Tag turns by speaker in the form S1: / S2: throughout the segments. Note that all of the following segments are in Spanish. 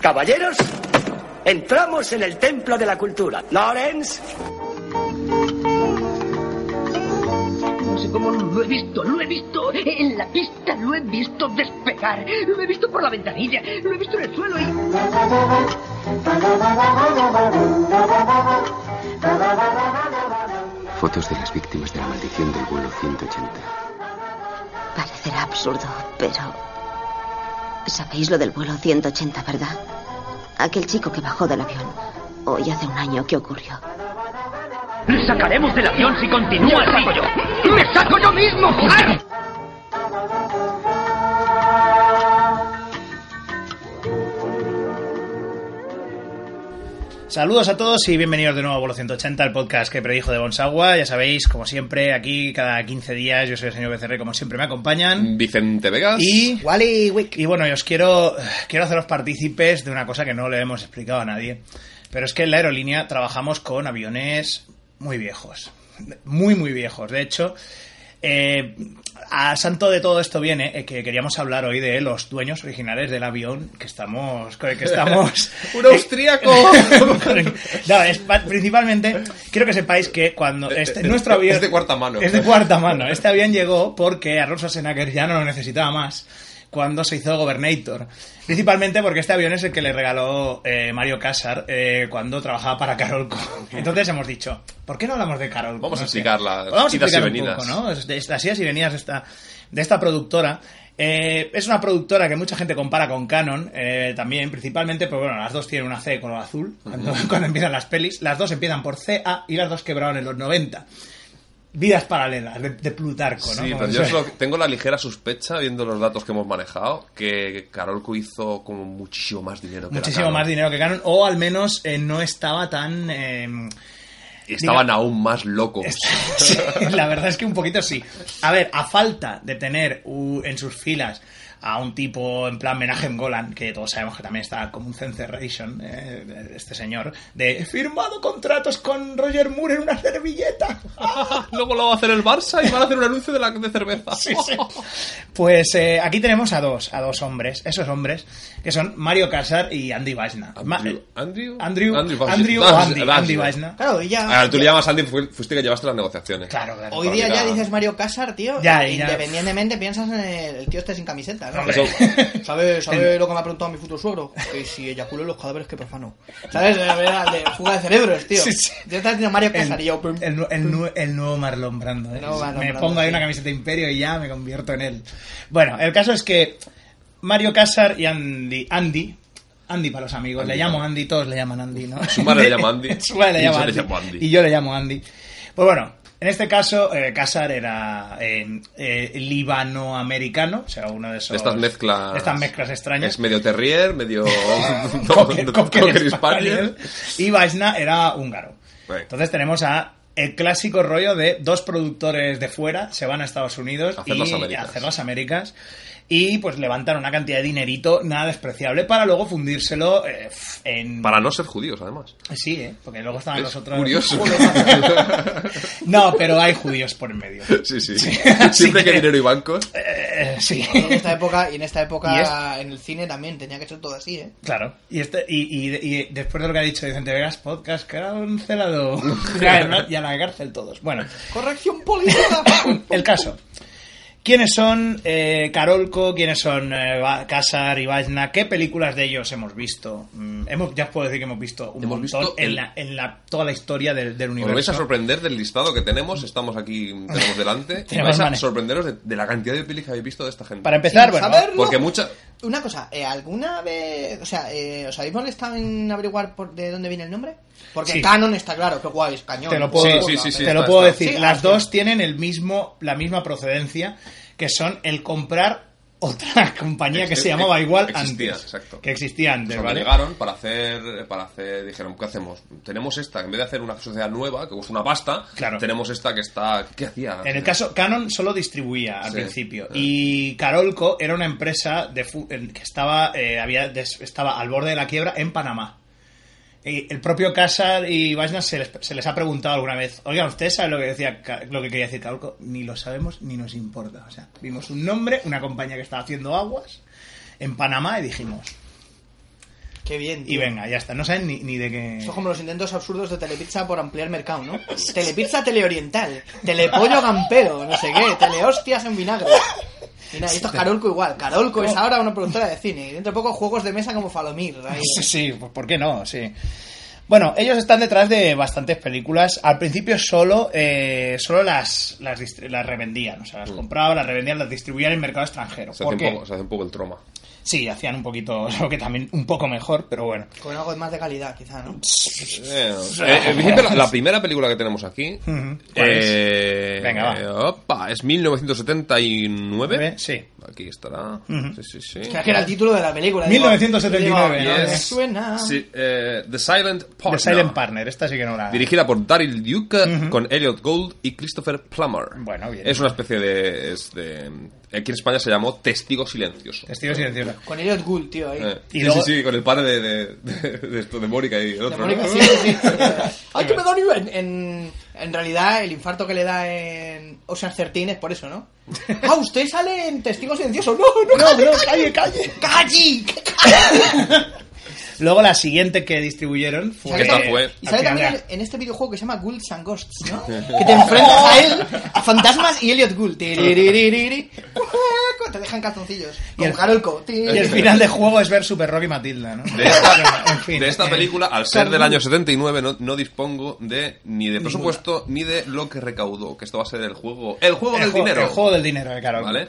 S1: Caballeros, entramos en el templo de la cultura. Lawrence.
S2: No sé cómo lo he visto, lo he visto en la pista, lo he visto despegar, lo he visto por la ventanilla, lo he visto en el suelo y...
S3: Fotos de las víctimas de la maldición del vuelo 180.
S4: Parecerá absurdo, pero... Sabéis lo del vuelo 180, ¿verdad? Aquel chico que bajó del avión. Hoy hace un año que ocurrió.
S2: ¡Le sacaremos del avión si continúa! ¡Me saco yo! ¡Me saco yo mismo! ¡Joder!
S5: Saludos a todos y bienvenidos de nuevo a Vuelo 180, el podcast que predijo de Bonsagua. Ya sabéis, como siempre, aquí cada 15 días, yo soy el señor Becerré, como siempre me acompañan.
S6: Vicente Vegas.
S5: Y,
S7: Wally Wick.
S5: y bueno, yo os quiero, quiero haceros partícipes de una cosa que no le hemos explicado a nadie. Pero es que en la aerolínea trabajamos con aviones muy viejos. Muy, muy viejos. De hecho, eh, a santo de todo esto viene eh, que queríamos hablar hoy de los dueños originales del avión que estamos... Que estamos
S6: ¡Un austríaco!
S5: no, es pa- principalmente quiero que sepáis que cuando este, nuestro avión
S6: Eh, es de cuarta mano.
S5: es de cuarta mano. Este avión llegó porque Arnold Schwarzenegger ya no lo necesitaba más cuando se hizo Governator. Principalmente porque este avión es el que le regaló eh, Mario Casar eh, cuando trabajaba para Carolco. Entonces hemos dicho, ¿por qué no hablamos de Carolco?
S6: Vamos a
S5: No sé.
S6: explicar las
S5: Vamos a
S6: idas y
S5: explicar un
S6: venidas.
S5: poco, ¿no? Es de Estas idas y venidas de esta, de esta productora. Eh, es una productora que mucha gente compara con Canon eh, también, principalmente, pero bueno, las dos tienen una C de color azul cuando, cuando empiezan las pelis. Las dos empiezan por CA y las dos quebraron en los 90. Vidas paralelas de, de Plutarco, ¿no?
S6: Sí,
S5: Como
S6: pero
S5: se
S6: yo
S5: suele-
S6: solo- tengo la ligera sospecha, viendo los datos que hemos manejado, que Carolco hizo como muchísimo más dinero. que la
S5: Muchísimo
S6: Canon.
S5: más dinero que Canon, o al menos eh, no estaba tan... eh,
S6: Y Estaban
S5: Diga-
S6: aún más locos.
S5: Sí, la verdad es que un poquito sí. A ver, a falta de tener u- en sus filas a un tipo en plan Menahem Golan, que todos sabemos que también está como un Cencerration, eh, este señor, de "He firmado contratos con Roger Moore en una servilleta.
S6: Luego lo va a hacer el Barça y van a hacer un anuncio de, la, de cerveza.
S5: Sí, sí. Pues eh, aquí tenemos a dos, a dos hombres, esos hombres, que son Mario Casar y Andy Weisner. Ma-
S6: Andrew. Andrew.
S5: Andrew,
S6: Andrew-
S5: Andrew o
S6: Dash-
S5: Andy,
S6: Dash-
S5: Andy Weisner.
S7: Claro, y ya.
S6: Ah, tú le llamas Andy, fu- fuiste que llevaste las negociaciones.
S5: Claro, claro.
S7: Hoy día
S6: Porque
S7: ya
S6: era-
S7: dices Mario Casar, tío.
S5: Ya,
S7: e
S5: y ya.
S7: Independientemente piensas en el, el tío este sin camiseta, ¿no?
S5: Hombre.
S7: ¿Sabe, sabe lo que me ha preguntado mi futuro suegro? Que si eyaculo en los cadáveres que profano. ¿Sabes? De, verdad, de fuga de cerebros, tío.
S5: Sí, sí.
S7: Yo estaba diciendo Mario
S5: El,
S7: Casar y yo... pum,
S5: el nu- el nu- el nuevo Marlon Brando. ¿eh?
S7: El nuevo Marlon
S5: me
S7: Brando,
S5: pongo ahí
S7: sí.
S5: una camiseta imperio y ya me convierto en él. Bueno, el caso es que Mario Casar y Andy, Andy, Andy para los amigos, le llamo Andy, todos le llaman Andy, ¿no?
S6: Su madre le llama Andy.
S5: Su madre le
S6: Y
S5: llama
S6: yo le
S5: Andy,
S6: llamo Andy.
S5: Y yo le llamo Andy. Pues bueno, en este caso, eh, Casar era eh, eh, libanoamericano, o sea, uno de esos...
S6: De estas mezclas.
S5: de estas mezclas extrañas. Ah,
S6: Es medio terrier, medio.
S5: Cocker- Cocker Spaniel.
S6: Cocker Spaniel.
S5: Y Vaisna era húngaro.
S6: Right.
S5: Entonces tenemos a el clásico rollo de dos productores de fuera se van a Estados Unidos
S6: A hacer
S5: y
S6: las Américas.
S5: a hacer las Américas y pues levantan una cantidad de dinerito nada despreciable para luego fundírselo eh, en
S6: Para no ser judíos, además.
S5: sí eh, porque luego estaban
S6: Es
S5: los otros
S6: curioso.
S5: no pero hay judíos por en medio
S6: sí, sí.
S5: Así
S6: Siempre que
S5: que-
S6: hay dinero y bancos.
S5: Eh, sí
S7: En esta época, y en esta
S5: Y
S7: época
S5: es-
S7: en el cine también tenía que ser todo así, ¿eh?
S5: Claro. Y, este, y, y- y después de lo que ha dicho Vicente Vegas, podcast cancelado. Ya, ¿no? y a la cárcel todos. Bueno,
S7: ¡Corrección política!
S5: el caso. ¿Quiénes son eh, Carolco? ¿Quiénes son eh, Ba- Casar y Vajna? ¿Qué películas de ellos hemos visto? Mm, hemos, ya os puedo decir que hemos visto un
S6: Hemos
S5: montón
S6: visto
S5: en,
S6: el-
S5: la, en la- toda la historia del, del
S6: Os vais
S5: universo.
S6: a sorprender del listado que tenemos, estamos aquí, tenemos delante. y
S5: Tenemos
S6: vais a
S5: mane-
S6: sorprenderos de, de la cantidad de pelis que habéis visto de esta gente.
S5: Para empezar,
S7: Sin
S5: bueno,
S7: saberlo.
S6: Porque mucha.
S7: Una cosa, eh, ¿alguna vez... O sea, eh, ¿os habéis molestado en averiguar por, de dónde viene el nombre? Porque
S5: Sí.
S7: Canon está claro, que guay, es cañón.
S5: te lo puedo,
S6: Sí, sí, sí, sí,
S5: te
S6: está,
S5: lo puedo
S6: está.
S5: decir.
S7: Sí,
S5: Las
S7: está.
S5: dos tienen el mismo, la misma procedencia, que son el comprar otra compañía que
S6: Ex-
S5: se llamaba igual
S6: existía,
S5: antes.
S6: exacto.
S5: Que existía antes,
S6: Cuando
S5: ¿vale?
S6: llegaron para hacer, para hacer, dijeron, ¿qué hacemos? Tenemos esta, que en vez de hacer una sociedad nueva, que cuesta una pasta,
S5: Claro.
S6: tenemos esta que está... ¿Qué hacía?
S5: En el caso, Canon solo distribuía al
S6: Sí.
S5: principio.
S6: Ah.
S5: Y Carolco era una empresa de fu- en- que estaba, eh, había des- estaba al borde de la quiebra en Panamá. Y el propio Casar y Vajna se les, se les ha preguntado alguna vez, oigan, ¿ustedes saben lo que, decía, Ca- lo que quería decir Carolco? Ni lo sabemos ni nos importa. O sea, vimos un nombre, una compañía que estaba haciendo aguas en Panamá y dijimos,
S7: Qué bien.
S5: Y
S7: tío.
S5: venga, ya está. No saben ni, ni de qué.
S7: Esto es como los intentos absurdos de Telepizza por ampliar mercado, ¿no? Telepizza teleoriental, telepollo gampero, no sé qué, telehostias en vinagre. Y nada, y esto es Carolco igual. Carolco es ahora una productora de cine. Y dentro de poco juegos de mesa como Falomir. ahí.
S5: Sí, sí, pues, ¿por qué no? Sí. Bueno, ellos están detrás de bastantes películas. Al principio solo, eh, solo las, las, dist- las revendían. O sea, las compraban, las revendían, las distribuían en el mercado extranjero.
S6: Mm. Se hace,
S5: ¿Por
S6: un
S5: qué?
S6: poco, se hace un poco el troma.
S5: Sí, hacían un poquito, lo que también un poco mejor, pero bueno.
S7: Con algo más de calidad, quizá, ¿no?
S6: Eh, eh, en principio, la, la primera película que tenemos aquí.
S5: ¿Cuál
S6: eh,
S5: Venga, va.
S6: eh, opa, es 1979.
S5: ¿Eh? Sí.
S6: Aquí estará. Sí, sí, sí.
S7: Que era el título de la película. digo,
S5: 1979,
S7: digo,
S5: ¿no?
S7: me
S6: Yes.
S7: suena.
S6: Sí, eh, The Silent
S5: The
S6: Partner.
S5: Silent Partner, esta sí que no la...
S6: Dirigida por Daryl Duke con Elliot Gould y Christopher Plummer.
S5: Bueno, bien.
S6: Es una especie de, es de- Aquí en España se llamó Testigo Silencioso.
S5: Testigo silencioso.
S7: Con Elliot Gould, tío, ahí.
S6: Eh,
S5: Y
S6: sí,
S5: luego-
S6: sí, sí, con el padre de, de, de- de esto, de Mónica y el
S7: La
S6: otro. ¿no?
S7: Mónica, sí, sí, sí. Ay, que me da un en, en, en realidad, el infarto que le da en Ocean's 13 es por eso, ¿no? Ah, usted sale en Testigo Silencioso. No, no,
S5: No,
S7: calle,
S5: no,
S7: calle, calle. ¡Calle!
S5: Luego la siguiente que distribuyeron fue...
S6: ¿Qué tal fue?
S7: Y
S5: al
S7: sale
S5: final
S7: también
S5: era-
S7: en este videojuego que se llama Ghouls and Ghosts, ¿no? Que te enfrentas a él, a fantasmas y Elliot Gould. Tiriririri. Te dejan calzoncillos. Y el Harold Co.
S5: Y el final de juego es ver Super Rocky Matilda, ¿no?
S6: De esta,
S5: En fin,
S6: de esta
S5: eh,
S6: película, al ser del año 79, no, no dispongo de ni de presupuesto ni de lo que recaudó, que esto va a ser el juego, el juego
S5: el
S6: del
S5: juego-
S6: dinero.
S5: El juego del dinero, claro.
S6: ¿Vale?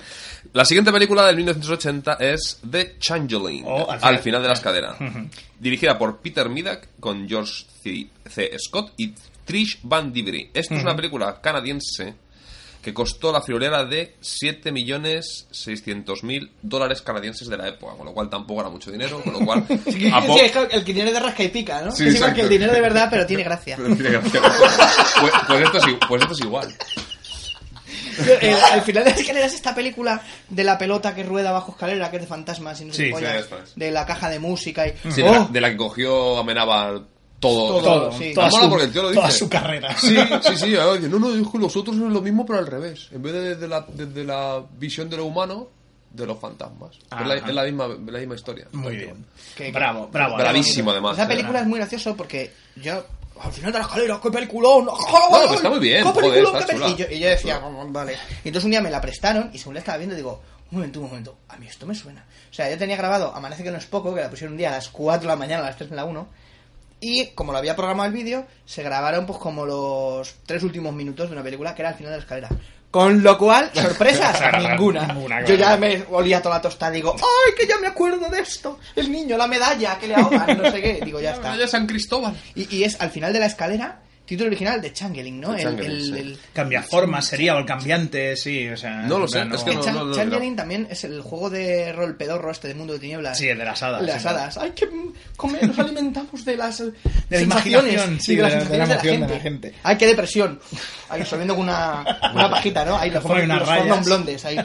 S6: La siguiente película del 1980 es The Changeling,
S5: Oh, al
S6: al,
S5: final.
S6: final. de la escalera, dirigida por Peter Midak con George C. C. Scott y Trish Van Dibri. Esto es una película canadiense que costó la friolera de 7.600.000 dólares canadienses de la época, con lo cual tampoco era mucho dinero, con lo cual... a po-
S7: Sí, es que el que dinero de rasca y pica, ¿no?
S6: Sí,
S7: es igual
S6: exacto.
S7: que el dinero de verdad, pero tiene gracia.
S6: Pero tiene gracia. pues, pues esto es, i- pues esto es igual.
S7: El- eh, al final de las escaleras esta película de la pelota que rueda bajo escalera, que es de fantasmas y no sé
S5: Sí,
S7: qué pollas,
S6: sí, esto es.
S7: de la caja de música y...
S6: Sí, de, la,
S7: ¡Oh!
S6: de la que cogió Amenaba todo.
S5: Todo,
S7: Sí.
S5: toda,
S6: Mola
S5: su,
S6: porque el tío lo
S5: toda
S6: dice.
S5: su carrera.
S6: Sí, sí, sí. ahora dice, No, no, es que los otros es lo mismo, pero al revés. En vez de desde la, desde la visión de lo humano, de los fantasmas. Es la,
S5: Ajá.
S6: es la misma, la misma historia.
S5: Muy bien.
S7: Qué-
S5: bravo, bravo.
S6: Bravísimo, además. eh.
S7: Esa
S6: sí.
S7: película es muy gracioso porque yo... Al final de la escalera, ¡qué peliculón! ¡ah,
S6: No, pero está muy bien,
S7: ¡Qué
S6: joder,
S7: peliculón,
S6: está
S7: qué peli-!
S6: chula.
S7: Y yo, y yo decía, "Mm, vale. Y entonces un día me la prestaron y según la estaba viendo digo, un momento, un momento, a mí esto me suena. O sea, yo tenía grabado Amanece que no es poco, que la pusieron un día a las 4 de la mañana, a las 3 de la 1, Y como lo había programado el vídeo, se grabaron pues como los tres últimos minutos de una película que era al final de la escalera. Con lo cual, sorpresas, ninguna.
S5: Ninguna, claro.
S7: Yo ya me olía toda la tostada digo, ¡ay, que ya me acuerdo de esto! El niño, la medalla, que le ahogan, no sé qué. Digo, ya está.
S6: Medalla San Cristóbal.
S7: Y, y es al final de la escalera, título original de Changeling, ¿no?
S6: De
S7: El-
S6: Changeling,
S7: el-
S6: sí.
S7: el-
S5: Cambia forma sería o el cambiante, sí, o sea.
S6: No lo sé,
S5: en plan,
S6: es que
S5: no-
S6: no-
S7: Chan-
S6: lo he
S7: Changeling
S6: mirado.
S7: también es el juego de rol pedorro este de Mundo de Tinieblas.
S5: Sí, el de las hadas.
S7: Las
S5: sí.
S7: hadas. Ay, que come- nos alimentamos de las eh,
S5: la imaginación,
S7: sensaciones
S5: sí,
S7: y de las
S5: de la- de la
S7: sensaciones de, la
S5: emoción de la
S7: gente.
S5: gente.
S7: Ay, qué depresión. Ahí subiendo con una, una pajita, ¿no? Ahí los,
S5: Como hay
S7: for-
S5: unas
S7: los Forman
S5: rayas.
S7: blondes ahí.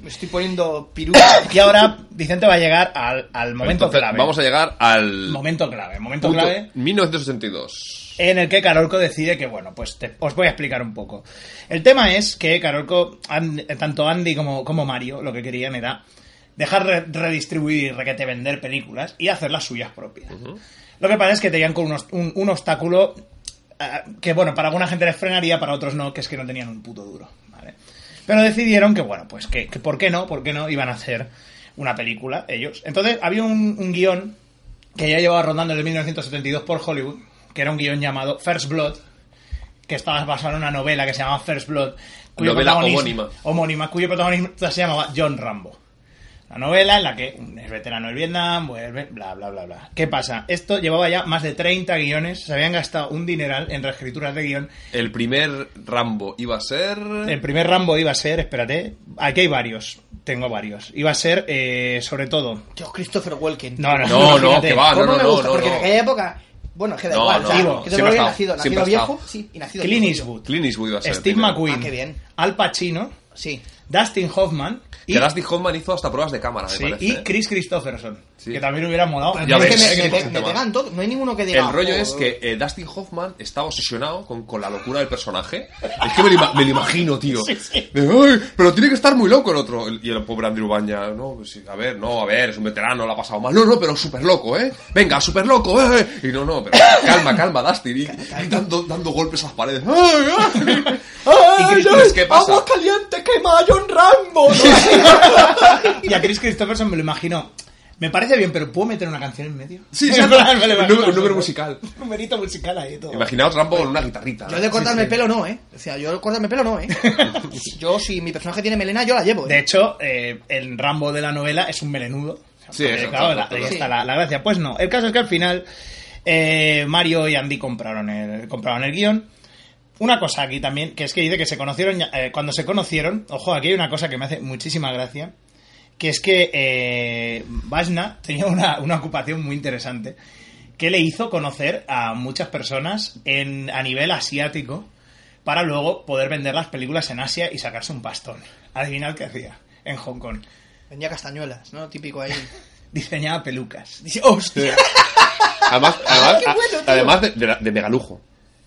S7: Me estoy poniendo piruja.
S5: Y ahora Vicente va a llegar al, al momento
S6: Entonces,
S5: clave.
S6: Vamos a llegar al.
S5: Momento clave, momento
S6: punto
S5: clave
S6: 1982.
S5: en el que Carolco decide que, bueno, pues te- os voy a explicar un poco. El tema es que Carolco, An- tanto Andy como, como Mario, lo que querían era dejar re- redistribuir y requete vender películas y hacer las suyas propias. Lo que pasa es que tenían con unos- un, un obstáculo ah, que, bueno, para alguna gente les frenaría, para otros no, que es que no tenían un puto duro, ¿vale? Pero decidieron que, bueno, pues que, que por qué no, por qué no iban a hacer una película ellos. Entonces había un, un guión que ya llevaba rondando desde 1972 por Hollywood, que era un guión llamado First Blood, que estaba basado en una novela que se llamaba First Blood,
S6: Novela
S5: protagonista-
S6: homónima.
S5: homónima, cuyo protagonista se llamaba John Rambo. La novela en la que un es veterano del Vietnam, vuelve, bla, bla, bla, bla. ¿Qué pasa? Esto llevaba ya más de 30 guiones, se habían gastado un dineral en reescrituras de guión.
S6: El primer Rambo iba a ser.
S5: El primer Rambo iba a ser, espérate, aquí hay varios, tengo varios. Iba a ser, eh, sobre todo...
S7: Dios, Christopher Walken.
S5: No, no,
S6: No, no,
S5: fíjate.
S6: que va, Ah, no,
S7: ¿Cómo
S6: no,
S7: me
S6: no.
S7: gusta?
S6: no,
S7: Porque
S6: no.
S7: en aquella época... Bueno, queda
S6: No,
S7: igual.
S6: no,
S7: o sea,
S5: no.
S7: que
S6: Siempre
S7: se
S6: ha
S7: me
S6: estado,
S7: nacido, nacido
S6: siempre ha
S7: viejo,
S6: estado.
S7: sí, y nacido
S5: Clint
S7: orgullo.
S5: Eastwood,
S6: Clint Eastwood iba a ser. el
S5: Steve
S6: primero.
S5: McQueen,
S7: Ah, qué bien.
S5: Al Pacino
S7: Sí.
S5: Dustin Hoffman y,
S6: Que Dustin Hoffman hizo hasta pruebas de cámara, me
S5: sí,
S6: parece.
S5: y
S6: ¿eh?
S5: Chris Christopherson.
S6: Sí.
S5: Que también hubiera molado.
S6: Ya
S7: es
S6: ves,
S7: que me-
S6: qué
S7: me,
S6: cosa
S7: me
S6: más.
S7: pegan todo. No hay ninguno que diga.
S6: El rollo
S7: "Oh,
S6: es que eh, Dustin Hoffman está obsesionado con, con la locura del personaje. Es que me lo, ima- me lo imagino, tío. De, "Ay, pero tiene que estar muy loco el otro. El- Y el pobre Andrew Baña, no, pues sí, a ver, no, a ver, es un veterano, lo ha pasado mal. No, no, pero súper loco, ¿eh? Venga, súper loco, ¿eh? Y no, no, pero calma, calma, Dustin. Y, y dando, dando golpes a las paredes. ¡Ay, ay! ¿Y Chris, Chris, qué pasa?
S7: caliente quema a John Rambo! ¿no?
S5: Y a Chris Christopherson me lo imagino. Me parece bien, pero ¿puedo meter una canción en medio?
S6: Sí, sí,
S5: En plan, me lo
S6: un
S5: imagino
S6: número- un número
S5: solo.
S6: musical.
S5: Un numerito musical ahí todo.
S6: Imaginaos Rambo con una guitarrita.
S7: Yo de cortarme el pelo no, ¿eh? O sea, yo de cortarme el pelo no, ¿eh? Yo, si mi personaje tiene melena, yo la llevo,
S5: De
S7: ¿eh?
S5: hecho, eh, el Rambo de la novela es un melenudo.
S6: Sí,
S5: Porque,
S6: eso,
S5: claro,
S6: claro,
S5: la,
S6: claro.
S5: ahí está
S7: Sí.
S5: la, la gracia. Pues no, el caso es que al final eh, Mario y Andy compraron el, compraron el guión. Una cosa aquí también, que es que dice que se conocieron, ya- eh, cuando se conocieron, ojo, aquí hay una cosa que me hace muchísima gracia, que es que eh, Vasna tenía una, una ocupación muy interesante, que le hizo conocer a muchas personas en, a nivel asiático para luego poder vender las películas en Asia y sacarse un pastón. Adivinad qué hacía en Hong Kong.
S7: Vendía castañuelas, ¿no? Típico ahí.
S5: Diseñaba pelucas
S7: Dice, ¡hostia!
S6: Además, además,
S7: Qué bueno, tío.
S6: además de, de, la- de megalujo.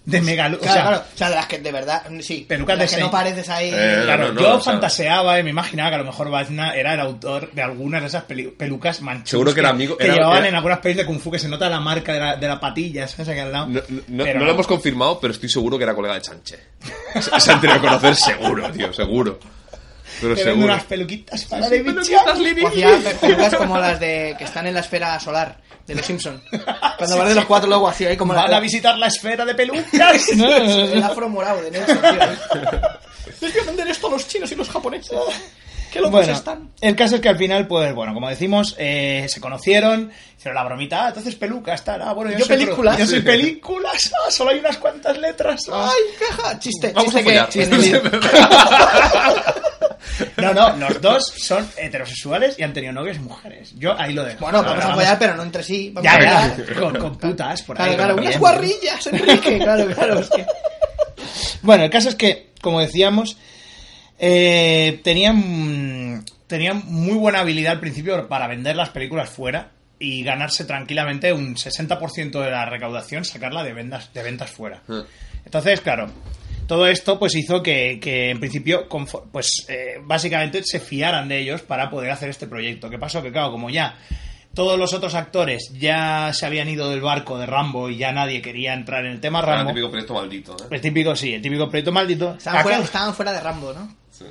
S5: de megalu... o
S7: Claro,
S5: sea,
S7: claro. O sea, de las que de verdad, sí.
S5: Pelucas
S7: de las
S5: de
S7: que
S5: seis.
S7: no pareces ahí.
S6: Eh,
S5: Claro,
S6: No, no,
S5: yo
S6: no, o sea-
S5: fantaseaba y me imaginaba que a lo mejor Vazna era el autor de algunas de esas peli- pelucas manchus
S6: Seguro que era amigo-
S5: que
S6: era-
S5: llevaban
S6: era-
S5: en algunas pelis de Kung Fu que se nota la marca de la, de la patilla, ¿sabes? Aquí al lado.
S6: No, no-
S5: Pero
S6: no lo hemos confirmado, pero estoy seguro que era colega de Chanche. Se, se han tenido que conocer seguro, tío, seguro. Pero
S5: Te vendo
S6: seguro.
S5: unas peluquitas para de bicho.
S7: O hacía pe- pelucas como las de que están en la esfera solar de los Simpson. Cuando van de los cuatro luego así, ahí como la,
S5: Van a visitar la esfera de pelucas.
S7: el afro morado de Nelson, tío. ahí. Hay que vender esto a los chinos y los japoneses. Qué locos
S5: Bueno,
S7: están.
S5: el caso es que al final, pues bueno, como decimos, eh, se conocieron, hicieron la bromita, ah, entonces pelucas, tal, ah, bueno, yo,
S7: Yo
S5: soy
S7: películas.
S5: pro- Yo soy películas, ah, solo hay unas cuantas letras. ah.
S7: Ay, caja, chiste,
S6: Vamos a follar.
S7: chiste que en el-
S5: No, no, los dos son heterosexuales y han tenido novios y mujeres. Yo ahí lo dejo.
S7: Bueno, vamos a
S5: apoyar
S7: follar, pero no entre sí. Vamos
S5: Ya,
S7: a
S5: ya,
S7: follar.
S5: con, con putas por ahí.
S7: Claro, claro,
S5: también.
S7: unas guarrillas, Enrique. Claro, claro. es que-
S5: Bueno, el caso es que, como decíamos, eh, tenían, tenían muy buena habilidad al principio para vender las películas fuera y ganarse tranquilamente un 60% de la recaudación, sacarla de ventas, de ventas fuera.
S6: Eh.
S5: Entonces, claro, todo esto pues hizo que, que, en principio, confo- pues eh, básicamente se fiaran de ellos para poder hacer este proyecto. ¿Qué pasó? Que claro, como ya todos los otros actores ya se habían ido del barco de Rambo y ya nadie quería entrar en el tema
S6: Era el
S5: Rambo. Pues
S6: típico proyecto maldito, ¿eh?
S5: El típico, sí, el típico proyecto maldito.
S7: Estaban fuera,
S5: Aquel,
S7: estaban fuera de Rambo, ¿no?
S6: Sí.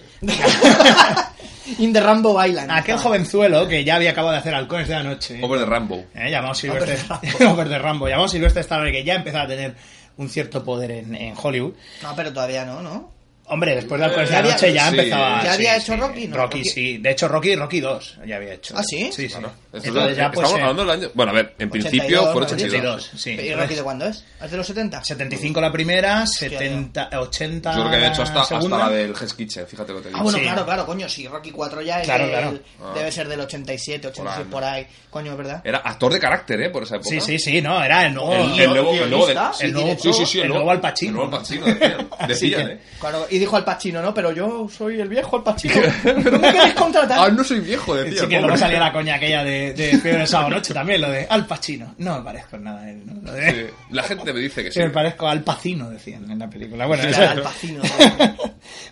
S7: In the Rambo Island. Ah.
S5: aquel
S7: Estaban.
S5: jovenzuelo que ya había acabado de hacer Halcones de la Noche,
S6: Hombre de Rambo.
S5: eh, llamado Silvestre,
S7: Hombre
S5: Hombre de Rambo, llamado Silvestre Stallone, que ya empezaba a tener un cierto poder en, en Hollywood.
S7: No, pero todavía no, ¿no?
S5: Hombre, después de Halcones de
S7: Ya
S5: la
S7: había-
S5: Noche ya
S6: sí,
S5: empezaba...
S7: ya
S5: sí,
S7: había
S5: sí.
S7: hecho Rocky, ¿no?
S5: Rocky,
S7: Rocky.
S5: sí. De hecho, Rocky y Rocky 2 ya había hecho.
S7: ¿Ah, sí?
S5: Sí, sí.
S6: Claro. Esto es-
S5: Entonces ya pues...
S6: estamos
S5: eh,
S6: hablando del año. Bueno, a ver, en
S7: 82,
S6: principio fue
S7: ¿no?
S6: 82.
S5: 82, sí.
S7: ¿Y Rocky de cuándo es? ¿Es de los 70?
S5: 75 la primera, 70, 80
S6: Yo creo que había hecho hasta,
S5: la
S6: hasta
S5: segunda.
S6: la del Hell's Kitchen, fíjate lo que te
S7: Ah,
S6: digo.
S7: bueno,
S5: Sí.
S7: claro, claro, coño, sí, Rocky 4 ya es
S5: Claro,
S7: del-
S5: claro.
S6: Ah.
S7: debe ser del 87, 86
S6: Hola,
S7: por ahí. Coño, es ¿verdad?
S6: Era actor de carácter, ¿eh? Por esa época.
S5: Sí, sí, sí, no, era el nuevo...
S6: El, el nuevo, el nuevo, de-
S7: guionista,
S5: el nuevo-
S6: sí, sí, sí,
S5: el nuevo Al Pacino.
S6: El nuevo Al Pacino, decían.
S5: Así
S6: Decían,
S5: que-
S6: ¿eh?
S7: Claro, y dijo al Pachino, ¿no? Pero yo soy el viejo al Pachino. ¿No me quieres
S6: Ah,
S7: contratar?
S6: no soy viejo, decían.
S5: Sí que luego
S6: pobre.
S5: salía la coña aquella de, de Fiebre del Sábado Noche también, lo de Al Pacino. No me parezco en nada a él, ¿no? Lo de-
S6: Sí, La gente me dice que sí.
S5: que me parezco a Al Pacino, decían en la película. Bueno,
S7: Claro,
S5: eso-
S7: Al Pacino.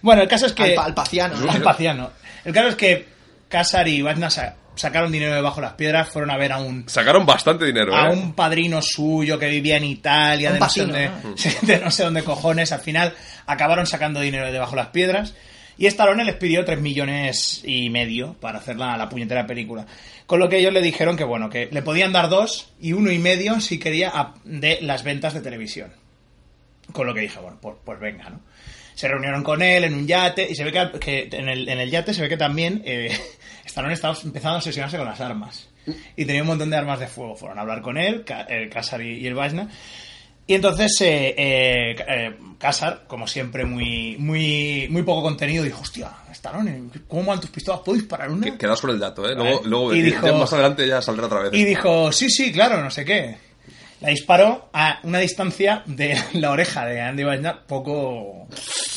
S5: bueno el caso es
S7: Al,
S5: que...
S7: pa- al Paciano.
S6: Yo-
S5: Al Pacino. El caso es que Casar y Wagner sa- sacaron dinero debajo de las piedras, fueron a ver a un...
S6: Sacaron bastante dinero,
S5: A
S6: ¿eh?
S5: un padrino suyo que vivía en Italia,
S7: Un
S5: de no, sé
S7: Pacino,
S5: dónde, de no sé dónde cojones. Al final acabaron sacando dinero de debajo de las piedras. Y Stallone les pidió 3 millones y medio para hacer la, la puñetera película. Con lo que ellos le dijeron que, bueno, que le podían dar dos y uno y medio si quería a- de las ventas de televisión. Con lo que dije, bueno, pues, pues venga, ¿no? Se reunieron con él en un yate y se ve que, al- que en, el, en el yate se ve que también eh, Stallone estaba empezando a obsesionarse con las armas. Y tenía un montón de armas de fuego. Fueron a hablar con él, Ca- el Casar y, y el Vajna. Y entonces eh, eh, eh, Casar, como siempre, muy, muy, muy poco contenido, dijo, hostia, Stallone, ¿cómo van tus pistolas? ¿Puedo disparar una?
S6: Que- Quedaos con el dato, ¿eh?
S5: Vale.
S6: Luego, luego
S5: Ah, Y
S6: ya-
S5: dijo-
S6: ya más adelante ya saldrá otra vez.
S5: Y dijo, sí, sí, claro, no sé qué. La disparó a una distancia de la oreja de Andy Wagner poco,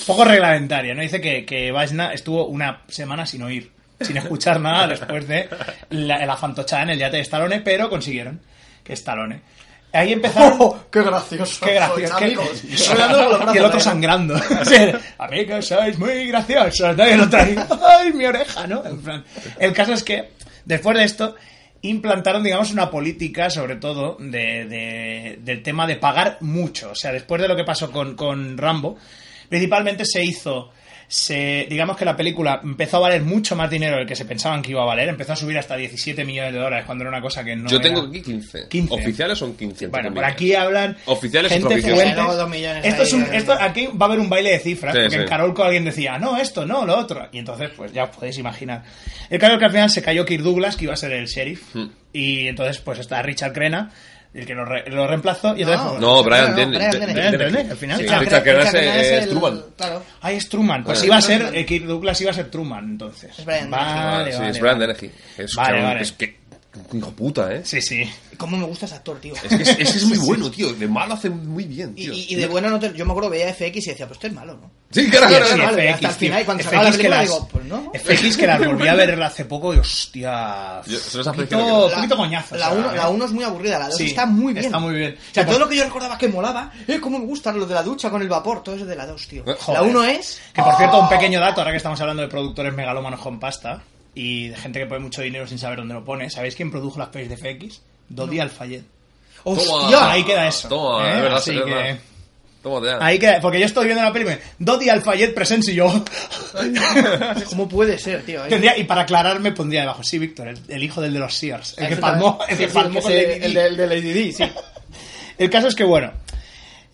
S5: poco reglamentaria, ¿no? Dice que, que Vajna estuvo una semana sin oír, sin escuchar nada después de la, la fantochada en el yate de Stallone, pero consiguieron que Stallone. Ahí empezaron...
S7: ¡Oh!
S8: ¡Qué gracioso!
S5: Qué gracioso.
S8: Sois
S5: qué-
S8: amigos. Soy dando con los brazos,
S5: y el otro
S8: ¿eh?
S5: sangrando. O sea, Amigos, sois muy graciosos. ¿no? Y el otro ahí, ¡ay, mi oreja! ¿no? En plan, El caso es que, después de esto, implantaron, digamos, una política, sobre todo, de, de- del tema de pagar mucho. O sea, después de lo que pasó con, con Rambo, principalmente se hizo... Se, digamos que la película empezó a valer mucho más dinero del que se pensaban que iba a valer. Empezó a subir hasta 17 millones de dólares cuando era una cosa que no
S6: Yo
S5: era-
S6: tengo aquí 15.
S5: 15.
S6: ¿Oficiales son 15? entre
S5: bueno, por
S6: comillas.
S5: aquí hablan
S6: Oficiales y
S5: gente
S6: provisionales.
S5: puente.
S7: Luego dos millones
S5: Esto es
S7: ahí,
S5: un-
S7: eh.
S5: esto- aquí va a haber un baile de cifras,
S6: Sí,
S5: porque
S6: sí.
S5: en Carolco alguien decía, no, esto, no, lo otro. Y entonces, pues ya os podéis imaginar. El caso es que al final se cayó Kirk Douglas, que iba a ser el sheriff,
S6: Hmm.
S5: y entonces pues está Richard Crena, el que lo, re- lo reemplazó, y entonces... pues,
S6: No, Brian
S7: No, no,
S6: Denny.
S7: Brian
S6: De-
S7: Denny.
S6: de-
S5: Brian
S6: de-
S5: Denny,
S6: de-
S5: al final.
S6: Sí,
S5: Claro,
S6: Richard Krenner es,
S7: Richard Krenner
S6: eh,
S7: el-
S6: Truman.
S7: Claro.
S5: Ah, es Truman. Pues
S6: Bueno.
S5: iba a ser, eh, Kirk Douglas iba a ser Truman, entonces.
S7: Es Brian Denny.
S5: vale,
S6: sí,
S5: vale,
S6: es Brian
S5: vale.
S6: Dennehy. Es
S5: Vale,
S6: que,
S5: vale.
S6: Es que... Hijo puta, ¿eh?
S5: Sí, sí.
S7: ¿Cómo me gusta ese actor, tío?
S6: Es que es, es que es muy bueno, tío. De malo hace muy bien,
S7: Y,
S6: tío.
S7: y- y de bueno, no te- yo me acuerdo, veía FX y decía, pues este es malo, ¿no?
S6: Sí, claro, claro,
S5: Sí,
S6: claro.
S7: vale,
S5: FX,
S7: hasta el
S5: tío.
S7: final, y cuando se acaba la
S5: FX que
S7: película,
S5: las-
S7: digo, pues no.
S5: FX que las volví a ver hace poco y hostia.
S6: Yo- son esas
S5: un
S6: películas
S5: poquito,
S6: que-
S5: un poquito coñazo. o
S7: La
S5: sea,
S7: 1
S5: ¿eh?
S7: la uno es muy aburrida, la 2
S5: Sí,
S7: está muy bien.
S5: está muy bien.
S7: O sea,
S5: Pues-
S7: todo lo que yo recordaba que molaba, eh, cómo me gustan los de la ducha con el vapor, todo eso de la 2, tío.
S5: Eh, Joder.
S7: La 1 es... Oh.
S5: Que por cierto, un pequeño dato, ahora que estamos hablando de productores megalómanos con pasta y de gente que pone mucho dinero sin saber dónde lo pone, ¿sabéis quién produjo las pelis de FX? Dodi Alfayet.
S7: ¡Hostia!
S5: ahí queda eso.
S6: Toma,
S5: Eh,
S6: es verdad,
S5: así
S6: es verdad.
S5: que-
S6: Toma, ya.
S5: Ahí queda, porque yo estoy viendo la película, Dodi Alfayet presents y yo.
S7: ¿Cómo puede ser, tío? eh?
S5: Tendría, y para aclararme pondría debajo, sí, Víctor, el, el hijo del de los Sears, el que palmó, el que
S8: Sí,
S5: palmó
S8: que
S5: con
S8: se-
S5: Lady Di.
S8: el, de, el de Lady Di, sí.
S5: El caso es que, bueno,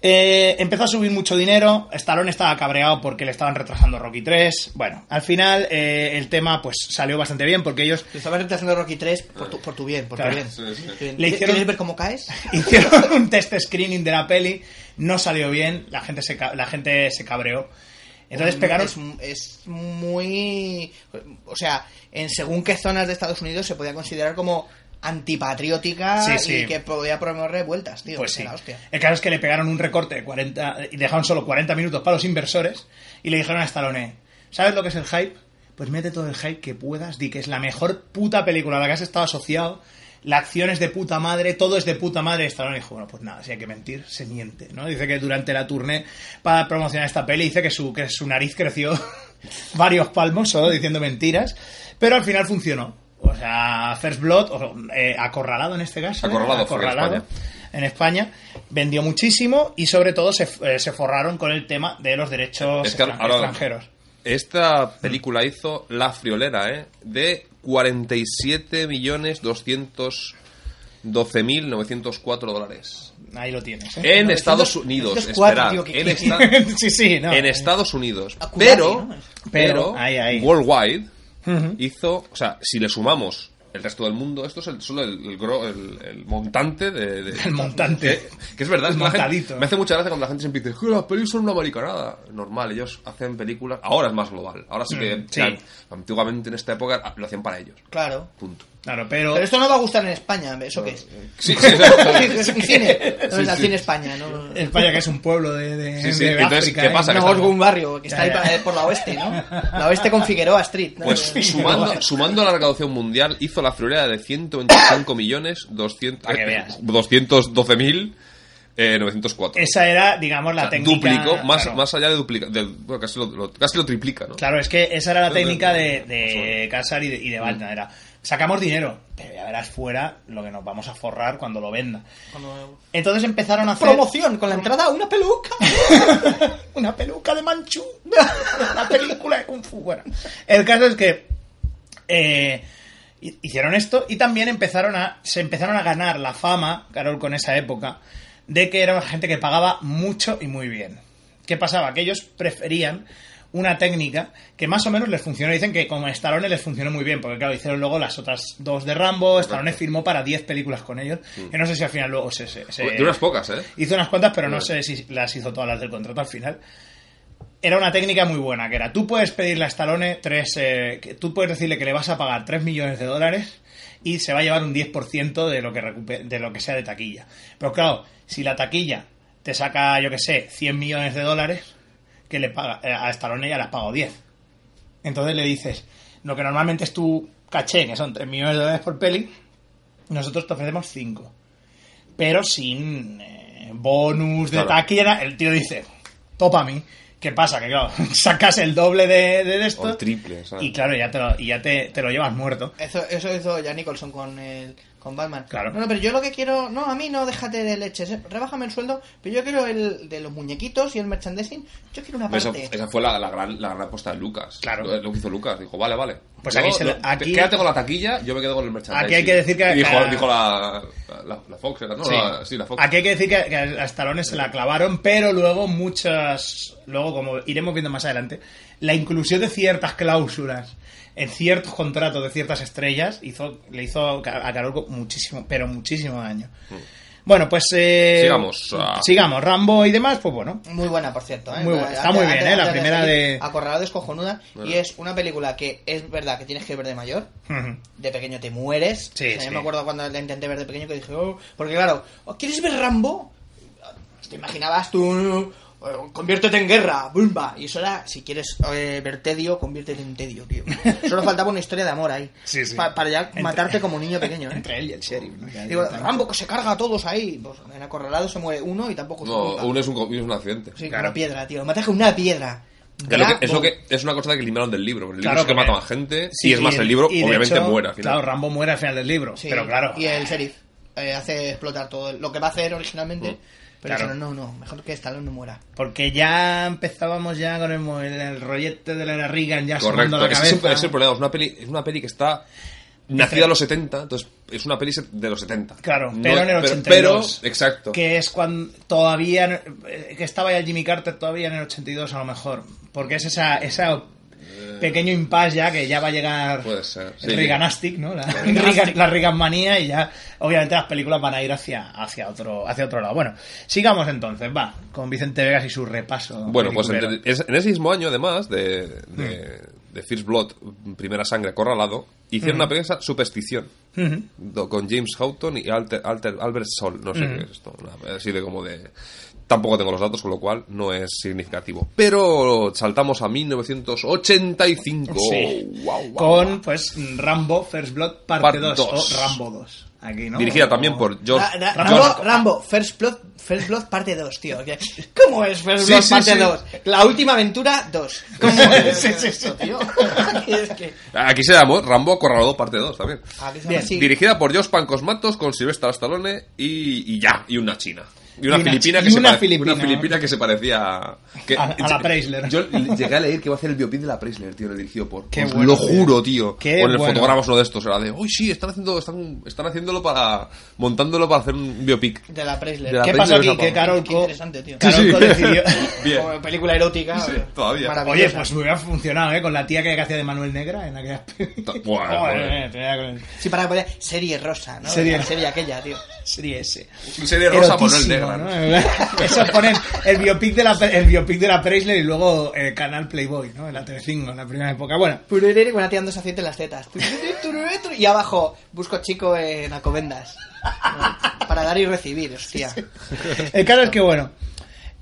S5: eh, empezó a subir mucho dinero. Stallone estaba cabreado porque le estaban retrasando Rocky 3. Bueno, al final eh, el tema pues salió bastante bien porque ellos
S7: Te estabas retrasando Rocky 3 por tu, por tu bien, por
S5: Claro.
S7: tu bien.
S6: Sí, sí.
S7: ¿Quieres-
S5: Le hicieron-
S7: ¿Quieres ver cómo caes?
S5: hicieron un test screening de la peli, no salió bien, la gente se, ca- la gente se cabreó. Entonces pegaron...
S7: Mm, Es, es muy. O sea, en según qué zonas de Estados Unidos se podía considerar como antipatriótica
S5: Sí, sí.
S7: y que podía promover revueltas, tío.
S5: Pues
S7: que
S5: sí.
S7: la hostia.
S5: El caso es que le pegaron un recorte de 40 y dejaron solo 40 minutos para los inversores y le dijeron a Stallone, ¿sabes lo que es el hype? Pues mete todo el hype que puedas, di que es la mejor puta película a la que has estado asociado, la acción es de puta madre, todo es de puta madre. Y Stallone dijo, bueno, pues nada, si hay que mentir, se miente, ¿no? Dice que durante la tournée para promocionar esta peli dice que su, que su nariz creció varios palmos solo diciendo mentiras, pero al final funcionó. O sea, First Blood, o, eh, acorralado en este caso. ¿eh?
S6: Acorralado fue en España.
S5: en España, vendió muchísimo y sobre todo se, eh, se forraron con el tema de los derechos
S6: Es que
S5: extran-
S6: ahora-
S5: extranjeros.
S6: Esta película hizo La Friolera, ¿eh? De 47.212.904 dólares.
S5: Ahí lo tienes. ¿eh?
S6: En
S7: 900,
S6: Estados Unidos,
S7: 904,
S6: esperad.
S7: tío, que-
S6: en,
S7: que-
S6: esta-
S5: sí, sí, no. eh,
S6: en Estados Unidos.
S7: Akurati,
S6: Pero,
S7: ¿no?
S5: Pero, ahí, ahí.
S6: Worldwide
S5: Ujú.
S6: hizo... O sea, si le sumamos el resto del mundo, esto es el, solo el, el gro- el- el montante de... de- Eh,
S5: El montante.
S6: Que, que es verdad,
S5: El
S6: es que la gente-
S5: montadito.
S6: me hace mucha gracia cuando la gente siempre dice, "Jo, las pelis son una mariconada. Normal, ellos hacen películas. Ahora es más global. Ahora sí que.
S5: Mm, sí.
S6: an- Antiguamente en esta época ah, lo hacían para ellos.
S7: Claro.
S6: Punto.
S5: Claro, pero...
S7: Pero esto no va a gustar en España, ¿eso qué es?
S6: Sí, sí,
S7: es un cine. No es
S6: sí.
S7: al cine España, ¿no?
S5: España, que es un pueblo de, de,
S6: Sí, sí,
S5: de
S6: entonces,
S5: África,
S6: ¿qué
S5: ¿eh?
S6: pasa?
S7: No,
S6: que
S7: es un barrio que está ahí
S5: Ya, ya.
S7: para- por la oeste, ¿no? La oeste con Figueroa Street. ¿no?
S6: Pues sumando, sumando a la recaudación mundial, hizo la friolera de 125 millones eh,
S5: Para que veas.
S6: 212.904. eh,
S5: Esa era, digamos, la
S6: O sea,
S5: técnica...
S6: duplicó, más,
S5: claro.
S6: más allá de duplicar, casi, lo, lo- casi lo triplica, ¿no?
S5: Claro, es que esa era la
S6: Entonces,
S5: técnica de,
S6: no, Mm.
S5: de Casar y de, y de Balna, era sacamos dinero, pero ya verás fuera lo que nos vamos a forrar cuando lo venda. Entonces empezaron a hacer
S7: Promoción con la entrada a una peluca.
S5: una peluca de Manchú, una película de Kung Fu. Bueno, el caso es que eh, hi- hicieron esto y también empezaron a se empezaron a ganar la fama, Carol, con esa época, de que era gente que pagaba mucho y muy bien. ¿Qué pasaba? Que ellos preferían una técnica que más o menos les funcionó. Dicen que con Stallone les funcionó muy bien, porque claro, hicieron luego las otras dos de Rambo, Stallone firmó para 10 películas con ellos, que no sé si al final luego se... se- se-
S6: Mm. De unas pocas, ¿eh?
S5: Hizo unas cuantas, pero no sé
S6: Vale.
S5: si las hizo todas las del contrato al final. Era una técnica muy buena, que era, tú puedes pedirle a Stallone tres, eh, que tú puedes decirle que le vas a pagar 3 millones de dólares y se va a llevar un 10% de lo, que recupe- de lo que sea de taquilla. Pero claro, si la taquilla te saca, yo que sé, 100 millones de dólares, que le paga, eh, a Stallone ya le has pagado 10. Entonces le dices, lo que normalmente es tu caché, que son 3 millones de dólares por peli, nosotros te ofrecemos 5. Pero sin eh, bonus de
S6: Claro.
S5: taquera, el tío dice, topa a mí. ¿Qué pasa? Que claro, sacas el doble de, de esto.
S6: O el triple, ¿sabes?
S5: Y claro, ya te lo, y ya te, te lo llevas muerto.
S7: Eso, eso hizo ya Nicholson con el con Batman.
S5: Claro.
S7: No, no, pero yo lo que quiero. No, a mí no, déjate de leches. eh, Rebájame el sueldo. Pero yo quiero el de los muñequitos y el merchandising. Yo quiero una
S6: Esa,
S7: parte.
S6: esa fue la, la gran, la gran apuesta de Lucas.
S5: Claro.
S6: Lo, lo que hizo Lucas. Dijo, vale, vale.
S5: Pues
S6: Yo-
S5: aquí se
S6: yo-
S5: lo- aquí-
S6: te- Quédate con la taquilla, yo me quedo con el merchandising.
S5: Aquí hay que decir que-
S6: Y dijo,
S5: que-
S6: dijo la, la, la Fox, era, ¿no?
S5: Sí.
S6: La, sí, la Fox.
S5: Aquí hay que decir que, que a Stallone se la clavaron, pero luego muchas. Luego, como iremos viendo más adelante, la inclusión de ciertas cláusulas en ciertos contratos de ciertas estrellas hizo, le hizo a Carolco muchísimo, pero muchísimo daño. Bueno, pues. eh,
S6: Mm. Sigamos, ah.
S5: Sigamos, Rambo y demás, pues bueno.
S7: Muy buena, por cierto. ¿eh?
S5: Muy buena, está muy bien, ¿eh? La primera de-
S7: Acorralado es cojonuda. Y es una película que es verdad que tienes que ver de mayor. De pequeño te mueres.
S5: Sí,
S7: O sea, yo
S5: sí.
S7: me acuerdo cuando la intenté ver de pequeño que dije, oh, porque claro, oh, ¿quieres ver Rambo? Te imaginabas tú, oh, conviértete en guerra, bumba. Y eso era, si quieres eh, ver tedio, conviértete en tedio, tío. Solo faltaba una historia de amor ahí.
S5: Sí, sí.
S7: Pa- para ya matarte como niño pequeño, ¿eh?
S5: Entre él y el sheriff. ¿no? Ya
S7: Digo,
S5: directamente.
S7: Rambo que se carga a todos ahí. Pues en acorralado se muere uno y tampoco se
S6: No,
S7: culpa.
S6: uno es un, co- uno es un accidente.
S7: Sí,
S5: Claro.
S7: una piedra, tío. Mataste con una piedra.
S6: Es, lo
S7: Ya,
S6: que, es, lo
S7: boom.
S6: que- es una cosa que eliminaron del libro. El libro
S5: Claro
S6: es que
S5: que-
S6: mata más gente.
S5: Sí,
S6: y es más, el, libro
S5: y de
S6: obviamente
S5: hecho,
S6: muere al final.
S5: Claro, Rambo muere al final del libro.
S7: Sí,
S5: Pero claro.
S7: Y el sheriff eh, hace explotar todo el- lo que va a hacer originalmente. pero
S5: claro.
S7: dijeron, no, no, mejor que Stallone no muera.
S5: Porque ya empezábamos ya con el, mo- el rollete de la Reagan ya sonando
S6: Correcto.
S5: la
S6: Ese
S5: cabeza.
S6: es, el- ese es el problema. Es una peli, es una peli que está nacida en los 70. Entonces, es una peli de los 70.
S5: Claro,
S6: No-
S5: pero en el
S6: pero-
S5: 82.
S6: pero, exacto.
S5: Que es cuando todavía. eh, Que estaba ya Jimmy Carter todavía en el 82, a lo mejor. Porque es esa. esa pequeño impasse ya que ya va a llegar
S6: Eh, Puede ser, sí.
S5: el Reaganastic, ¿no? La, Reagan, la Reagan manía y ya obviamente las películas van a ir hacia, hacia otro hacia otro lado. Bueno, sigamos entonces, va, con Vicente Vegas y su repaso.
S6: Bueno, pues
S5: peliculero.
S6: en, es- en ese mismo año, además, de, de, de First Blood, Primera Sangre, Acorralado, hicieron una película Superstición, do- con James Houghton y Alter, Alter- Albert Sol. No sé qué es esto, una- así de como de... Tampoco tengo los datos, con lo cual no es significativo. Pero saltamos a 1985.
S5: Sí.
S6: Guau, guau,
S5: con
S6: guau.
S5: pues Rambo First Blood parte,
S6: Parte
S5: 2
S6: dos.
S5: o Rambo 2. Aquí, ¿no?
S6: Dirigida
S5: O-
S6: también por George...
S7: Ra- ra-
S6: George-
S7: Rambo, Rambo, First Blood, First Blood parte 2, tío. Que- ¿Cómo es First
S6: Sí,
S7: Blood
S6: sí,
S7: parte
S6: sí.
S7: 2? La última aventura 2. ¿Cómo es
S5: Sí, sí,
S7: esto, tío? es que...
S6: Ah, Aquí se llamó Rambo Acorralado parte 2 también.
S7: Ah, que se llama
S5: Bien,
S7: así.
S6: Dirigida por Josh Pancosmatos con Sylvester Stallone y, y ya, y una china. Y una,
S5: Y una
S6: filipina,
S5: chi-
S6: que
S5: y
S6: se
S5: una
S6: pare-
S5: filipina.
S6: una filipina que se parecía a, que-
S5: A- a la Preisler.
S6: Yo llegué a leer que iba a hacer el biopic de la Preisler, tío, lo dirigido por.
S5: Qué
S6: os
S5: bueno,
S6: lo
S5: tío.
S6: juro, tío.
S5: Qué
S6: o en el
S5: bueno.
S6: fotogramas uno de estos era de, uy, sí, están haciendo, están, están haciéndolo para. montándolo para hacer un biopic.
S7: De la Preisler.
S6: De la
S5: ¿Qué
S6: Preisler
S5: pasó aquí?
S6: de Japón.
S5: Que Carolco.
S7: Qué interesante, tío.
S5: Carolco
S6: Sí, sí.
S5: decidió.
S6: Bien.
S7: Como película erótica.
S6: Sí, todavía.
S5: Oye,
S7: maravillosa.
S5: pues me hubiera funcionado, ¿eh? Con la tía que hacía de Manuel Negra en aquella. eh,
S6: Ta- buah, joder.
S7: Sí, para poner serie rosa, ¿no?
S5: Serie-
S7: La serie aquella, tío.
S5: Serie S.
S6: Serie rosa por el
S5: Erotísimo,
S6: negra. ¿no?
S5: ¿no? Eso ponen el biopic de la, el biopic de la Preisler y luego el canal Playboy, ¿no? En la Telecinco, en la primera época. Bueno,
S7: Pururere con atiándose aceite en las tetas. Tururere, tururere, tur- Y abajo, busco chico en Acobendas. ¿no? Para dar y recibir, hostia.
S5: El caso es que, bueno,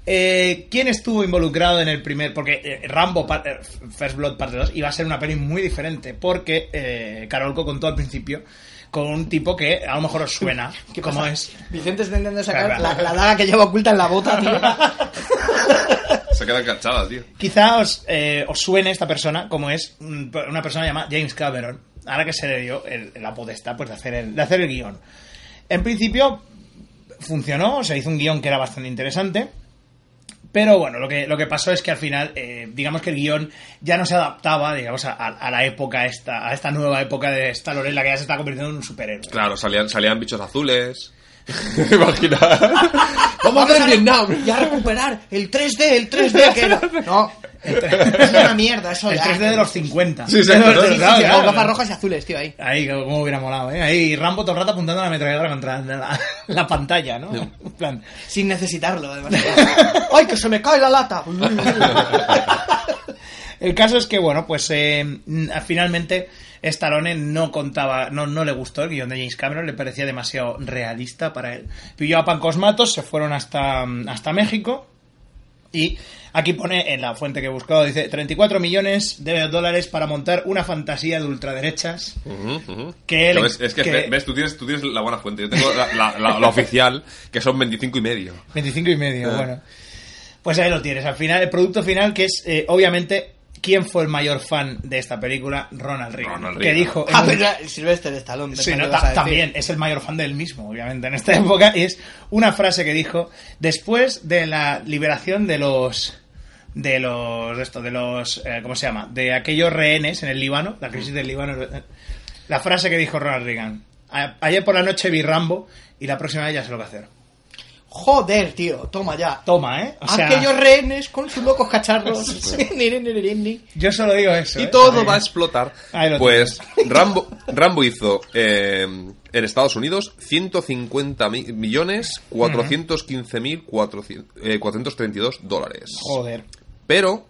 S5: eh, ¿quién estuvo involucrado en el primer? Porque eh, Rambo par- eh, First Blood parte 2 iba a ser una peli muy diferente, porque eh, Carolco contó al principio con un tipo que a lo mejor os suena, como
S7: pasa?
S5: es.
S7: Vicente está intentando sacar
S5: Claro,
S7: la,
S5: claro.
S7: la daga que lleva oculta en la bota, tío.
S6: Se queda enganchada, tío.
S5: Quizá os, eh, os suene esta persona, como es mm, una persona llamada James Cameron, ahora que se le dio el- la potestad pues, de, hacer el, de hacer el guión. En principio funcionó, se hizo un guión que era bastante interesante, pero bueno, lo que, lo que pasó es que al final, eh, digamos que el guión ya no se adaptaba, digamos, a, a la época esta, a esta nueva época de Stallone, en la que ya se está convirtiendo en un superhéroe.
S6: Claro, salían, salían bichos azules. Imagina. Vamos a
S7: Vamos
S6: hacer Vietnam.
S7: Y a recuperar el 3D, el 3D que era. No. Es una mierda eso
S5: El
S7: ya.
S5: 3D de los 50.
S6: Sí, exacto,
S5: De los-
S6: ¿no?
S5: sí,
S7: Sí,
S5: sí,
S7: sí,
S5: sí,
S7: las
S5: claro.
S7: gafas rojas y azules, tío, ahí.
S5: Ahí, como hubiera molado, ¿eh? Ahí Rambo todo el rato apuntando la ametralladora contra la, la pantalla, ¿no? En plan,
S7: Sin necesitarlo, además. ¡Ay, que se me cae la lata!
S5: El caso es que, bueno, pues eh, mm, finalmente Stallone no contaba, no, no le gustó el guión de James Cameron, le parecía demasiado realista para él. Pilló a Pancosmatos, se fueron hasta, mm, hasta México Y aquí pone en la fuente que he buscado, dice 34 millones de dólares para montar una fantasía de ultraderechas.
S6: Ujú, ujú.
S5: Que
S6: Ya
S5: le-
S6: ves, es que,
S5: que-
S6: ve- ves, tú tienes, tú tienes la buena fuente. Yo tengo la, la- la- la oficial, que son 25 y medio.
S5: 25 y medio,
S6: Ah.
S5: bueno. Pues ahí lo tienes. Al final, el producto final que es, eh, obviamente, ¿quién fue el mayor fan de esta película? Ronald Reagan.
S6: Ronald
S5: que
S6: Reagan.
S5: dijo... en
S7: Ah,
S5: un-
S7: pero era Sylvester Stallone.
S5: Sí,
S7: pensaba
S5: no,
S7: que ibas
S5: ta-
S7: a decir.
S5: también es el mayor fan del mismo, obviamente, en esta época. Y es una frase que dijo después de la liberación de los de los de esto de los eh, cómo se llama de aquellos rehenes en el Líbano, la crisis del Líbano. eh, La frase que dijo Ronald Reagan. "A- Ayer por la noche vi Rambo y la próxima vez ya sé lo que hacer.
S7: Joder, tío, toma ya.
S5: Toma, ¿eh? O sea,
S7: Aquellos rehenes con sus locos cacharros. Ni, ni, ni, ni, ni.
S5: yo solo digo eso.
S6: Y
S5: ¿eh?
S6: todo
S5: Porque-
S6: va a explotar.
S5: Ahí lo
S6: Pues Rambo, Rambo hizo eh, en Estados Unidos 150 mi- millones 415 mil 400, eh, 432 dólares.
S5: Joder.
S6: Pero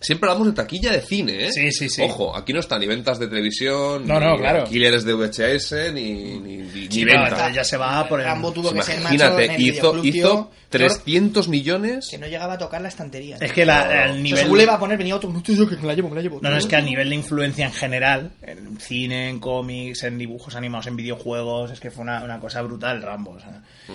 S6: siempre hablamos de taquilla de cine, ¿eh?
S5: Sí, sí, sí.
S6: Ojo, aquí no están ni ventas de televisión,
S5: No,
S6: ni
S5: no, claro.
S6: alquileres de VHS, ni, ni, ni- ni
S5: No,
S6: ventas.
S5: entonces ya se va por el...
S7: Rambo tuvo que ser macho en
S6: Pues Imagínate,
S7: el
S6: hizo,
S7: videoclub,
S6: hizo
S7: tío,
S6: 300 millones.
S7: que no llegaba a tocar la estantería.
S5: Es que la- el
S7: nivel...
S5: nivel...
S7: según le iba a poner, venía otro. No, tío, yo que me la llevo, me la llevo.
S5: No, no, es que a nivel de influencia en general, en cine, en cómics, en dibujos animados, en videojuegos, es que fue una, una cosa brutal, Rambo. o sea.
S7: Mm.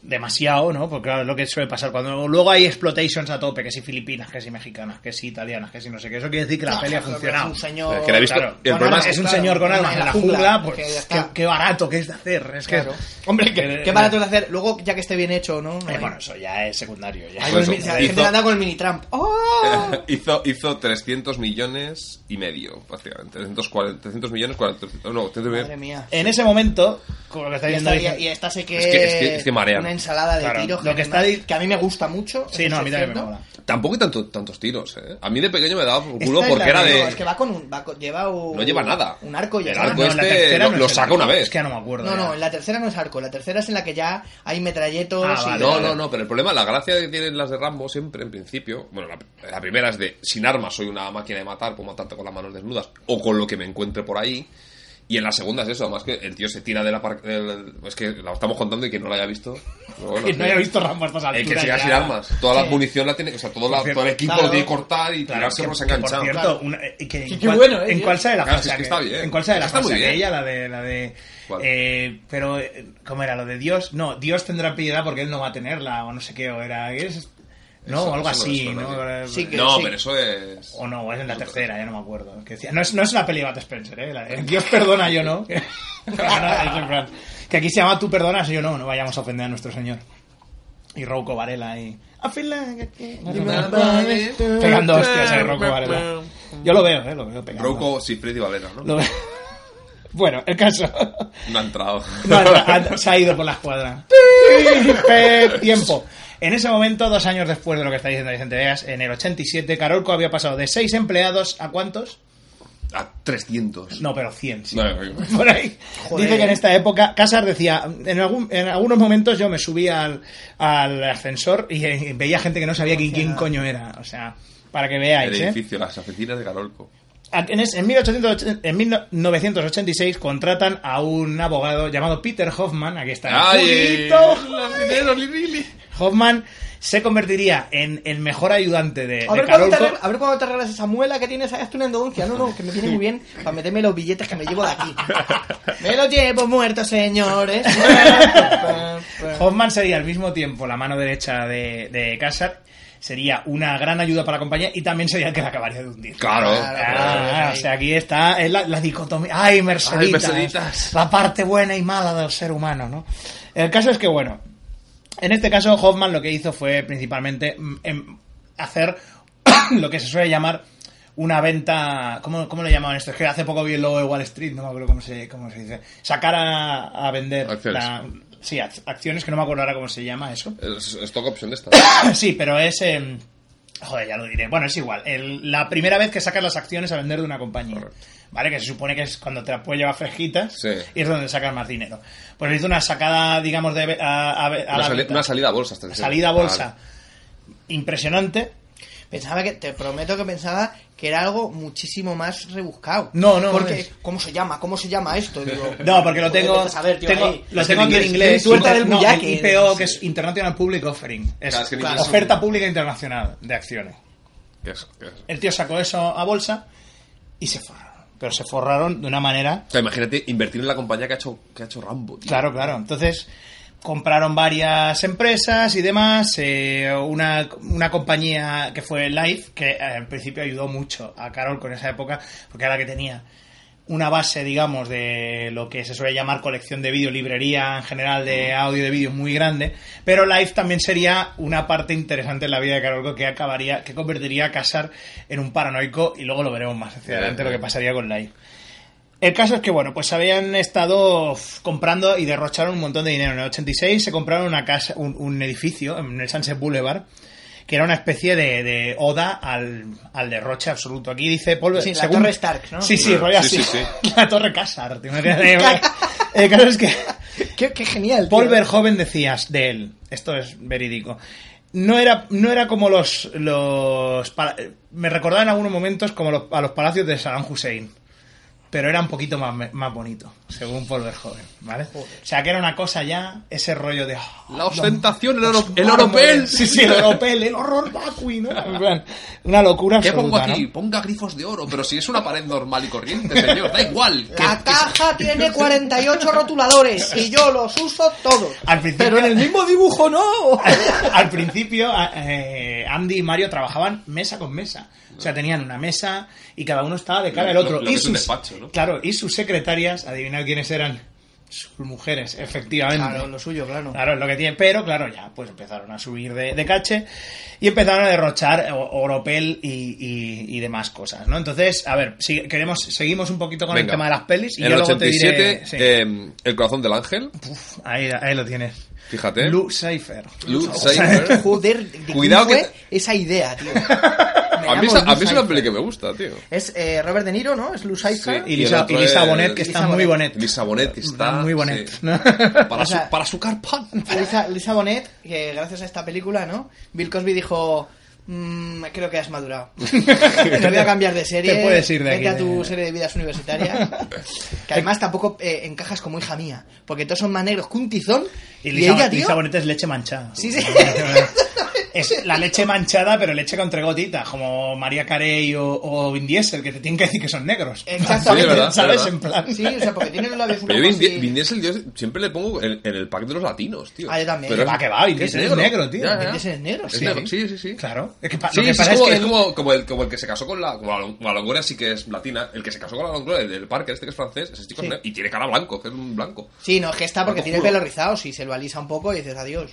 S5: Demasiado, ¿no? Porque claro, es lo que suele pasar cuando luego hay explotations a tope, que si filipinas, que si mexicanas, que si italianas, que si no sé qué. Eso quiere decir que la
S7: No,
S5: peli ha
S7: Ah, pero
S5: funcionado.
S7: es un señor-
S6: Que la he visto-
S5: Claro.
S6: el
S5: Con
S6: problema
S5: armas,
S6: es-
S5: es un
S7: claro,
S5: señor con
S7: en la-
S5: armas en la jungla, pues
S7: que ya
S5: qué,
S7: está.
S5: qué barato que es de hacer. Es que,
S7: Claro. Hombre,
S5: Eh,
S7: qué, qué barato de hacer. Luego, ya que esté bien hecho, ¿no? No
S5: eh,
S7: hay-
S5: bueno, eso ya es secundario. Ya. Pues, eh,
S7: Hay con el
S6: eso,
S7: mini- la
S6: hizo-
S7: gente anda con el mini Trump. ¡Oh!
S6: hizo, hizo 300 millones y medio, prácticamente. 340, 300 millones, 400, no, 300
S7: Madre
S6: millones.
S7: mía.
S5: En ese momento, como lo que está
S7: Y
S5: diciendo...
S7: esta,
S5: dice-
S7: y esta sé que
S6: Es que- es que- es que marean.
S7: Una ensalada de
S5: Claro,
S7: tiros
S5: lo que está di-
S7: que a mí me gusta mucho.
S5: Sí,
S7: eso
S5: no, a mí
S7: es
S5: también me
S7: cierto.
S5: mola.
S6: Tampoco hay tanto- tantos tiros, ¿eh? A mí de pequeño me daba por
S5: Esta
S6: culo
S5: es
S6: porque
S5: la
S6: era
S5: que
S6: de...
S7: No, es que va con un. va con- lleva un-
S6: No lleva nada.
S7: Un arco y
S6: El
S7: ya está.
S6: arco
S5: en
S6: este
S5: tercera
S6: lo- lo
S5: es el
S6: saca
S5: arco.
S6: una vez.
S5: Es que ya no me acuerdo.
S7: No, no,
S5: ya.
S7: en la tercera no es arco. La tercera es en la que ya hay metralletos.
S5: Ah,
S7: y
S5: vale,
S6: No,
S5: vale.
S6: no, no, pero el problema, la gracia que tienen las de Rambo siempre, en principio, bueno, la, la primera es de sin armas soy una máquina de matar, puedo matarte con las manos desnudas o con lo que me encuentre por ahí. Y en la segunda es eso, además que el tío se tira de la par- del- es que la estamos contando y que no la haya visto. pero bueno,
S5: Que no haya
S6: sí.
S5: visto Rambo a estas
S6: El
S5: alturas.
S6: que siga
S5: ya.
S6: sin armas, toda la munición la tiene, o sea, todo, la-
S5: Por
S6: todo el equipo
S7: cierto,
S6: lo tiene que
S7: claro.
S6: cortar y
S5: Claro,
S6: tirarse
S5: que-
S6: los
S5: que,
S6: enganchados.
S5: Por cierto, una- eh, que en,
S7: Sí, qué
S5: cuál,
S7: bueno, eh,
S5: ¿en
S7: tío.
S5: cuál sale la
S6: Claro,
S5: frase?
S6: es que está bien.
S5: ¿En cuál sale la
S6: Está muy
S5: frase
S6: bien.
S5: aquella? La de... La de
S6: ¿Cuál?
S5: eh, pero, eh, ¿cómo era? Lo de Dios. No, Dios tendrá piedad porque él no va a tenerla o no sé qué. O era... ¿es- no,
S6: Eso-
S5: o algo
S6: eso no
S5: así.
S6: es
S5: ¿no?
S6: verdad.
S7: Sí, que-
S6: no,
S7: sí.
S6: pero eso es.
S5: O no, o es en la tercera, ya no me acuerdo. Que decía, no, es, no es una peli de Bat Spencer, ¿eh? La de Dios perdona, yo no. que no, es en plan, que aquí se llama Tú perdonas, yo no. No vayamos a ofender a nuestro señor. Y Rouco Varela y... I feel like I can't- Pegando hostias a Rouco Varela. Yo lo veo, ¿eh? Lo veo pegando.
S6: Rocco, Sifred y Valera, ¿no?
S5: Lo veo. Bueno, el caso...
S6: No ha entrado.
S5: No, ha- ha- se ha ido por la escuadra. Pe- Tiempo. En ese momento, dos años después de lo que está diciendo Vicente Vegas, en el 87, Carolco había pasado de 6 empleados a cuántos?
S6: A 300.
S5: No, pero 100. sí.
S6: No, no, no.
S5: Por ahí.
S7: Joder.
S5: Dice que en esta época, Casas decía, en, algún- en algunos momentos yo me subí al, al ascensor y, eh, veía gente que no sabía quién, quién coño era. O sea, para que
S6: El
S5: veáis, ¿eh?
S6: edificio, las oficinas de Carolco.
S5: En, es- en 1880 en 1986 contratan a un abogado llamado Peter Hoffman. Aquí está. el
S6: eh,
S5: Julito.
S6: los dineros, li, li, li.
S5: Hoffman se convertiría en el mejor ayudante de, eh,
S7: A
S5: de
S7: ver, cuándo te
S5: Carolco.
S7: arreglas, a ver cuándo te arreglas esa muela que tienes, ahí hazte una endodoncia. No, no, que me viene muy bien para meterme los billetes que me llevo de aquí. Me los llevo muertos, señores.
S5: Hoffman sería al mismo tiempo la mano derecha de, de Casar, sería una gran ayuda para la compañía y también sería el que la acabaría de hundir.
S6: Claro.
S5: Ah, o sea, aquí está es la, la dicotomía. ¡Ay, Merceditas!
S6: Ay, Merceditas.
S5: La parte buena y mala del ser humano, ¿no? El caso es que, bueno, en este caso Hoffman lo que hizo fue principalmente mm, em, hacer lo que se suele llamar una venta... ¿Cómo, cómo lo llamaban esto? Es que hace poco vi el logo de Wall Street, no me acuerdo cómo se, cómo se dice. Sacar a, a vender...
S6: Acciones.
S5: la- sí, ac- acciones, que no me acuerdo ahora cómo se llama eso.
S6: Es- Stock option de esta.
S5: Sí, pero es... em, joder, ya lo diré. Bueno, es igual. El- la primera vez que sacas las acciones a vender de una compañía.
S6: Correcto.
S5: ¿Vale? Que se supone que es cuando te las puedes llevar fresquitas
S6: Sí.
S5: y es donde sacas más dinero. Pues le hizo una sacada, digamos, de, ve- a, a ve- a
S6: Una,
S5: la
S6: sali-
S5: venta.
S6: una salida a bolsa. esta
S5: salida a bolsa impresionante.
S7: Pensaba que, te prometo que pensaba que era algo muchísimo más rebuscado.
S5: No, no,
S7: Porque,
S5: no es.
S7: ¿cómo se llama? ¿Cómo se llama esto? Digo,
S5: No, porque lo
S7: joder,
S5: tengo.
S7: vete a saber, tío,
S5: tengo-
S7: ahí.
S5: lo
S6: Es en
S5: tengo aquí en
S6: inglés.
S5: inglés.
S7: Suelta
S5: Inter-
S7: del
S5: no,
S7: bullaque.
S5: IPO, que es International Public Offering. Es,
S6: Claro, es que en
S5: claro,
S6: inglés es un-
S5: oferta pública internacional de acciones.
S6: Que es- que es-
S5: El tío sacó eso a bolsa y se forraron. Pero se forraron de una manera.
S6: O sea, imagínate invertir en la compañía que ha hecho, que ha hecho Rambo, tío.
S5: Claro, claro. Entonces compraron varias empresas y demás. eh, una, una compañía que fue Life, que eh, al principio ayudó mucho a Carol con esa época, porque era la que tenía una base, digamos, de lo que se suele llamar colección de vídeo, librería en general de audio y de vídeo muy grande, pero Live también sería una parte interesante en la vida de Carolco que acabaría, que convertiría a Casar en un paranoico y luego lo veremos más hacia adelante lo que pasaría con Live. El caso es que, bueno, pues habían estado f- comprando y derrocharon un montón de dinero. En el 86 se compraron una casa, un, un edificio en el Sunset Boulevard, que era una especie de, de oda al, al derroche absoluto. Aquí dice Paul...
S7: Sí, la Torre Stark, ¿no?
S5: Sí, sí, rollo
S6: Sí,
S5: así.
S6: sí,
S5: La Torre Casar. tío, me quedé- el caso es que
S7: qué, qué genial.
S5: Paul
S7: tío.
S5: Verhoeven decías de él, esto es verídico, no era, no era como los... los pala- me recordaba en algunos momentos como los- a los palacios de Saddam Hussein, pero era un poquito más, me- más bonito, según Paul Verhoeven, ¿vale? O sea, que era una cosa ya, ese rollo de... oh,
S6: La ostentación, el,
S5: los
S6: oro- el
S5: mármoles.
S6: oropel.
S5: Sí, sí, el oropel, el horror vacui, ¿no? En plan, Una locura
S6: ¿Qué pongo
S5: absoluta,
S6: aquí?
S5: ¿no?
S6: Ponga grifos de oro, pero si es una pared normal y corriente, señor, da igual. Que-
S7: La caja tiene 48 rotuladores y yo los uso todos.
S5: Al principio-
S7: Pero en el mismo dibujo no.
S5: al principio a- eh, Andy y Mario trabajaban mesa con mesa. O sea, tenían una mesa y cada uno estaba de cara al
S6: Lo-
S5: otro.
S6: lo- lo
S5: y
S6: que es un despacho, ¿no?
S5: Claro, y sus secretarias, adivinad quiénes eran. Sus mujeres, efectivamente.
S7: Claro, lo suyo, claro.
S5: Claro, es lo que tiene. Pero, claro, ya pues empezaron a subir de, de cache y empezaron a derrochar o- oropel y, y- y demás cosas, ¿no? Entonces, a ver, si queremos, seguimos un poquito con el
S6: Venga.
S5: tema de las pelis y
S6: En
S5: yo
S6: el
S5: luego
S6: 87,
S5: te diré... sí.
S6: eh, El corazón del ángel,
S5: ahí, ahí lo tienes.
S6: fíjate.
S5: Lou Seifer.
S6: Lou
S7: O sea,
S6: Seifer.
S7: es que, joder, ¿de quién
S6: Cuidado que
S7: fue
S6: te-
S7: esa idea, tío.
S6: A mí, esa- a mí es una peli que me gusta, tío.
S7: Es eh, Robert De Niro, ¿no? Es Lucifer.
S5: Y
S6: Y el
S5: Lisa,
S6: otro
S5: y Lisa
S6: es-
S5: Bonet, que está
S7: Lisa
S5: muy
S7: Bonet.
S5: bonet.
S6: Lisa Bonet, que está...
S5: Muy Bonet,
S6: sí.
S5: ¿no?
S6: Para,
S7: O sea-
S6: su, para sacar pan.
S7: Lisa, Lisa Bonet, que gracias a esta película, ¿no? Bill Cosby dijo, "Mm, creo que has madurado. Te voy a cambiar de serie.
S5: Te puedes ir de
S7: Vete
S5: aquí,
S7: a tu
S5: de-
S7: serie de vidas universitarias. que además tampoco eh, encajas como hija mía, porque todos son más negros que un tizón.
S5: Y
S7: Y,
S5: Lisa,
S7: ella, tío,
S5: Lisa Bonet es leche manchada.
S7: Sí, sí.
S5: Es la leche manchada, pero leche con tres gotitas, como María Carey o, o Vin Diesel, que te tienen que decir que son negros.
S7: Exactamente.
S6: Sí, ¿verdad?
S5: ¿Sabes?
S6: ¿verdad?
S5: En plan.
S7: Sí, o sea, porque tiene los labios un
S6: Pero yo
S7: poco
S6: Vin,
S7: así-
S6: Vin Diesel yo siempre le pongo en, en el pack de los latinos, tío.
S7: Ah, yo también.
S6: Pero es-
S5: Va que va, Vin
S6: que es
S5: Diesel es negro, tío.
S6: Ya,
S5: Vin
S6: ya.
S7: Ese es negro,
S6: Es
S7: sí.
S6: negro, sí, sí, sí.
S5: Claro. Es que pa-
S6: Sí,
S5: Ah, lo que
S6: sí,
S5: pasa
S6: es como,
S5: es que
S6: es
S5: él-
S6: como, como el, como el que se casó con la, como la, como la Longoria sí que es latina. El que se casó con la Longoria, el, del Parker, este que es francés, ese chico es negro, y tiene cara blanco, que es un blanco.
S7: Sí, no, es que está porque
S6: Blanco
S7: tiene el
S6: puro.
S7: pelo rizado, si se lo alisa un poco y dices adiós.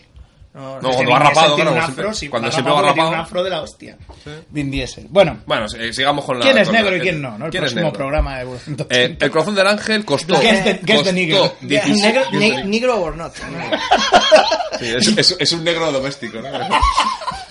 S7: No,
S6: No,
S5: es que
S6: cuando va
S5: Vin Diesel
S6: rapado,
S5: tiene
S6: claro,
S5: un
S6: siempre-
S5: afro, sí,
S6: cuando
S5: va
S6: siempre va
S5: porque tiene un
S6: rapado.
S5: afro de la hostia. Vin Diesel. Bueno,
S6: Bueno, eh, sigamos con la.
S5: ¿quién es
S6: con la-
S5: negro y
S6: el-
S5: quién no? ¿no? El
S6: ¿quién es
S5: próximo
S6: negro?
S5: programa de Evolución
S6: Eh,
S5: 80.
S6: el corazón del ángel costó.
S5: ¿Qué es de- qué es de
S6: costó
S5: negro?
S6: 16
S7: Negro,
S6: Yo
S7: ne-
S6: soy-
S7: Eh, negro or not.
S6: Sí, es, es- es un negro doméstico, ¿no?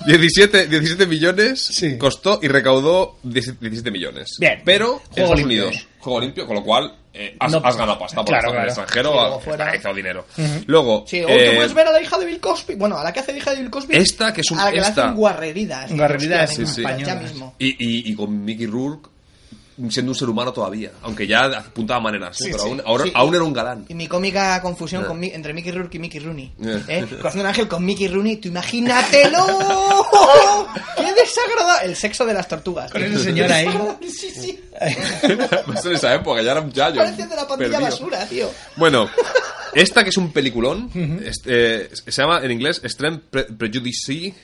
S6: 17, 17 millones
S5: Sí.
S6: costó y recaudó 10 17 millones.
S5: Bien.
S6: Pero en
S5: Juego
S6: Estados
S5: limpio.
S6: Unidos, juego limpio, con lo cual eh, has,
S5: No-
S6: has ganado pasta por
S5: Claro,
S6: estar en el
S5: claro.
S6: extranjero,
S7: Sí,
S6: has-
S7: luego fuera.
S6: has ganado dinero. Luego,
S7: Sí, o
S6: eh,
S7: tú puedes ver a la hija de Bill Cosby. Bueno, a la que hace de hija de Bill Cosby.
S6: Esta, que es un-
S7: A la que le
S6: esta.
S7: hacen guarreridas.
S5: Guarreridas
S7: Hostia, venga,
S5: españolas.
S7: Ya mismo.
S6: y, y- y con Mickey Rourke siendo un ser humano todavía, aunque ya apuntaba maneras,
S5: Sí,
S6: ¿no? pero
S5: sí.
S6: aún, ahora-
S7: Sí.
S6: aún era un galán.
S7: Y mi cómica confusión
S6: Eh.
S7: con mi- entre Mickey Rourke y Mickey Rooney.
S6: Eh.
S7: ¿Eh? Corazón de ángel con Mickey Rooney, tú imagínatelo. ¡Qué desagradable! El sexo de las tortugas.
S5: Con
S7: tío.
S5: ese señor ahí.
S7: Desagradable, Sí, sí.
S6: Eso en esa época, ya era un chayo.
S7: Parece de la pandilla
S6: perdido.
S7: basura, tío.
S6: Bueno, esta que es un peliculón, este, eh, se llama en inglés Extreme Pre- Prejudice.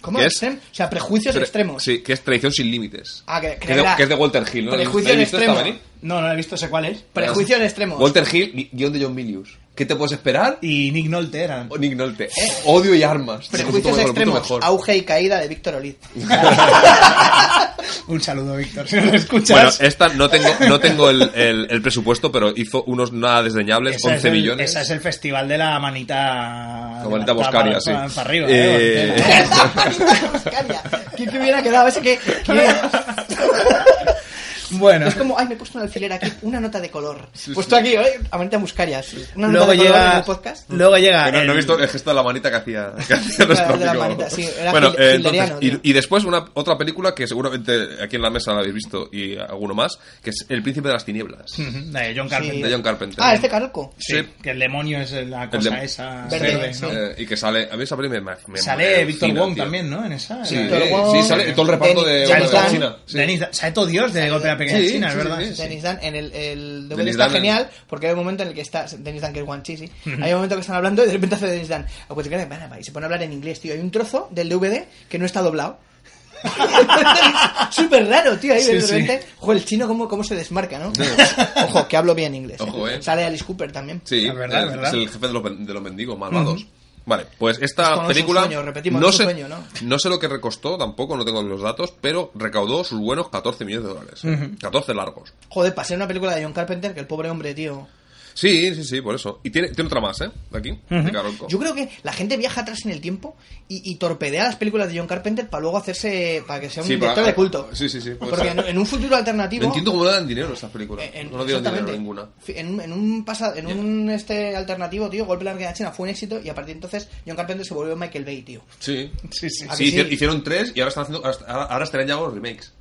S7: ¿Cómo?
S6: que es-
S7: Extrem- O sea, prejuicios
S6: Pre-
S7: extremos.
S6: Sí, que es Traición sin límites.
S7: Ah, que- que
S6: es de,
S7: era-
S6: que es de Walter Hill, ¿no?
S7: Prejuicio
S6: ¿Habéis visto
S7: en
S6: esta
S7: extremo.
S6: venir?
S5: No, no lo he visto, sé cuál es.
S7: Prejuicios extremos.
S6: Walter Hill, gui- guión de John Milius. ¿Qué te puedes esperar?
S5: Y Nick Nolte eran.
S6: O Nick Nolte. Odio y armas.
S7: Eh. Prejuicios
S6: Lo puto
S7: extremos.
S6: mejor.
S7: Auge y caída de Víctor Olid.
S5: Un saludo, Víctor, si nos
S6: Bueno,
S5: escuchas.
S6: esta no tengo, no tengo el, el- el presupuesto, pero hizo unos nada desdeñables,
S5: Esa
S6: 11
S5: es el-
S6: millones.
S5: Esa es el festival de la manita.
S6: La manita
S5: levantada
S6: Boscaria,
S5: para,
S6: sí.
S5: Para, para arriba,
S6: Eh,
S5: ¿eh?
S7: Oscaria. ¿Quién te hubiera quedado ese que... que-
S5: Bueno.
S7: Es como, ay, me he puesto un alfiler aquí, una nota de color.
S6: Sí,
S7: puesto
S6: sí.
S7: aquí, ¿eh? Amanita Muscarias. Una nota
S5: Luego
S7: de color en
S5: llega,
S7: el podcast.
S5: luego llega.
S6: Que no, no he
S5: el-
S6: visto el gesto de la manita que hacía, que hacía nuestro
S7: Ah, de la
S6: amigo.
S7: manita, sí, era
S6: bueno,
S7: Hil-
S6: eh, entonces,
S7: hilderiano, tío.
S6: y, y después una otra película que seguramente aquí en la mesa la habéis visto y alguno más, que es El Príncipe de las Tinieblas,
S5: Ujú, de Eh, John Carpenter.
S6: de John Carpenter.
S7: Ah, este calco.
S5: Sí,
S6: Sí.
S5: Que el demonio es la
S6: El
S5: cosa
S6: de-
S5: esa
S6: sí,
S5: verde,
S7: sí.
S5: ¿no?
S6: eh, y que sale, a mí esa película me, me- me
S5: Sale
S6: alucina,
S5: Víctor Wong
S6: tío.
S5: también, ¿no? En esa.
S6: Sí,
S5: en
S7: Víctor
S6: eh,
S7: Wong,
S6: sí, sale todo el reparto de,
S7: Denis-
S6: de
S7: James Dan.
S6: China. Sí.
S5: Denis- sale todo Dios de golpe a la pequeña
S6: Sí,
S5: China, es
S6: sí,
S5: verdad.
S6: sí, sí.
S7: Denis Dan en el, el DVD
S6: Denis
S7: está
S6: Dan en-
S7: genial porque hay un momento en el que está Denis Dan que es guanchi, sí. Hay un momento que están hablando y de repente hace Denis Dan. "Ah, pues, claro, van a- Y se pone a hablar en inglés, tío. Hay un trozo del DVD que no está doblado. Súper raro, tío. Ahí de
S5: Sí, sí.
S7: repente, ojo, el chino cómo, cómo se desmarca, ¿no? Ojo, que hablo bien inglés.
S6: Ojo, eh.
S7: Sale Alice Cooper también.
S6: Sí,
S5: Es verdad,
S6: el-
S5: es verdad.
S6: es el jefe de los, ven- de los mendigos malvados. Vale, pues esta
S7: Esto no es un
S6: película.
S7: sueño, repetimos,
S6: no,
S7: no es
S6: sé,
S7: un sueño, ¿no?
S6: no sé lo que recostó tampoco, no tengo los datos, pero recaudó sus buenos 14 millones de dólares. ¿eh? 14 largos.
S7: Joder, pasé una película de John Carpenter que el pobre hombre, tío.
S6: Sí, sí, sí, por eso. Y tiene, tiene otra más, ¿eh? De aquí, de Carolco.
S7: Yo creo que la gente viaja atrás en el tiempo y, y torpedea las películas de John Carpenter para luego hacerse. para que sea un
S6: Sí,
S7: director
S6: para- ah,
S7: de culto.
S6: sí, sí, sí, puede
S7: Porque
S6: ser.
S7: en, en un futuro alternativo.
S6: No
S7: eh,
S6: entiendo cómo no dan dinero estas
S5: Eh,
S6: películas.
S7: en-
S6: no dieron dinero
S7: exactamente.
S6: ninguna.
S7: Fi- En, un- en un pasado, en un este alternativo, tío, Golpe a la Arqueada China fue un éxito y a partir de entonces John Carpenter se volvió Michael Bay, tío.
S6: Sí.
S5: Sí, sí.
S7: ¿A
S6: Sí,
S7: que sí?
S6: hici- hicieron tres y ahora están haciendo. Ahora, ahora estarán ya los remakes.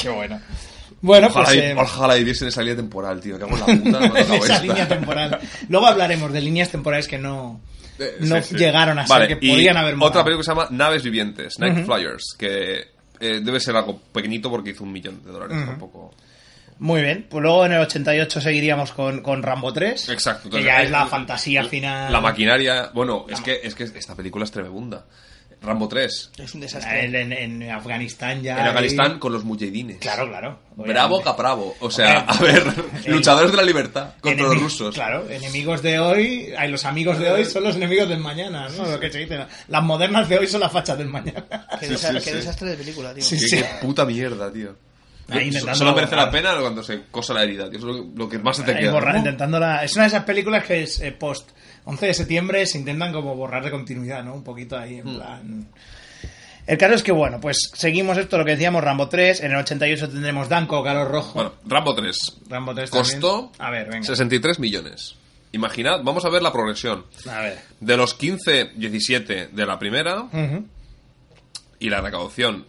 S5: Qué bueno. Bueno,
S6: Ojalá,
S5: pues.
S6: y-
S5: eh,
S6: ojalá y viesen esa línea temporal, tío. Que hago en la puta. no me acabo
S5: esa
S6: esta.
S5: línea temporal. Luego hablaremos de líneas temporales que no,
S6: Eh,
S5: no
S6: sí, sí.
S5: llegaron a
S6: Vale,
S5: ser, que
S6: y
S5: podían haber molado.
S6: Otra película que se llama Naves Vivientes, Night Flyers, que eh, debe ser algo pequeñito porque hizo un millón de dólares. Tampoco.
S5: Muy bien, pues luego en el 88 seguiríamos con, con Rambo 3.
S6: Exacto.
S5: Que
S6: entonces,
S5: ya es
S6: eh,
S5: la fantasía final.
S6: La maquinaria. Bueno, es, que, es que esta película es tremebunda. Rambo 3.
S7: Es un
S6: Ah,
S7: desastre.
S5: En, en- en Afganistán ya.
S6: En
S5: hay-
S6: Afganistán con los mujahidines.
S5: Claro, claro. obviamente.
S6: Bravo capravo. O sea, a
S5: Hombre,
S6: ver,
S5: el-
S6: luchadores de la libertad contra los
S5: Enemi-
S6: rusos.
S5: Claro, enemigos de hoy, ay, los amigos de hoy son los enemigos del mañana, ¿no? Lo que se dice, las modernas de hoy son las fachas del mañana.
S7: Qué,
S6: sí,
S7: desa-
S6: sí,
S7: qué
S6: sí.
S7: desastre de película, tío.
S5: Sí,
S6: Qué, qué puta mierda, tío.
S5: Ahí intentando
S6: Solo merece la
S5: abogar.
S6: pena cuando se cosa la herida, tío. Eso es lo que- lo que más se te
S5: Eh,
S6: queda.
S5: borra- intentando la- es una de esas películas que es eh, post 11 de septiembre se intentan como borrar de continuidad, ¿no? Un poquito ahí
S6: Mm.
S5: en plan. El caso es que bueno, pues seguimos esto lo que decíamos Rambo 3, en el 88 tendremos Danco, Galo Rojo.
S6: Bueno, Rambo 3.
S5: Rambo 3 también.
S6: Costó
S5: A ver, venga.
S6: 63 millones. Imaginad, vamos a ver la progresión.
S5: A ver.
S6: De los 15, 17 de la primera
S5: Ujú.
S6: y la recaudación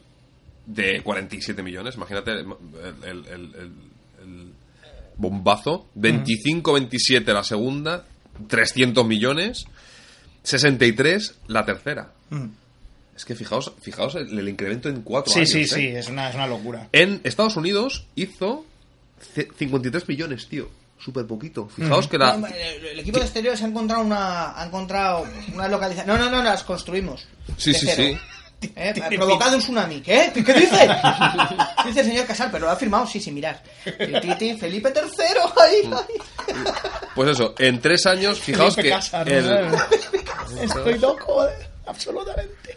S6: de 47 millones. Imagínate el, el- el- el- el bombazo. 25, 27 la segunda. 300 millones. 63 la tercera. Es que fijaos, fijaos el, el incremento en 4
S5: Sí,
S6: años.
S5: sí,
S6: ¿eh?
S5: sí, es una, es una locura.
S6: En Estados Unidos hizo ce- 53 millones, tío. Súper poquito. Fijaos que la...
S7: No, el, el equipo de exteriores ha encontrado una ha encontrado una localización. No, no, no, las construimos.
S6: Sí,
S7: De
S6: sí,
S7: cero. ¿Eh? Ha provocado un tsunami. ¿Qué? ¿Qué, qué dice? dice el señor Casal, pero lo ha firmado, sí, sí, mirar. El Titi, Felipe III, ay, ay.
S6: Pues eso, en tres años, fijaos
S5: Felipe
S6: que...
S5: Casar,
S6: el-
S5: ¿no? Estoy loco, eh, absolutamente.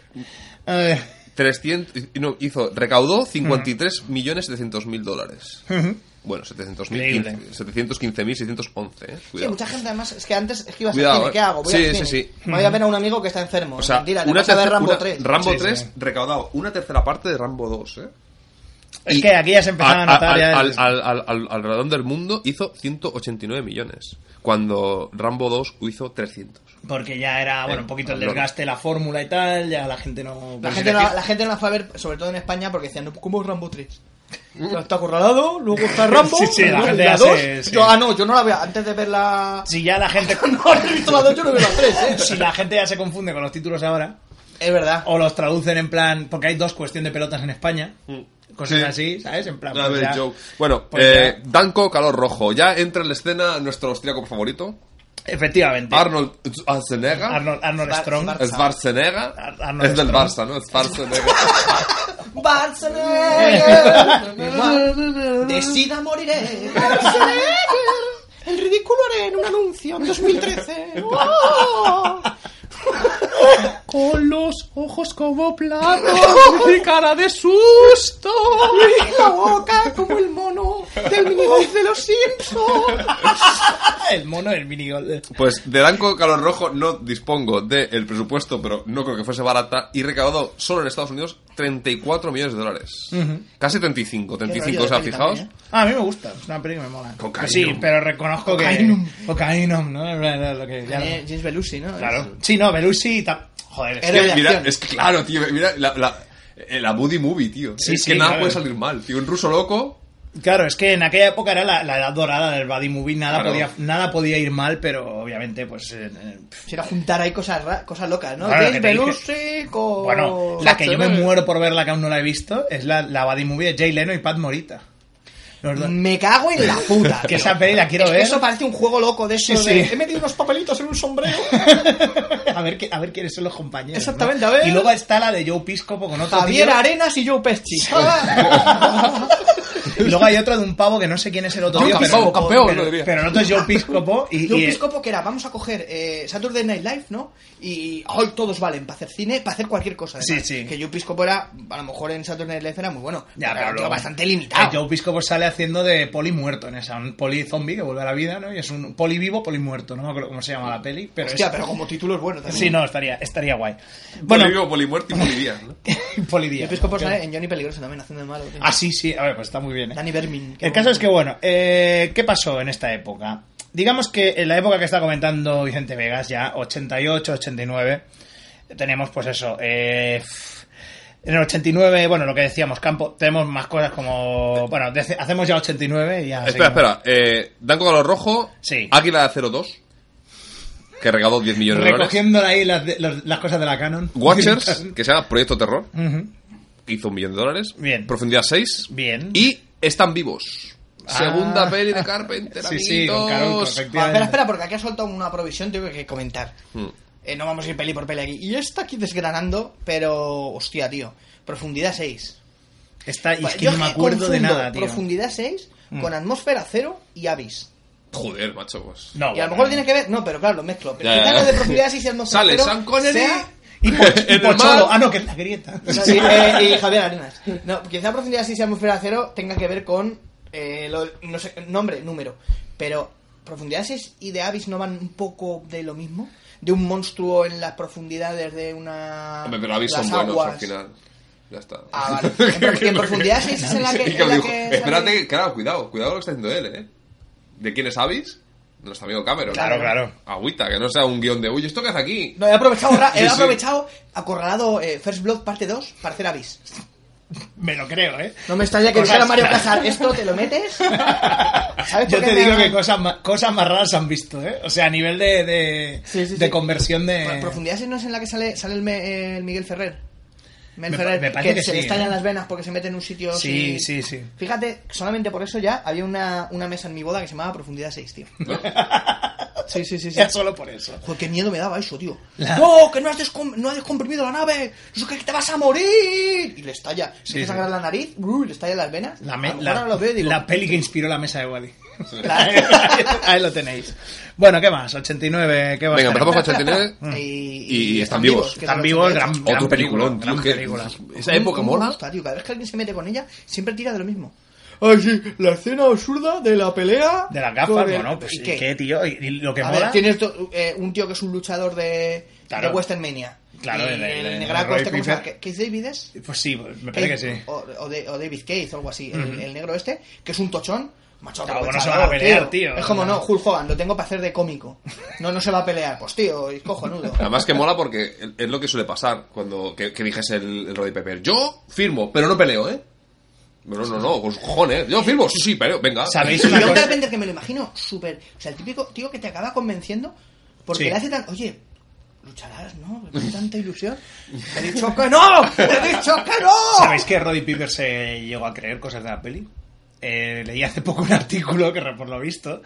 S5: A ver.
S6: 300, y- no, hizo, recaudó 53 millones 700 mil dólares. Bueno, 700 mil,
S5: Increíble.
S6: 715 mil 611, eh.
S7: Sí,
S6: Cuidado.
S7: mucha gente además, es que antes es que ibas
S6: Cuidado,
S7: a decir, ¿qué
S6: eh.
S7: hago? Voy
S6: Sí,
S7: al
S6: sí,
S7: cine.
S6: sí.
S7: Voy a ver a un amigo que está enfermo.
S6: o sea,
S7: Mentira, te
S6: una
S7: vas a ver
S6: tercera-
S7: Rambo
S6: una-
S7: 3.
S6: Rambo
S5: Sí, sí.
S6: 3 recaudado una tercera parte de Rambo 2, eh.
S5: Es
S6: Y
S5: que aquí ya se empezaba a notar
S6: al-
S5: ya
S6: al-
S5: el-
S6: al- al- al- alrededor del mundo hizo 189 millones. Cuando Rambo 2 hizo 300.
S5: Porque ya era, bueno, un poquito el
S6: Rambo.
S5: desgaste, la fórmula y tal, ya la gente no...
S7: La
S5: pues,
S7: gente, no,
S5: decía-
S7: la gente no la fue a ver, sobre todo en España, porque decían, no, ¿cómo es Rambo 3? Está acorralado, luego está Rambo,
S5: ¿Mm? Sí, sí, la
S7: luego
S5: gente
S7: la
S5: ya se-
S7: 2.
S5: sí.
S7: Yo, ah, no, yo no la veo. Antes de ver la...
S5: Si ya la gente...
S7: No, he visto la 2, yo no veo la 3, ¿eh?
S5: si la gente ya se confunde con los títulos ahora,
S7: Es verdad.
S5: o los traducen en plan, porque hay dos cuestión de pelotas en España,
S7: Mm.
S5: cosas
S6: Sí.
S5: así, ¿sabes? En plan,
S6: A
S5: pues
S6: ver,
S5: ya-
S6: Joe. Bueno,
S5: pues
S6: eh,
S5: ya-
S6: Danko, calor rojo. Ya entra en la escena nuestro austríaco favorito,
S5: efectivamente,
S6: Arnold Schwarzenegger.
S5: Arnold, Arnold
S7: Bar-
S5: Strong,
S7: Bar-
S6: Schwarzenegger.
S5: Ar- Arnold
S6: Es del
S5: Strong.
S6: Barça, ¿no? Schwarzenegger.
S7: Barcelona. De sida moriré. El ridículo haré en un anuncio en 2013. ¡Oh!
S5: Con los ojos como platos y cara de susto.
S7: La boca como el mono del mini de los Simpsons.
S5: Ah, El mono del minigol.
S6: Pues de Danco Calor Rojo no dispongo del presupuesto, pero no creo que fuese barata, y recaudó solo en Estados Unidos 34 millones de dólares. Casi 35,
S7: rollo
S6: 35,
S7: de
S6: o sea,
S7: peli
S6: fijaos.
S7: también,
S5: Ah, a mí me gusta, es una peli que me mola.
S6: Cocainum.
S5: Sí, pero reconozco que.
S7: Cocainum.
S5: Cocainum, ¿no? Es verdad, lo que ya-
S7: Eh, James Belushi, ¿no?
S5: Claro. Sí, no, Belushi y tal. Joder, es
S6: Es
S7: Héroe
S6: que,
S7: de
S6: mira,
S7: acción.
S6: es que claro, tío, mira, la, la, eh, la Buddy Movie, tío.
S5: Sí,
S6: es
S5: sí,
S6: que nada
S5: claro.
S6: puede salir mal, tío. Un ruso loco,
S5: Claro, es que en aquella época era la, la edad dorada del body movie, nada,
S6: Claro.
S5: podía, nada podía ir mal, pero obviamente, pues... eh, eh, pff.
S7: Si era juntar ahí cosas, ra- cosas locas, ¿no?
S5: Claro,
S7: James
S5: que te
S7: Belushi con...
S5: Bueno, la que yo me
S7: Jackson, ¿no?
S5: muero por verla, que aún no la he visto, es la, la body movie de Jay Leno y Pat Morita. Los dos.
S7: Me cago en la puta.
S5: Que
S7: tío.
S5: esa peli la quiero
S7: Es que
S5: ver.
S7: Eso parece un juego loco de eso.
S5: Sí,
S7: de,
S5: sí.
S7: He metido unos papelitos en un sombrero.
S5: a, ver, qué- a ver quiénes son los compañeros.
S7: Exactamente, a ver.
S5: Y luego está la de Joe Piscopo con otro
S7: Javier
S5: tío.
S7: Arenas y Joe Pesci.
S5: Y luego hay otra de un pavo que no sé quién es el otro
S6: Joe
S5: tío, pero,
S6: Piscopo, campeón,
S5: pero-
S6: lo diría.
S5: pero el otro es Joe Piscopo y... eh,
S7: Joe
S5: y-
S7: Piscopo que era, vamos a coger eh, Saturday Night Live, ¿no? Y hoy todos valen para hacer cine, para hacer cualquier cosa. además.
S5: Sí, sí.
S7: Que Joe Piscopo era, a lo mejor en Saturday Night Live era muy bueno.
S5: Ya,
S7: pero era un tío
S5: luego-
S7: bastante
S5: Ah,
S7: limitado.
S5: Joe Piscopo sale haciendo de poli muerto en esa, un poli zombie que vuelve a la vida, ¿no? Y es un poli vivo, poli muerto, no me acuerdo cómo se llama la peli, pero
S7: Hostia,
S5: es-
S7: pero como título es bueno también.
S5: Sí, no, estaría, estaría guay. Bueno,
S6: bueno, polivivo, polimuerto y polidía. ¿no?
S5: polidía.
S7: Joe Piscopo sale en Johnny Peligroso también haciendo de malo. tío.
S5: Ah, sí, sí, a ver, pues está muy bien. ¿eh?
S7: Danny Bermin.
S5: El caso es que, bueno, eh, ¿qué pasó en esta época? Digamos que en la época que está comentando Vicente Vegas, ya 88, 89, tenemos pues eso. eh, en el 89, bueno, lo que decíamos, campo, tenemos más cosas como. Bueno, dece- hacemos ya 89 y ya. seguimos.
S6: espera, espera. Eh, Danco Calor Rojo,
S5: Sí.
S6: Águila 02, que recaudó 10 millones de dólares.
S5: Recogiendo ahí las, de- los- las cosas de la Canon.
S6: Watchers, que se llama Proyecto Terror,
S5: Ujú.
S6: que hizo un millón de dólares.
S5: Bien.
S6: Profundidad 6.
S5: Bien.
S6: Y Están Vivos.
S5: Ah.
S6: Segunda peli de Carpenter,
S5: Sí, sí, con Caronco,
S6: amiguitos.
S7: Ah,
S5: efectivamente.
S7: espera, espera, porque aquí ha soltado una provisión, tengo que comentar.
S6: Mm.
S7: Eh, no vamos a ir peli por peli aquí. Y está aquí desgranando, pero. Hostia, tío. Profundidad 6.
S5: Está, y es que
S7: Yo
S5: no me
S7: je-
S5: acuerdo de
S7: confundo
S5: nada, tío.
S7: Profundidad 6
S6: Mm.
S7: con atmósfera 0 y Abyss.
S6: Joder, macho, pues.
S5: No,
S7: y a
S5: bueno,
S7: lo mejor
S5: no.
S7: tiene que ver. No, pero claro, lo mezclo. Pero
S6: Ya,
S7: quizá
S6: ya,
S7: lo
S6: ya.
S7: de profundidad 6 y atmósfera
S6: Sale
S7: 0.
S6: Sean Connery.
S7: sea-
S5: Y, poch- y
S6: En el
S5: Pocholo.
S6: mar.
S5: Ah, no, que es la grieta.
S7: No, sí, eh, y Javier Arenas. No, quizá profundidad 6 y atmósfera 0 tenga que ver con. eh, lo- no sé, nombre, número. Pero. ¿Profundidad 6 y de Abyss no van un poco de lo mismo? De un monstruo en las profundidades de una.
S6: Hombre, pero Avis
S7: las
S6: son buenos
S7: aguas.
S6: al final. Ya está.
S7: Ah, vale. En prof- en profundidad sí, sí, es en la que-
S6: Y que me
S7: en la
S6: dijo,
S7: que
S6: Espérate,
S7: sale-
S6: que- claro, cuidado, cuidado lo que está haciendo él, ¿eh? ¿De quién es Avis? De nuestro amigo Cameron.
S5: Claro, claro.
S6: Agüita, que no sea un guión de, uy, ¿esto qué hace aquí?
S7: No, he aprovechado, ra- he
S6: Sí, sí.
S7: aprovechado acorralado eh, First Blood parte 2 para hacer Abyss.
S5: Me lo creo, ¿eh?
S7: No me extraña que
S5: Cosas
S7: dijera Mario Eh.
S5: raras.
S7: Casar, ¿esto te lo metes? ¿Sabes
S5: Yo
S7: por qué
S5: te
S7: me
S5: digo
S7: llaman?
S5: que cosas, ma- cosas más raras se han visto, ¿eh? O sea, a nivel de, de,
S7: Sí, sí,
S5: de
S7: sí.
S5: conversión
S7: Bueno,
S5: de...
S7: Profundidad 6 no es en la que sale, sale el, me- el Miguel Ferrer. Mel
S5: Me pa-
S7: Ferrer,
S5: me parece que
S7: se le
S5: sí,
S7: estallan
S5: ¿eh?
S7: las venas porque se mete en un sitio
S5: Sí,
S7: así.
S5: sí, sí.
S7: Fíjate, solamente por eso ya había una, una mesa en mi boda que se llamaba Profundidad 6, tío. Sí, sí, sí, sí.
S5: Ya solo por eso.
S7: Joder, qué miedo me daba eso, tío.
S5: La-
S7: ¡No! ¡Que no has, descom- no has descomprimido la nave! ¡Eso que te vas a morir! Y le estalla.
S5: Sí,
S7: Se empieza a
S5: sí.
S7: agarrar la nariz, uh, le estalla las venas.
S5: La,
S7: A
S5: me-
S7: lo mejor
S5: la-
S7: ahora lo veo y digo,
S5: la peli que inspiró la mesa de Wally.
S7: claro.
S5: Ahí lo tenéis. Bueno, ¿qué más? 89, ¿qué más?
S6: Venga, empezamos con
S5: tenemos?
S6: 89.
S7: mm. Y,
S6: Y están vivos.
S7: que
S5: Mm. Están
S7: son
S5: vivos,
S7: 88.
S5: gran, gran
S6: Otro
S5: película,
S6: peliculón, tío.
S5: gran
S6: que-
S5: película. Uh,
S6: Esa época
S7: ¿Cómo- cómo Mm, me
S6: mola.
S7: gusta, tío? Cada vez que alguien se mete con ella, siempre tira de lo mismo. Ay, sí, la escena absurda de la pelea.
S5: De las gafas,
S7: con el-
S5: bueno, pues
S7: ¿y
S5: qué, tío. Y, y lo que
S7: A
S5: mola...
S7: ver, tienes do- eh, un tío que es un luchador de,
S5: Claro.
S7: de Western Mania.
S5: Claro,
S7: Y
S5: el-
S7: el,
S5: el- el
S7: negraco
S5: Roy
S7: este, ¿cómo se llama?
S5: Piper.
S7: ¿Keith David es?
S5: Pues sí, me parece que sí.
S7: Eh, O, o de- o David Cage o algo así. El, el negro este, que es un tochón. Macho,
S5: Claro,
S7: aprovechador,
S5: no Ah, se van a pelear, tío.
S7: Es como, no, Hulk Hogan, lo tengo para hacer de cómico. No, no se va a pelear. Pues tío, es cojonudo.
S6: Además que mola porque es lo que suele pasar cuando que, que eliges el, el Roddy Pepper. Yo firmo, pero no peleo, ¿eh? Bueno, no, no, pues cojones. Yo firmo, sí, sí, peleo, venga.
S5: ¿Sabéis
S7: Y
S5: una
S7: luego de
S5: cosa?
S7: repente que me lo imagino súper. O sea, el típico tío que te acaba convenciendo porque
S5: Sí.
S7: le hace tan. Oye, lucharás, ¿no? Con tanta ilusión. ¡Te he dicho que no! ¡Te he dicho que no!
S5: ¿Sabéis que Roddy Piper se llegó a creer cosas de la peli? Eh, leí hace poco un artículo que por lo visto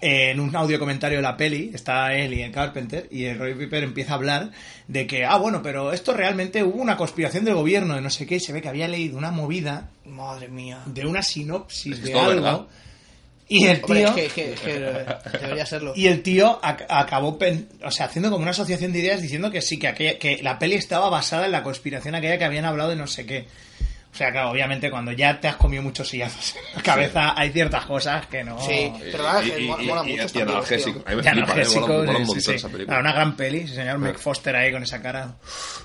S5: eh, en un audio comentario de la peli está él y el Carpenter y el Roddy Piper empieza a hablar de que ah bueno pero esto realmente hubo una conspiración del gobierno de no sé qué y se ve que había leído una movida
S7: Madre mía.
S5: de una sinopsis
S6: Es que
S5: de
S6: es todo
S5: algo
S6: verdad.
S5: y el
S7: Hombre,
S5: tío
S7: es que, es que, es que, eh, debería serlo.
S5: y el tío ac- acabó pen- o sea, haciendo como una asociación de ideas diciendo que sí, que, aquella- que la peli estaba basada en la conspiración aquella que habían hablado de no sé qué. O sea, claro, obviamente cuando ya te has comido muchos sillazos en la cabeza, hay ciertas cosas que no.
S7: Sí. Pero la verdad es que mola- mola mucho, está
S6: Y
S7: divertido.
S6: analgésico. A mí me
S5: Ya
S6: flipa, eh,
S5: analgésico,
S6: mola- mola un
S5: sí,
S6: montón
S5: sí.
S6: esa película.
S5: Ah, una gran peli, sí, señor. Mick
S6: Ah.
S5: Foster ahí con esa cara.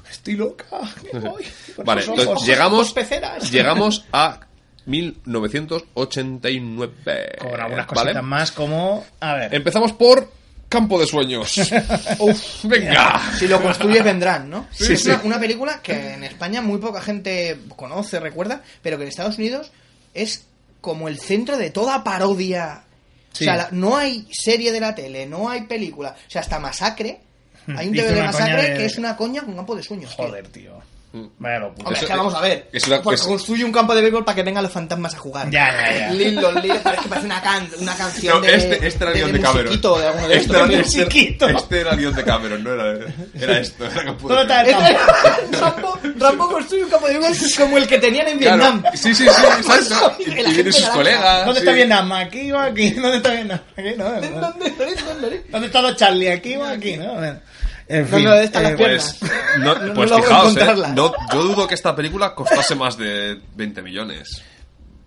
S5: Estoy loca. me voy, con
S6: Vale,
S5: esos
S6: entonces
S5: ojos,
S6: llegamos,
S5: dos peceras.
S6: llegamos a 1989.
S5: Con algunas
S6: Eh, ¿vale? Em-
S5: cositas más como. A ver.
S6: Empezamos por Campo de Sueños. Uf, venga.
S7: Si lo construyes vendrán, ¿no?
S6: Sí,
S7: es
S6: sí.
S7: Una, una película que en España muy poca gente conoce, recuerda, pero que en Estados Unidos es como el centro de toda parodia.
S5: Sí.
S7: O sea, la- no hay serie de la tele, no hay película. O sea, hasta Masacre. Hay un
S5: Hizo
S7: DVD de
S5: una coña
S7: Masacre
S5: de-
S7: que es una coña con campo de sueños. tío.
S5: Joder, tío.
S6: Mm.
S5: Vaya locura.
S7: Hombre,
S6: Eso-
S7: es que vamos a ver.
S6: es una-
S7: Porque
S6: es-
S7: construye un campo de béisbol para que vengan los fantasmas a jugar.
S5: Ya, ya, ya.
S7: Lilo, Lilo, pero es que parece una, can- una
S6: No,
S7: canción de.
S6: este, este era el
S7: de,
S6: guión
S7: de
S6: de Cameron.
S7: musiquito de alguno de
S6: este, era,
S7: estos.
S6: este era-
S5: Musiquito.
S6: este era el guión de Cameron, no era, era esto. Era Campo de
S5: ¿Dónde está
S6: Sueños.
S5: el campo?
S7: Rambo, Rambo construye un campo de béisbol como el que tenían en
S6: Claro.
S7: Vietnam.
S6: Sí, sí, sí. ¿sabes? Y,
S7: El
S6: y
S7: agente
S6: vienen sus
S7: naranja.
S6: colegas.
S5: ¿Dónde
S6: sí.
S5: está Vietnam? ¿Aquí o aquí? ¿Dónde está Vietnam? Aquí, no, no. ¿Dónde está Don Charlie? ¿Aquí o aquí? No, Bueno, en fin.
S7: ¿Dónde están las
S5: eh,
S7: piernas?
S6: Pues, no,
S7: No
S6: pues
S7: logro
S6: fijaos, eh,
S7: encontrarla.
S6: no, yo dudo que esta película costase más de 20 millones.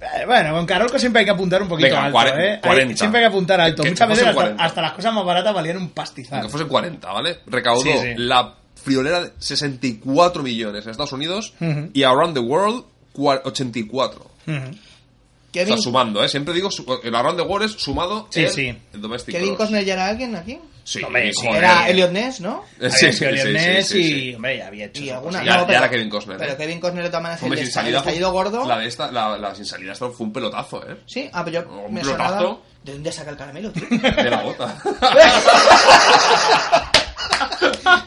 S5: Eh, Bueno, con Carolco siempre hay que apuntar un poquito
S6: Venga,
S5: alto,
S6: cuaren-
S5: ¿eh? Hay-
S6: 40.
S5: siempre hay que apuntar alto.
S6: Que- que
S5: Muchas veces
S6: fuesen
S5: hasta,
S6: 40.
S5: hasta las cosas más baratas valían un
S6: Aunque
S5: pastizal.
S6: fuesen 40, ¿vale? Recaudó
S5: Sí, sí.
S6: la friolera de 64 millones en Estados Unidos y Around the World cua- 84.
S5: Ujú.
S6: O sea,
S7: Kevin,
S6: sumando, ¿eh? Siempre digo, su- el Around the World es sumado
S5: Sí,
S6: el,
S5: sí.
S6: el Domestic
S7: Kevin
S6: Gross.
S7: Costner ya era alguien aquí.
S6: Sí,
S5: Hombre, sí,
S6: joder.
S7: Era Elliot Ness, ¿no?
S6: Sí,
S5: Había
S6: sí,
S5: sido
S6: sí, sí,
S5: Leonés
S6: sí,
S5: y,
S6: sí.
S5: hombre, ya había hecho.
S7: Y
S5: esas
S7: alguna.
S6: ya-
S7: no,
S6: ya
S7: pero,
S6: era Kevin Costner,
S7: Pero
S6: ¿eh?
S7: Kevin Costner de todas maneras el
S6: Hombre, sin
S7: desta- el
S6: salida fue-
S7: estallido gordo.
S6: La, de esta, la, la sin salida esta fue un pelotazo, ¿eh?
S7: Sí, ah, pero yo
S6: Un
S7: me
S6: pelotazo.
S7: sonaba. ¿De dónde saca el caramelo, tío?
S6: De la bota.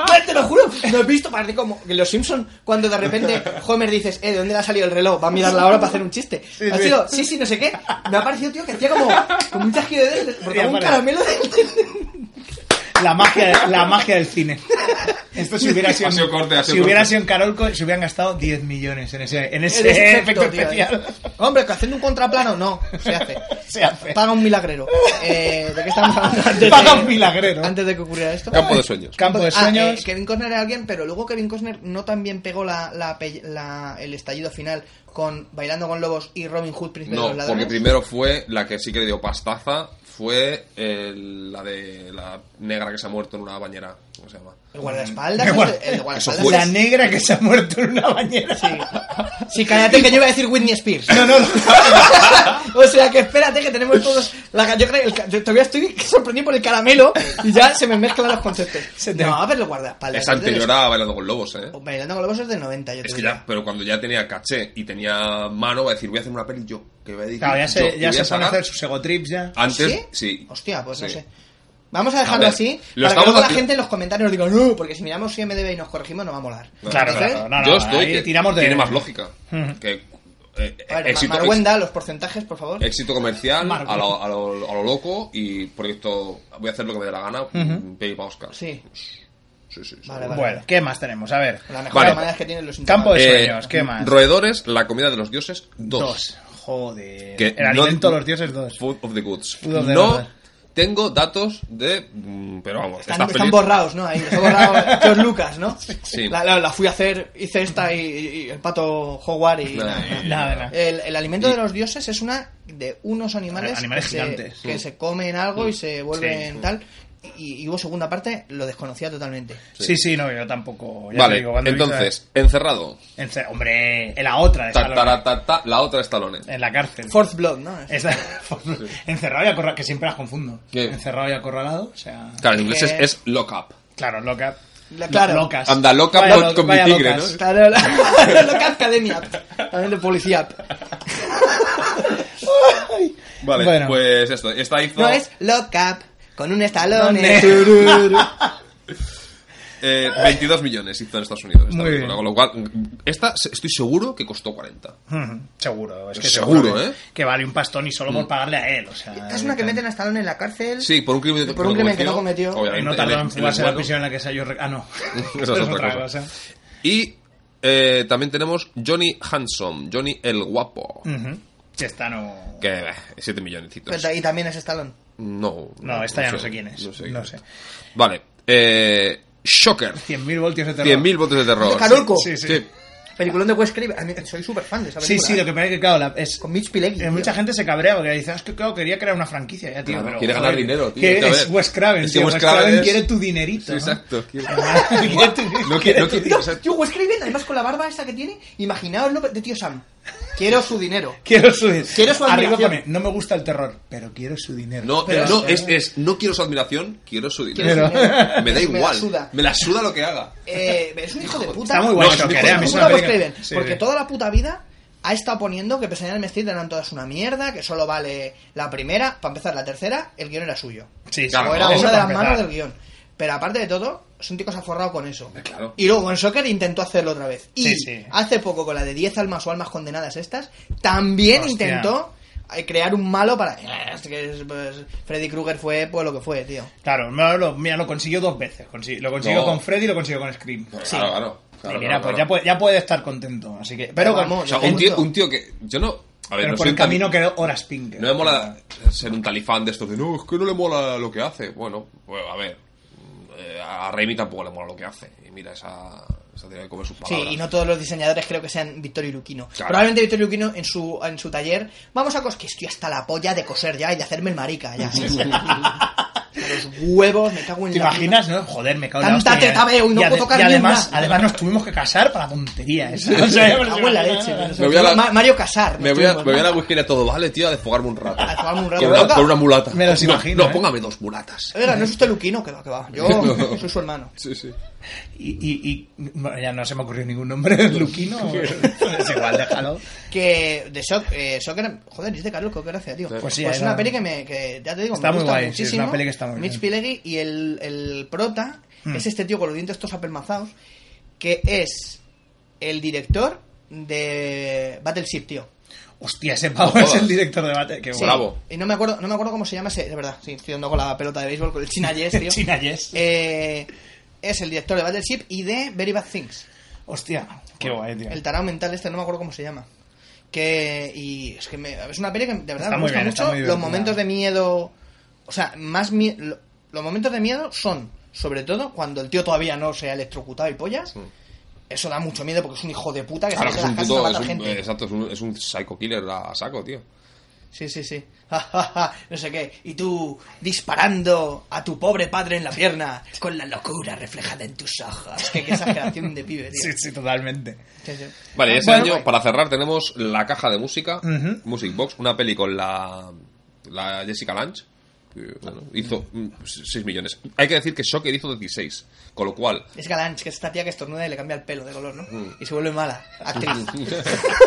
S7: Pues, te lo juro, no he visto, parece como que los Simpsons cuando de repente Homer dices, eh, ¿de dónde le ha salido el reloj? Va a mirar la hora para hacer un chiste. ha
S5: sí.
S7: sido, sí, sí, no sé qué. Me ha parecido, tío, que hacía como, como un chasquido de dedos, porque
S5: Sí,
S7: un
S5: vale.
S7: caramelo de...
S5: cosas. La magia, la magia del cine. Esto si hubiera sido,
S6: Ha sido corte, ha sido
S5: si hubiera
S6: corte.
S5: sido en Carolco, se hubieran gastado 10 millones en ese, en este ese
S7: Eres
S5: efecto
S7: tío,
S5: especial.
S7: eh. Hombre, que haciendo un contraplano, no, se hace.
S5: Se hace.
S7: Paga un milagrero. Eh, ¿De qué estamos hablando? Antes de-
S5: Paga un milagrero.
S7: Antes de que ocurriera esto.
S6: Campo de sueños.
S5: Campo de
S7: Ah,
S5: sueños.
S7: eh, Kevin Costner era alguien, pero luego Kevin Costner no también pegó la, la pe- la- el estallido final con Bailando con Lobos y Robin Hood, Príncipe de
S6: No,
S7: los Ladrones.
S6: porque primero fue la que sí que le dio pastaza, fue el- la de la negra que se ha muerto en una bañera. ¿Cómo se llama?
S7: El guardaespaldas.
S5: El guarda-
S7: el- el de guardaespaldas.
S5: La negra que se ha muerto en una bañera.
S7: Sí. Sí, cállate que yo iba a decir Whitney Spears.
S5: No, no, no.
S7: O sea que espérate que tenemos todos. La, ga- yo creo el ca- yo todavía estoy sorprendido por el caramelo y ya se me mezclan los conceptos.
S5: Se te-
S7: No, a ver, el guardaespaldas.
S6: Es
S7: del-
S6: anterior a Bailando con Lobos, ¿eh?
S7: Bailando con Lobos es de 90, yo te
S6: Es que
S7: diría.
S6: ya, pero cuando ya tenía caché y tenía mano, va a decir, voy a hacer una peli yo. Que voy a decir,
S5: Claro, ya
S6: yo,
S5: se,
S6: y
S5: ya
S6: voy
S5: se
S6: a Ah,
S5: pone a
S6: sacar-
S5: hacer sus egotrips ya.
S6: Antes,
S7: ¿Sí?
S6: sí.
S7: Hostia, pues no
S6: Sí.
S7: sé. Vamos a dejarlo
S6: A ver,
S7: así.
S6: lo
S7: para que
S6: estamos
S7: luego la
S6: haci-
S7: gente en los comentarios diga, no, porque si miramos IMDB y nos corregimos no va a molar.
S5: Claro,
S7: ¿Sabes?
S5: claro. No, no,
S6: yo estoy
S5: ahí
S6: que
S5: tiramos de-
S6: tiene más lógica.
S5: Ujú.
S6: que, eh,
S7: A ver, Ma-
S6: éxito,
S7: Marwenda, los porcentajes, por favor.
S6: éxito comercial
S5: Marvel.
S6: a lo, a lo- a lo loco y proyecto voy a hacer lo que me dé la gana peli para Oscar
S7: Sí.
S6: sí, sí, sí.
S7: Vale, vale.
S5: Bueno, ¿qué más tenemos? A ver.
S7: La mejor
S6: Vale.
S7: manera que tienen los
S5: Campo de
S7: intocables.
S6: Eh,
S5: sueños, ¿qué más?
S6: roedores la comida de los dioses 2
S5: Dos. Joder.
S6: Que
S5: El
S6: no-
S5: alimento de los dioses dos.
S6: food of the goods
S5: Food of the
S6: no
S5: Goods.
S6: tengo datos de mm, pero vamos
S7: Están,
S6: esta
S7: están
S6: peli-
S7: borrados, ¿no? Ahí, está borrado George Lucas, ¿no?
S6: Sí.
S7: La, la- la fui a hacer, hice esta y, y el pato Howard y...
S6: Nada,
S7: nada.
S5: Nada, nada.
S7: El, el alimento de los dioses es una de unos animales,
S5: Animales
S7: que,
S5: gigantes.
S7: se, que se comen algo
S6: Mm.
S7: y se vuelven
S5: Sí.
S7: tal. Y, y hubo segunda parte, lo desconocía totalmente.
S5: Sí, sí, no, yo tampoco. ya te
S6: vale
S5: digo, cuando he visto-
S6: entonces encerrado
S5: Ence- hombre, en la otra de
S6: Ta,
S5: Stallone,
S6: tara, ta, ta, la otra es talones
S5: En la cárcel.
S7: Fourth Blood, ¿no?
S5: Esta- Encerrado y acorralado, que siempre las confundo.
S6: ¿Qué?
S5: Encerrado y acorralado, o sea.
S6: claro en inglés es,
S7: Eh.
S6: es lock up
S5: Claro, loca.
S7: La- claro.
S5: Locas.
S6: Anda, loca
S5: Vaya
S6: con-
S5: lo-
S6: con mi
S5: vaya
S6: tigre,
S5: locas.
S7: Claro, la, loca academia. También de policía.
S6: vale
S5: Bueno.
S6: pues esto esta hizo
S7: No es loca con un estalón.
S5: Donde-
S6: eh, 22 millones hizo en Estados Unidos esta
S5: Muy
S6: película,
S5: bien.
S6: con lo cual mm, esta se- estoy seguro que costó 40
S5: Ujú, Seguro, es que
S6: Seguro,
S5: que-
S6: ¿eh? Mm.
S5: Que vale un pastón y solo por pagarle a él, o sea.
S7: Esta es una que meten a Stallone en la cárcel.
S6: Ah, Sí, por un crimen,
S7: Por un crimen que no cometió.
S5: Que
S6: obviamente,
S5: No tardó
S6: el-
S5: en
S6: el
S5: fugarse de la
S6: bueno.
S5: prisión en la que se halló. rec- Ah, no.
S6: Esa es
S5: Eso
S6: otra cosa. Y eh, también tenemos Johnny Handsome, Johnny el Guapo.
S5: Ujú. Si esta no.
S6: Que 7 milloncitos.
S7: Pero- y también es Stallone.
S6: No,
S5: No, esta ya no sé quién es. No sé.
S6: Vale. Eh, Shocker.
S5: 100.000 voltios de terror.
S6: 100.000 votos de terror.
S7: Carolco.
S5: Sí, sí.
S6: Sí.
S7: Peliculón de Wes Craven. A mí- soy súper fan de esa
S5: Sí,
S7: película. ¿eh?
S5: sí, lo que pasa es que, claro, la- es,
S7: Con Mitch Pilecki.
S5: eh,
S7: tío.
S5: mucha gente se cabrea porque dice, "Ah, es que claro, quería crear una franquicia ya, tío.
S6: Claro,
S5: pero,
S6: quiere ganar dinero, tío,
S5: que
S6: otra
S5: es
S6: vez.
S5: Wes Craven,
S6: Es que
S5: tío.
S6: Wes
S5: Wes
S6: Craven
S5: Craven
S6: es-
S5: quiere tu dinerito.
S6: Sí,
S5: ¿no?
S6: exacto. Quiere-
S5: Quiere tu-
S6: No quiere, no quiere, o sea,
S7: Tío, Wes Craven, además con la barba esta que tiene, imaginaoslo de tío Sam. Quiero su dinero.
S5: Quiero su,
S7: Quiero su
S5: Arriba
S7: admiración.
S5: pone, no me gusta el terror, pero quiero su dinero.
S6: no,
S5: Pero-
S6: no, es, es, no quiero su admiración, quiero su dinero.
S7: Quiero su
S5: Pero-
S7: dinero.
S6: Me da igual.
S7: Me la suda.
S6: suda lo que haga.
S7: Eh, es un hijo de puta.
S5: Está muy guay,
S6: No, es
S5: creo
S6: un
S5: que
S6: hijo
S5: era,
S6: de
S5: a mí
S6: puta.
S5: se
S7: Una
S5: me
S7: Wes
S5: pega.
S7: Craven,
S5: Sí,
S7: porque
S5: sí.
S7: toda la puta vida ha estado poniendo que Pesadilla en el Street eran todas una mierda, que solo vale la primera, para empezar la tercera, el guión era suyo.
S5: Sí, sí,
S6: Claro,
S7: o era
S5: eso
S7: una
S5: para
S7: de las manos
S5: empezar.
S7: del guión. Pero aparte de todo, es un tío que se ha forrado con eso.
S6: Eh, claro.
S7: Y luego en Soccer intentó hacerlo otra vez. Y
S5: Sí, sí.
S7: hace poco con la de 10 almas o almas condenadas estas, también
S5: Hostia.
S7: intentó eh, crear un malo para... Es que es, pues, Freddy Krueger fue pues lo que fue, tío.
S5: Claro, no, lo- mira, lo consiguió dos veces. Consi- Lo consiguió
S6: No.
S5: con Freddy y lo consiguió con Scream.
S6: Claro, claro. claro,
S5: Y mira, pues
S6: claro, claro.
S5: ya puede, ya puede estar contento. Así que, pero con-
S7: Vamos,
S6: O sea, un tío, un tío que. Yo no. A ver,
S5: pero
S6: no
S5: por
S6: soy
S5: el
S6: un tan-
S5: camino que horas pink.
S6: No me mola ser un talifán de estos de no, es que no le mola lo que hace. Bueno, pues a ver. eh, A Raimi tampoco le mola lo que hace. Y mira, esa, esa tiene que comer sus
S7: Sí,
S6: palabras.
S7: y no todos los diseñadores creo que sean Vittorio Luquino.
S6: Claro.
S7: Probablemente Vittorio Luquino en su, en su taller. Vamos a cos que estoy hasta la polla de coser ya y de hacerme el marica ya. los huevos, me cago en
S5: ¿Te
S7: la puta.
S5: imaginas, no? Joder, me cago en la
S7: Tanta
S5: hostia.
S7: teta veo y no
S5: ade-
S7: puedo tocar ni
S5: además,
S7: una.
S5: además nos tuvimos que casar para tontería esa. O sea,
S7: Me cago en la leche.
S6: Me voy a la-
S7: Ma- Mario Casar.
S6: Me voy, a, me voy a la whisky a todo vale, tío, a desfogarme un rato.
S7: A desfogarme un rato.
S6: Con una,
S7: Loca.
S6: con una mulata.
S5: Me los
S6: No,
S5: imagino,
S6: No,
S5: ¿eh?
S6: póngame dos mulatas.
S7: Oiga, no es usted Luquino, que va, que va. Yo
S6: No.
S7: soy su hermano.
S6: Sí, sí.
S5: Y, y, y- bueno, ya no se me ocurrió ningún nombre. Luquino. es igual, déjalo.
S7: Que de Shock, eh, Shock era- joder, es de Carlos, qué gracia, tío.
S5: Pues
S7: Pues,
S5: sí,
S7: es
S5: era-
S7: una peli que me, que ya te digo,
S5: Está
S7: me
S5: muy
S7: gusta
S5: guay, sí, es
S7: muchísimo.
S5: una peli que está muy bien.
S7: Mitch Pileggi y el, el prota
S5: Hmm.
S7: es este tío con los dientes estos apelmazados, que es el director de Battleship, tío.
S5: Hostia, ese pavo
S6: No
S5: es el
S6: jodas.
S5: director de Bate. Qué
S7: Sí.
S5: guapo.
S6: Bravo.
S7: Y no me acuerdo, no me acuerdo cómo se llama ese, es verdad, sí, estoy dando con la pelota de béisbol, con el China Yes, tío.
S5: China Yes.
S7: Eh, es el director de Battleship y de Very Bad Things.
S5: Hostia, qué guay, tío.
S7: El tarao mental este, no me acuerdo cómo se llama. Que. Y es que me- es una peli que de verdad
S5: Está
S7: me
S5: muy
S7: gusta
S5: bien, está
S7: mucho.
S5: muy
S7: Los
S5: divertida.
S7: momentos de miedo. O sea, más mi- lo- Los momentos de miedo son, sobre todo, cuando el tío todavía no se ha electrocutado y pollas. Eso da mucho miedo porque es un hijo de puta que
S6: Claro,
S7: se
S6: que
S7: mete
S6: es
S7: a
S6: un
S7: las casas a
S6: puto. Es
S7: matar
S6: un,
S7: gente.
S6: eh, exacto, es un, es un psycho killer a saco, tío.
S7: Sí, sí, sí. Ja, ja, ja, no sé qué. Y tú disparando a tu pobre padre en la pierna con la locura reflejada en tus ojos. Es que qué exageración de pibe, tío.
S5: Sí, sí, totalmente.
S7: Sí, sí.
S6: Vale,
S7: Ah,
S6: ese
S7: bueno,
S6: año,
S7: guay.
S6: para cerrar, tenemos la caja de música,
S5: Eh, pues- Ujú.
S6: Music Box, una peli con la, la Jessica Lange. que, bueno, hizo 6 millones. Hay que decir que Shocker hizo 16, con lo cual.
S7: Es Galanch, que es esta tía que estornuda y le cambia el pelo de color, ¿no? Y se vuelve mala, actriz.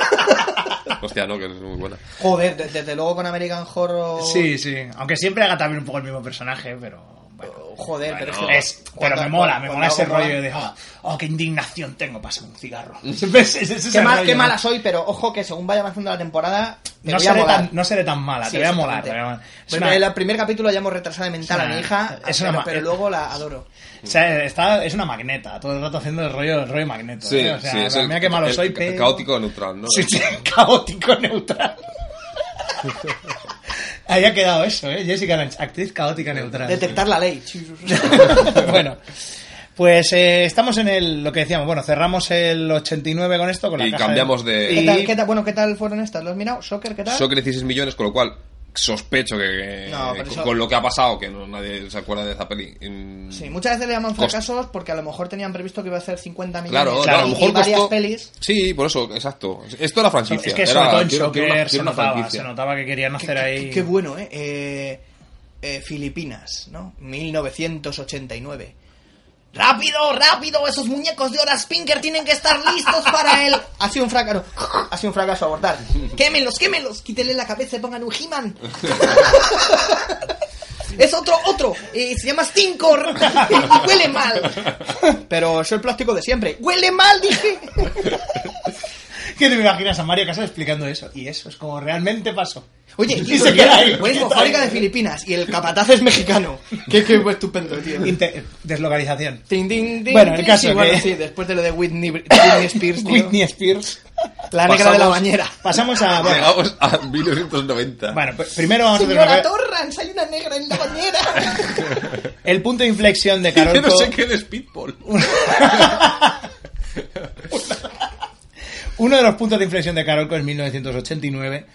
S6: Hostia, no, que es muy buena.
S7: Joder, de- desde luego con American Horror.
S5: Sí, sí. Aunque siempre haga también un poco el mismo personaje, pero. Bueno.
S7: Oh, Joder, pero
S6: Bueno,
S7: es
S5: Es,
S7: que.
S5: pero
S7: cuando-
S5: me mola, me
S7: cuando
S5: mola ese
S7: algo mola-
S5: rollo de oh, oh, qué indignación tengo, pasa un cigarro. ¿Ves? Ese es
S7: Qué,
S5: el
S7: mal-
S5: rollo,
S7: qué
S5: ¿no?
S7: mala soy, pero ojo que según vaya avanzando la temporada. Te
S5: No
S7: voy a
S5: seré,
S7: molar.
S5: tan, no seré tan mala,
S7: Sí,
S5: te voy a molar.
S7: exactamente.
S5: te voy a molar. Es
S7: Bueno,
S5: una-
S7: en el primer capítulo ya hemos retrasado de mental
S5: es
S7: a
S5: una-
S7: mi hija,
S5: es una
S7: pero,
S5: ma-
S7: pero luego la adoro.
S5: o sea, está, es una magneta, todo el rato haciendo el rollo, el rollo magneto.
S6: Sí,
S5: ¿eh? O sea,
S6: sí, es
S5: mira
S6: el-
S5: qué malo
S6: el
S5: soy,
S6: ca-
S5: pero...
S6: Caótico neutral, ¿no?
S5: Sí, sí, caótico neutral. Ahí ha quedado eso, ¿eh? Jessica Lange, actriz caótica neutral.
S7: Detectar la ley.
S5: bueno, pues eh, estamos en el, lo que decíamos, bueno, cerramos el 89 con esto. Con la
S6: Y
S5: caja
S6: cambiamos de-
S7: ¿Qué
S5: y-
S7: tal, qué tal- bueno, ¿qué tal fueron estas? ¿Lo has mirado? ¿Soccer? ¿Qué tal?
S6: Shocker 16 millones, con lo cual sospecho que.
S7: No, pero
S6: con,
S7: eso-
S6: con lo que ha pasado, que no, nadie se acuerda de esa peli. Mm,
S7: Sí, muchas veces le llaman
S6: Cost-
S7: fracasos porque a lo mejor tenían previsto que iba a hacer 50 millones
S6: Claro,
S7: y-
S6: claro, a lo
S7: y,
S6: mejor
S7: varias
S6: costó-
S7: pelis.
S6: Sí, por eso, exacto. Esto era franquicia.
S5: Es que sobre
S6: era,
S5: todo en
S6: quiero-
S5: Shocker
S6: quiero una-
S5: se,
S6: quiero una
S5: notaba,
S6: franquicia.
S5: se notaba que querían
S7: Qué,
S5: hacer
S7: qué-
S5: ahí...
S7: qué bueno, ¿eh? Eh, eh, Filipinas, ¿no? 1989. ¡Rápido, rápido! ¡Esos muñecos de Horas Pinker tienen que estar listos para él! Ha sido un fracaso. Ha sido un fracaso abortar. ¡Quémenlos, quémenlos! Quítele la cabeza y pongan un He-Man. Es otro, otro. Eh, se llama Stinkor. Y huele mal. Pero es el plástico de siempre. ¡Huele mal, dije!
S5: ¿Qué te imaginas a Mario Casas explicando eso? Y eso es como realmente pasó.
S7: Oye,
S5: y se queda ahí.
S7: Pues fábrica de Filipinas y el capataz es mexicano.
S8: Qué, qué estupendo, tío.
S5: Inte- Deslocalización.
S7: Tin, tin, tin,
S5: Bueno, el
S7: tin.
S5: caso
S7: Sí, bueno,
S5: que-
S7: sí, después de lo de Whitney, Whitney Spears, tío.
S5: Whitney Spears.
S7: la negra de la
S6: Pasamos-
S7: bañera.
S5: Pasamos a... Bueno,
S6: Ah, Llegamos a 1990.
S5: bueno, pues primero vamos a hacer
S7: Señora
S5: una-
S7: Torrance, hay una negra en la bañera.
S5: el punto de inflexión de
S6: Yo
S5: Carolco...
S6: no sé qué es Speedball.
S5: Uno de los puntos de inflexión de Carolco es 1989,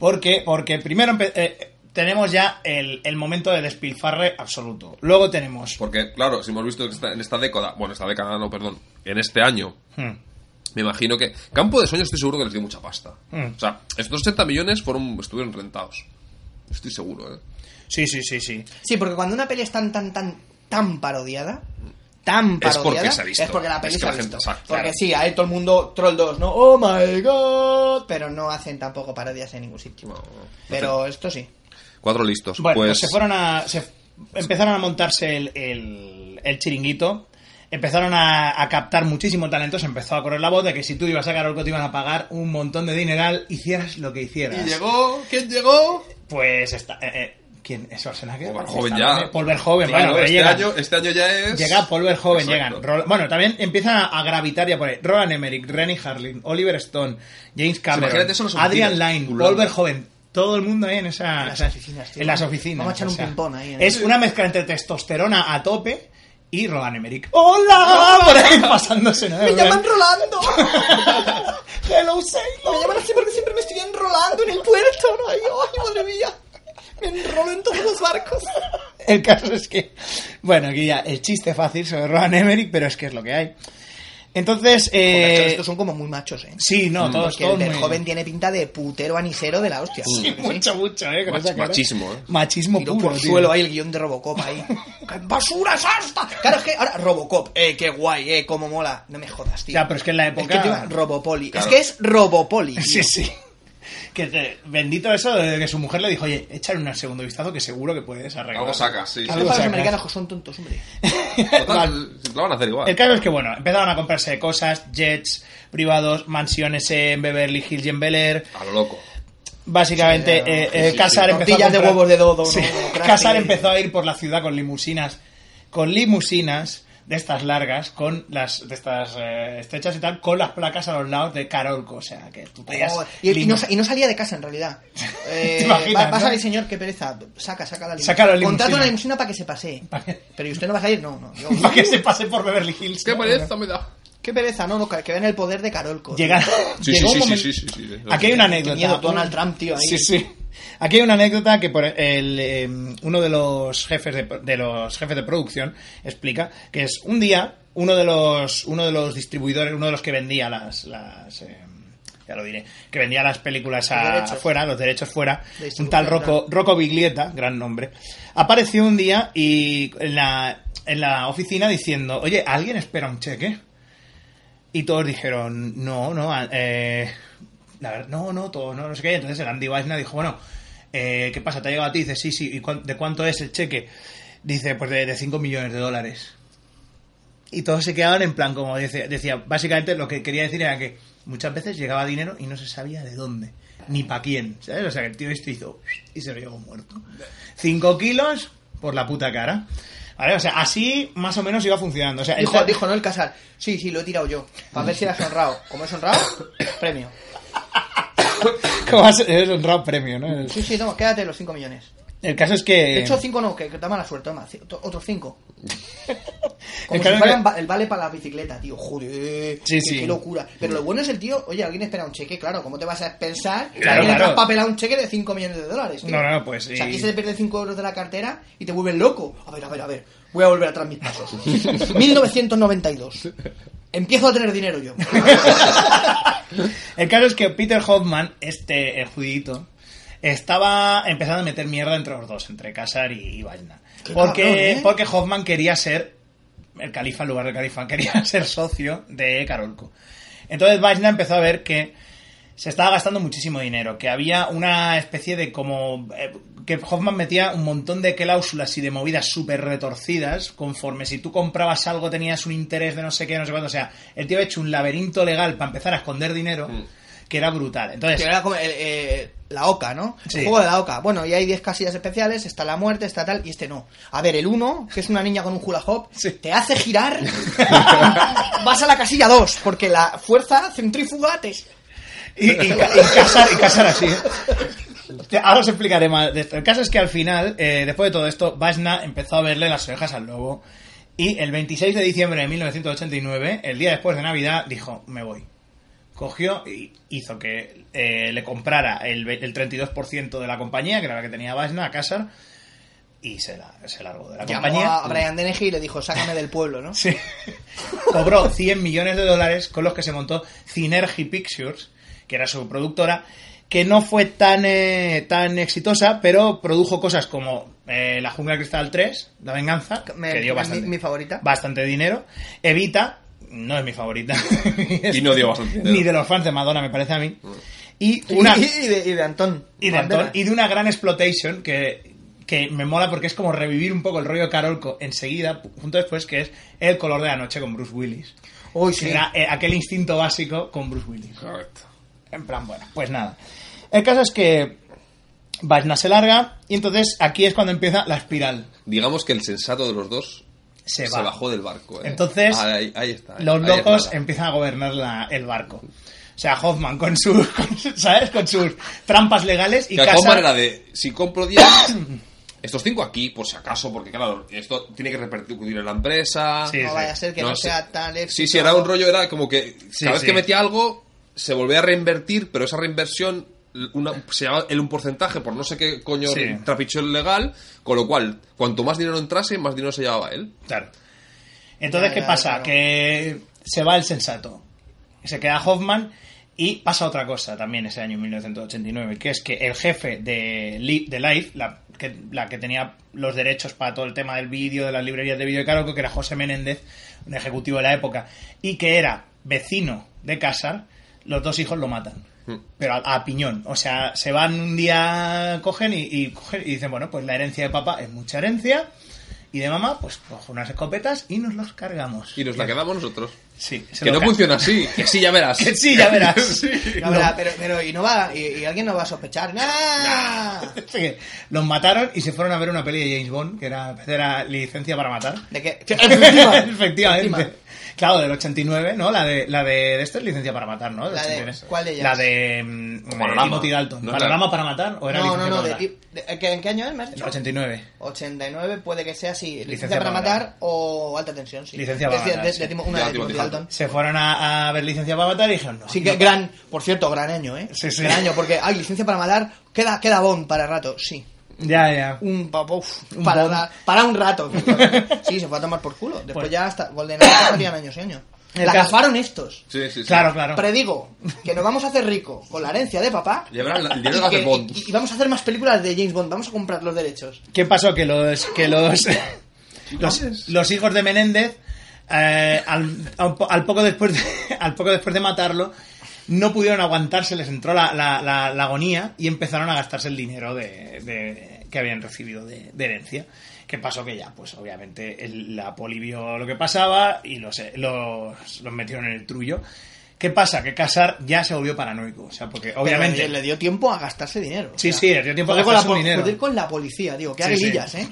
S5: porque, porque primero empe- eh, tenemos ya el, el momento de despilfarre absoluto. Luego tenemos...
S6: Porque, claro, si hemos visto que esta- en esta década, bueno, esta década no, perdón, en este año,
S5: Hmm.
S6: me imagino que Campo de Sueños estoy seguro que les dio mucha pasta.
S5: Mm.
S6: O sea, estos 80 millones fueron, estuvieron rentados. Estoy seguro, ¿eh?
S5: Sí, sí, sí, sí.
S7: Sí, porque cuando una peli es tan, tan, tan, tan parodiada, tan
S6: Es
S7: parodiada,
S6: porque se ha visto.
S7: es porque la
S6: Es
S7: peli
S6: que
S7: se ha
S6: la gente
S7: visto.
S6: sabe,
S7: porque
S6: claro.
S7: sí, hay todo el mundo Troll 2, ¿no? ¡Oh, my God! Pero no hacen tampoco parodias en ningún sitio.
S6: No.
S7: Pero esto sí.
S6: Cuatro listos.
S5: Bueno, pues,
S6: pues,
S5: se fueron a. Se empezaron a montarse el, el- el chiringuito. Empezaron a, a captar muchísimo talento. Se empezó a correr la voz de que si tú ibas a Carolco te iban a pagar un montón de dineral, hicieras lo que hicieras.
S6: ¿Y llegó? ¿Quién llegó?
S5: Pues está. eh, eh, ¿Quién? ¿Es Schwarzenegger?
S6: Paul
S5: Está
S6: Verhoeven
S5: bien,
S6: ya.
S5: eh, Paul Verhoeven,
S6: Claro,
S5: bueno, pero
S6: este,
S5: llega.
S6: año, este año ya es...
S5: Llega Paul Verhoeven,
S6: Exacto.
S5: llegan. Ro- Bueno, también empiezan a, a gravitar ya por ahí. Roland Emmerich, Rennie Harlin, Oliver Stone, James Cameron,
S6: imagínate, eso no son
S5: Adrian
S6: mentiras.
S5: Lyne,
S6: Ulala.
S5: Paul Verhoeven. Todo el mundo ahí en esa,
S7: las
S5: esa-
S7: oficinas, tío.
S5: En las oficinas.
S7: Vamos a echar
S5: o
S7: un
S5: sea,
S7: ping-pong ahí, ¿eh?
S5: Es una mezcla entre testosterona a tope y Roland Emmerich. ¡Hola! Por ahí pasándose. ¿no?
S7: ¡Me llaman Rolando!
S5: ¡Hello, Sailor!
S7: me llaman así porque siempre me estoy enrolando en el puerto, ¿no? Ay, ay, madre mía. Me enrolo en todos los barcos.
S5: El caso es que, bueno, aquí ya el chiste fácil sobre Roland Emmerich, pero es que es lo que hay. Entonces,
S7: Porque,
S5: eh,
S7: hecho, estos son como muy machos, ¿eh?
S5: sí,
S6: Mm.
S5: no, todos,
S7: Porque el
S5: todos
S7: del
S5: muy-
S7: joven tiene pinta de putero anisero de la hostia.
S5: Sí, mucho, mucho, eh. con
S6: Mach-
S5: esa cara.
S6: machismo, eh.
S5: Machismo
S7: Tiró
S5: puro,
S7: por
S5: tío.
S7: suelo ahí el guión de Robocop ahí. ¡Qué basura es esta! Claro, es que ahora Robocop, eh, qué guay, eh, cómo mola. No me jodas, tío.
S5: Ya, pero es que en la
S7: Es
S5: época.
S7: que, tío, Robopoli.
S6: Claro.
S7: Es que es Robopoli. tío.
S5: sí, sí. Que te- bendito eso de que su mujer le dijo, oye, échale un segundo vistazo que seguro que puedes arreglar.
S6: Algo sacas, sí. sí.
S7: Que
S5: Algo
S7: para los
S5: sacas.
S7: americanos que son tontos, hombre.
S6: Total, la van a hacer igual.
S5: El caso es que, bueno, empezaron a comprarse cosas, jets privados, mansiones en Beverly Hills y en Bel Air.
S6: A lo loco.
S5: Básicamente,
S7: Sí,
S5: eh, eh,
S6: sí,
S5: Casar
S7: sí.
S5: empezó a
S7: Tortillas de
S5: comprar-
S7: huevos de dodo,
S5: Sí,
S7: ¿no? Crack,
S5: Casar
S7: eh.
S5: empezó a ir por la ciudad con limusinas, con limusinas de estas largas, con las de estas eh, estrechas y tal, con las placas a los lados de Carolco, o sea que tú podías
S7: Joder. Oh, y, y no,
S5: limar.
S7: sa- y no salía de casa, en realidad. Eh,
S5: Te imaginas,
S7: va, va a
S5: ¿no?
S7: salir, señor, qué pereza. Saca, saca la limusina.
S5: Saca la
S7: Contrata
S5: limusina.
S7: una limusina para que se pase.
S5: Pa' que-
S7: Pero ¿y usted no va a salir? No, no. yo-
S5: para que se pase por Beverly Hills.
S6: ¿Qué
S5: ¿no?
S6: pereza me da?
S7: Qué pereza, no, no, que que vean el poder de Carolco.
S5: Llega-
S6: Sí, sí,
S5: llegó un
S6: sí, sí,
S5: momento-
S6: sí, sí, sí, sí.
S5: Aquí hay una
S7: Qué
S5: anécdota.
S7: miedo, Donald Trump, tío, ahí.
S5: Sí, sí. Aquí hay una anécdota que por el, eh, uno de los jefes de, de los jefes de producción explica que es un día uno de los uno de los distribuidores, uno de los que vendía las, las eh, ya lo diré, que vendía las películas
S7: Los
S5: a-
S7: derechos.
S5: afuera, los derechos fuera,
S7: De
S5: un tal
S7: distribución,
S5: Rocco, Rocco Biglietta, gran nombre, apareció un día y en la, en la oficina diciendo, oye, ¿alguien espera un cheque? Y todos dijeron, no, no, a- eh, la verdad, no, no, todo, no, no sé qué. Entonces el Andy Weissner dijo, bueno, eh, ¿qué pasa? ¿Te ha llegado a ti? Dice, sí, sí, ¿y cuán- de cuánto es el cheque? Dice, pues de 5 millones de dólares. Y todos se quedaban en plan, como dice- decía, básicamente lo que quería decir era que muchas veces llegaba dinero y no se sabía de dónde, ni para quién, ¿sabes? O sea, que el tío este hizo y se lo llevó muerto. 5 kilos por la puta cara. Vale, o sea, así más o menos iba funcionando. O sea, el
S7: Dijo,
S5: tal-
S7: dijo, ¿no? El casal. Sí, sí, lo he tirado yo. Para ver si eras honrado. Como es honrado, premio.
S5: Como has- eres un rap premio, ¿no? El,
S7: Sí, sí, toma, quédate los 5 millones.
S5: el caso es que.
S7: De hecho, 5 no, que, que da mala suerte, toma. ci- to- Otros 5. Como
S5: El
S7: si
S5: caso
S7: fueran
S5: es
S7: va- el vale para la bicicleta, tío. Joder,
S5: Sí,
S7: qué,
S5: sí.
S7: qué locura. Pero lo bueno es el tío, oye, alguien espera un cheque, claro. ¿Cómo te vas a pensar que
S5: Claro,
S7: alguien
S5: claro.
S7: te papelado un cheque de 5 millones de dólares? tío?
S5: No, no, pues,
S7: O sea,
S5: y-
S7: aquí se te pierde 5 euros de la cartera y te vuelven loco. A ver, a ver, a ver. Voy a volver atrás mis pasos. 1992. Empiezo a tener dinero yo.
S5: El caso es que Peter Hoffman, este el judito, estaba empezando a meter mierda entre los dos, entre Casar y, y Wagner.
S7: Qué
S5: Porque,
S7: cabrón, ¿eh?
S5: porque Hoffman quería ser el califa en lugar del califa, quería ser socio de Carolco. Entonces Wagner empezó a ver que se estaba gastando muchísimo dinero, que había una especie de como... eh, que Hoffman metía un montón de cláusulas y de movidas súper retorcidas, conforme si tú comprabas algo tenías un interés de no sé qué, no sé cuánto, o sea, el tío había hecho un laberinto legal para empezar a esconder dinero, que era brutal.
S7: Que
S5: Entonces,
S7: era como el, eh, la OCA, ¿no?
S5: Sí.
S7: El juego de la OCA. Bueno, y hay 10 casillas especiales, está la muerte, está tal, y este no. A ver, el 1, que es una niña con un hula hop,
S5: Sí.
S7: te hace girar, vas a la casilla 2, porque la fuerza centrífuga te...
S5: y, y, ca- y casar, y casar así. ¿eh? Te- Ahora os explicaré más de esto. El caso es que al final, eh, después de todo esto, Basna empezó a verle las orejas al lobo. Y el 26 de diciembre de 1989, el día después de Navidad, dijo, me voy. cogió y hizo que eh, le comprara el, ve- el 32% de la compañía, que era la que tenía Basna, a Casar, y se, la, se largó de la
S7: Llamó
S5: compañía.
S7: a Brian Dennehy y le dijo, sácame del pueblo, ¿no?
S5: Sí. Cobró 100 millones de dólares con los que se montó Cinergy Pictures, que era su productora, que no fue tan, eh, tan exitosa, pero produjo cosas como eh, La Jungla de Cristal 3, La Venganza,
S7: Me-
S5: que dio
S7: me-
S5: bastante,
S7: mi- mi favorita.
S5: bastante dinero. Evita, no es mi favorita.
S6: Y no dio bastante dinero. Mm.
S5: Ni de los fans de Madonna, me parece a mí. Y una...
S7: Y, y de, y de Antón.
S5: Y de,
S7: Banderas.
S5: Antón- y de una gran exploitation que, que me mola porque es como revivir un poco el rollo Carolco enseguida, junto después, que es El color de la noche con Bruce Willis.
S7: Uy,
S5: Que
S7: sí.
S5: Era eh, aquel instinto básico con Bruce Willis.
S6: Correcto.
S5: En plan, bueno, pues nada. El caso es que Vajna se larga y entonces aquí es cuando empieza la espiral.
S6: Digamos que el sensato de los dos
S5: Se
S6: se,
S5: va.
S6: bajó del barco. ¿eh?
S5: Entonces,
S6: ahí, ahí está. ¿eh?
S5: Los
S6: ahí es
S5: locos
S6: nada.
S5: empiezan a gobernar la- el barco. O sea, Hoffman con sus, con sus- ¿sabes? Con sus trampas legales y
S6: Que
S5: Casar-
S6: a Hoffman era de, si compro 10, estos 5 aquí, por si acaso, porque claro, esto tiene que repercutir en la empresa.
S5: Sí,
S7: No
S5: sí.
S7: vaya a ser que no,
S6: No sé.
S7: sea tan éxito.
S6: Sí, sí, era un rollo, era como que cada
S5: Sí,
S6: vez
S5: sí.
S6: que metía algo se volvía a reinvertir, pero esa reinversión una- se llamaba él un porcentaje por no sé qué coño
S5: Sí.
S6: trapichón legal, con lo cual, cuanto más dinero entrase, más dinero se llevaba él.
S5: Claro. Entonces,
S7: Ya,
S5: ¿qué
S7: ya,
S5: pasa?
S7: claro.
S5: Que se va el sensato. Se queda Hoffman y pasa otra cosa también ese año 1989, que es que el jefe de, Li- de Life, la que, la que tenía los derechos para todo el tema del vídeo, de las librerías de vídeo de Carolco, que era José Menéndez, un ejecutivo de la época, y que era vecino de Casar, los dos hijos lo matan. Pero a, a piñón. O sea, se van un día, cogen y, y cogen y dicen, bueno, pues la herencia de papá es mucha herencia. Y de mamá, pues cojo unas escopetas y nos los cargamos.
S6: Y nos la quedamos nosotros.
S5: Sí, se
S6: que
S5: lo
S6: no
S5: ca-
S6: funciona así, que sí, ya verás.
S5: Que sí, ya verás.
S6: Sí.
S7: No, verdad, pero, pero y no va, y, y alguien no va a sospechar. ¡Nah!
S5: Así que los mataron y se fueron a ver una peli de James Bond, que era, era licencia para matar.
S7: ¿De qué?
S5: Efectivamente. Claro, del 89, ¿no? La de, la de, de esto es licencia para matar, ¿no? Del
S7: La de-
S5: 89.
S7: ¿cuál de ellas?
S5: La de, mm, eh,
S6: Panorama.
S5: Timothy Dalton.
S6: No,
S5: ¿Panorama
S6: claro.
S5: para matar o era
S7: No,
S5: licencia
S7: no, no.
S5: para
S7: De,
S5: matar?
S7: ti- de- ¿qué- ¿En qué año es, me has dicho?
S5: 89.
S7: 89 puede que sea, sí. Licencia,
S5: Licencia
S7: para
S5: para
S7: matar
S5: matar.
S7: o alta tensión, sí.
S5: Licencia para
S7: Es de-
S5: matar,
S7: de-
S5: sí.
S7: de Timo- una
S6: Ya,
S7: de Timothy
S6: Timothy
S7: Dalton.
S5: Se fueron a, a ver licencia para matar y dijeron, no.
S7: Sí, que gran, por cierto, gran año, ¿eh?
S5: Sí, sí.
S7: Gran año, porque hay licencia para matar, queda, queda bon para rato, sí.
S5: Ya, ya.
S7: Un papo, uf,
S5: Un
S7: para,
S5: Bond.
S7: ra- para un rato. sí, se fue a tomar por culo. Después ya hasta GoldenEye salían años y años.
S5: Pues- El
S7: La
S5: caso-
S7: gafaron estos.
S6: Sí, sí, sí.
S5: Claro, claro.
S7: Predigo que nos vamos a hacer rico con la herencia de papá.
S6: Ya verás, la- el dinero
S7: y
S6: lo hace
S7: que-
S6: Bond.
S7: y- y vamos a hacer más películas de James Bond, vamos a comprar los derechos.
S5: ¿Qué pasó? Que los que los los, los hijos de Menéndez eh, al, al po- al poco después de, al poco después de matarlo no pudieron aguantarse, les entró la, la- la- la agonía y empezaron a gastarse el dinero de, de- que habían recibido de, de herencia. ¿Qué pasó? Que ya, pues obviamente el- la poli vio lo que pasaba y los, eh, los, los metieron en el trullo. ¿Qué pasa? Que Casar ya se volvió paranoico. O sea, porque obviamente...
S7: Pero le, le dio tiempo a gastarse dinero.
S5: Sí, sí, le dio tiempo a
S7: joder con la
S5: gastarse
S7: po-
S5: dinero.
S7: joder con la policía, digo, qué
S5: Sí, sí.
S7: aguilillas, ¿eh?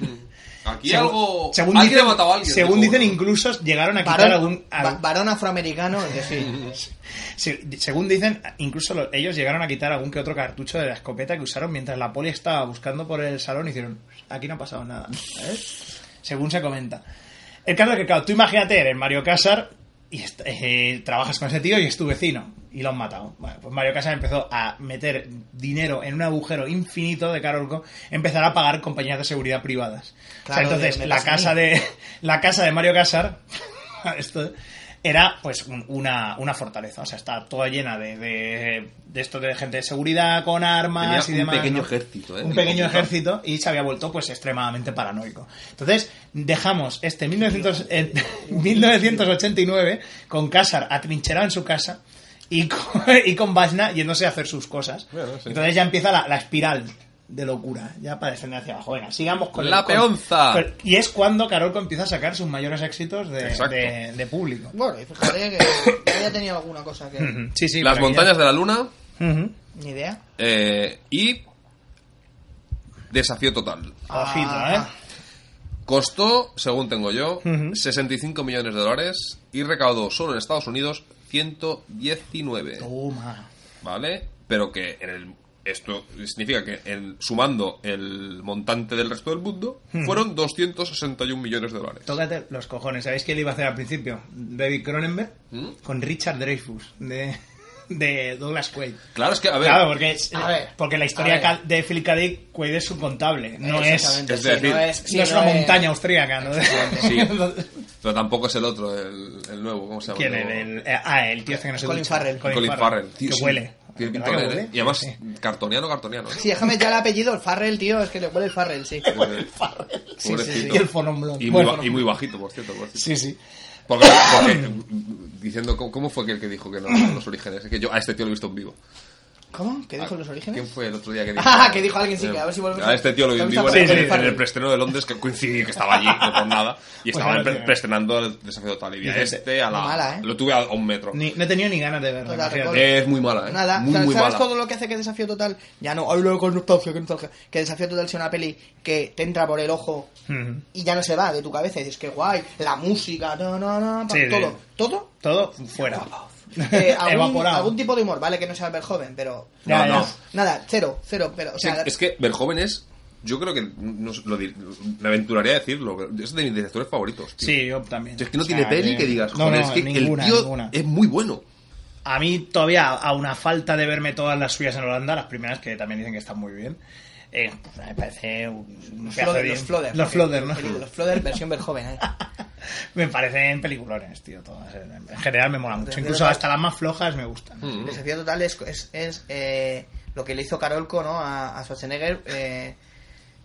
S6: Aquí
S5: Según-
S6: algo.
S5: según
S6: alguien
S5: dicen-
S6: ha matado a alguien.
S5: Según
S6: seguro.
S5: dicen, incluso llegaron a quitar
S7: Varón,
S5: algún. al-
S7: va- varón afroamericano, es decir,
S5: se- según dicen, incluso lo- ellos llegaron a quitar algún que otro cartucho de la escopeta que usaron mientras la poli estaba buscando por el salón y hicieron. Aquí no ha pasado nada. ¿sabes? Según se comenta. El caso es que, claro, tú imagínate, eres Mario Casar y est- eh, trabajas con ese tío y es tu vecino y lo han matado. Bueno, pues Mario Casar empezó a meter dinero en un agujero infinito de Carolco, empezará a pagar compañías de seguridad privadas. O sea,
S7: Claro,
S5: entonces,
S7: me
S5: la
S7: pasa a
S5: casa
S7: mí.
S5: de la casa de Mario Casar esto era pues un- una, una fortaleza, o sea, está toda llena de, de, de esto de gente de seguridad con armas
S6: Tenía
S5: y demás.
S6: un pequeño
S5: ¿no?
S6: ejército, ¿eh?
S5: Un pequeño
S6: Complicado.
S5: ejército y se había vuelto pues extremadamente paranoico. Entonces, dejamos este 1900, eh, 1989 con Casar atrincherado en su casa y con, y con Vajna yéndose a hacer sus cosas.
S6: Bueno, sí.
S5: Entonces ya empieza la, la espiral de locura, ya para descender hacia abajo. Venga, sigamos con
S6: La
S5: el- con-
S6: peonza.
S5: con- y es cuando Carolco empieza a sacar sus mayores éxitos de,
S6: Exacto.
S5: de- de público.
S7: bueno, y fíjate que ya había tenido alguna cosa que...
S5: Sí, sí, ¿eh?
S6: Las
S5: pero
S6: montañas de la luna
S5: ya- Ujú.
S7: Ni idea.
S6: eh, y. Desafío total.
S5: Ojito,
S7: Ah.
S5: ¿eh?
S6: Costó, según tengo yo, 65 millones de dólares y recaudó solo en Estados Unidos 119.
S5: Oh. Toma.
S6: ¿Vale? Pero que en el, esto significa que en- sumando el montante del resto del mundo, fueron 261 millones de dólares.
S5: Tócate los
S6: ¿Mm?
S5: cojones. ¿Sabéis qué le iba a hacer al principio? David Cronenberg con Richard Dreyfus de, de Douglas Quaid.
S6: Claro, es que, a ver.
S5: Claro, porque, es-
S7: A ver,
S5: porque la
S7: a
S5: historia
S7: ver.
S5: cal- de Philip K. Dick, Quaid es un contable, no es,
S7: Exactamente,
S6: es
S7: sí,
S6: decir,
S7: no es, sí,
S5: no es
S7: no
S5: una
S7: es-
S5: montaña austríaca, ¿no?
S6: Sí. Pero tampoco es el otro, el, el nuevo, ¿cómo se llama?
S5: ¿Quién
S6: El nuevo?
S5: es? El, ah, el tío este que no se
S7: Colin
S5: ducha.
S7: Farrell.
S6: Colin Farrell. Tío,
S5: que
S6: sí,
S5: huele. ¿Verdad
S6: Tiene pinta
S5: que
S6: de-
S5: huele?
S6: Y además,
S5: Sí.
S6: cartoniano, cartoniano. ¿eh?
S7: Sí, déjame ya el apellido, el Farrell, tío, es que le huele el Farrell, sí.
S6: Huele-
S7: Sí, sí, sí.
S5: Y el fonomblón.
S6: Y muy,
S5: Bueno.
S6: ba- y muy bajito, por cierto. Por cierto.
S5: Sí, sí.
S6: Porque, porque, mm, diciendo, ¿cómo, cómo fue que el que dijo que no los orígenes? Es que yo a este tío lo he visto en vivo.
S7: ¿Cómo? ¿Qué dijo
S6: Ah,
S7: los orígenes?
S6: ¿Quién fue el otro día que dijo?
S7: Ah, que dijo alguien, sí, que a ver si volvemos
S6: A este tío lo vi en vivo
S7: Sí,
S6: en,
S7: sí,
S6: en-
S7: sí.
S6: en el preestreno de Londres, que coincidí que estaba allí, no por nada. Y estaba
S5: ahora
S6: pre-
S5: tiene-
S6: preestrenando el desafío total. Y vi a
S5: Dices,
S6: este, a la.
S7: mala, ¿eh?
S6: Lo tuve a a un metro.
S5: Ni- no he tenido ni ganas de verlo.
S7: Total,
S5: imagínate.
S7: recuerdo.
S6: Es muy mala, ¿eh?
S7: Nada,
S6: muy,
S7: ¿sabes,
S6: muy
S7: sabes
S6: mala.
S7: todo lo que hace que Desafío Total? Ya no, hablo con nostalgia, que nostalgia. Que Desafío Total sea una peli que te entra por el ojo
S5: Ujú.
S7: y ya no se va de tu cabeza. Y dices, qué guay, la música, no, no, no, pa-
S5: Sí, sí.
S7: todo. Todo
S5: Todo fuera.
S7: eh, algún,
S5: Evaporado.
S7: algún tipo de humor, vale, que no sea ver joven, pero.
S5: Ya,
S6: No,
S5: ya.
S6: no.
S7: Nada, cero, cero, pero. O
S6: Sí,
S7: sea,
S6: es que Verjoven es. Yo creo que. No, sé, lo dir- me aventuraría a decirlo. pero Es de mis directores favoritos. tío.
S5: Sí, yo también.
S6: Es que no
S5: O sea,
S6: tiene peli que digas,
S5: no,
S6: joder,
S5: no,
S6: es que
S5: ninguna,
S6: el tío
S5: ninguna.
S6: es muy bueno.
S5: A mí todavía, a una falta de verme todas las suyas en Holanda, las primeras que también dicen que están muy bien, eh, me parece un, un
S7: los
S5: pedazo
S7: Flodder,
S5: de-
S7: los Flodder.
S5: Los Flodder, ¿no?
S7: Los Flodder versión ver joven, ¿eh?
S5: me parecen peliculones, tío, todas. En general me mola mucho.
S7: Desde
S5: Incluso
S7: luego.
S5: hasta las más flojas me gustan.
S6: Hmm.
S7: Desafío Total es, es, es, eh, lo que le hizo Carolco ¿no? a, a Schwarzenegger eh,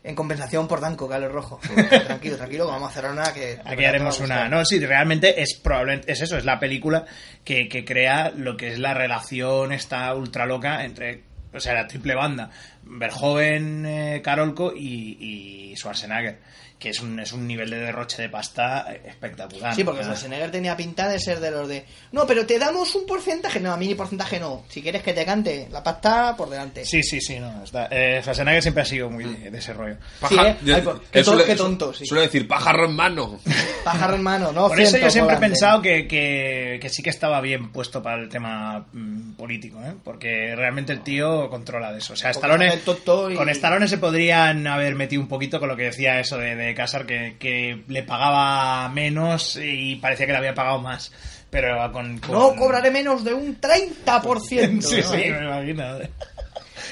S7: en compensación por Danco, Carlos Rojo. tranquilo, tranquilo, que vamos a cerrar una que...
S5: Aquí haremos una. No, sí, realmente es probablemente. Es eso, es la película que, que crea lo que es la relación esta ultra loca entre. O sea, la triple banda. Verjoven, eh, Karolko y, y Schwarzenegger. Que es un, es un nivel de derroche de pasta espectacular.
S7: Sí, porque
S5: O sea,
S7: Schwarzenegger tenía pinta de ser de los de... No, pero te damos un porcentaje. No, a mí ni porcentaje no. Si quieres que te cante, la pasta por delante.
S5: Sí, sí, sí, no. está- eh, Schwarzenegger siempre ha sido muy
S7: Mm.
S5: de, de ese rollo.
S7: Sí, ¿eh?
S6: Yo-
S7: Ay,
S5: pues,
S7: por- qué
S6: él
S7: ton-
S6: suele-
S7: qué tonto, sí.
S6: Suele decir pájaro en mano.
S7: Pájaro en mano, ¿no?
S5: Por eso
S7: Ciento
S5: yo siempre he
S7: volante.
S5: pensado que, que- que sí que estaba bien puesto para el tema mm, político, ¿eh? porque realmente el tío controla de eso. O sea,
S7: Porque
S5: Stallone,
S7: hace el tonto y-
S5: con Stallone se podrían haber metido un poquito con lo que decía eso de, de Casar, que, que le pagaba menos y parecía que le había pagado más. Pero con... con-
S7: No cobraré ¿eh? menos de un 30%.
S5: Sí,
S7: ¿no?
S5: sí, me imagino.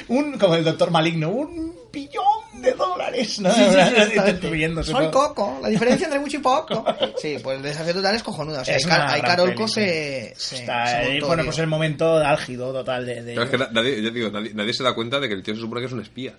S5: Un, como el doctor maligno, un billón de dólares, ¿no?
S7: Sí, sí, sí, exactamente.
S5: Riéndose,
S7: Soy
S5: ¿no?
S7: Coco, la diferencia entre mucho y poco. Sí, pues el desafío total es cojonudo. O sea,
S5: Es
S7: ahí Car-
S5: una
S7: ahí
S5: gran
S7: Carolco
S5: peli,
S7: se,
S5: sí.
S7: se-
S5: Está
S7: se
S5: ahí,
S7: montó,
S5: bueno,
S7: tío.
S5: pues el momento álgido total de... de-
S6: Pero es que na- nadie, ya digo, nadie, nadie se da cuenta de que el tío se supone que es un espía.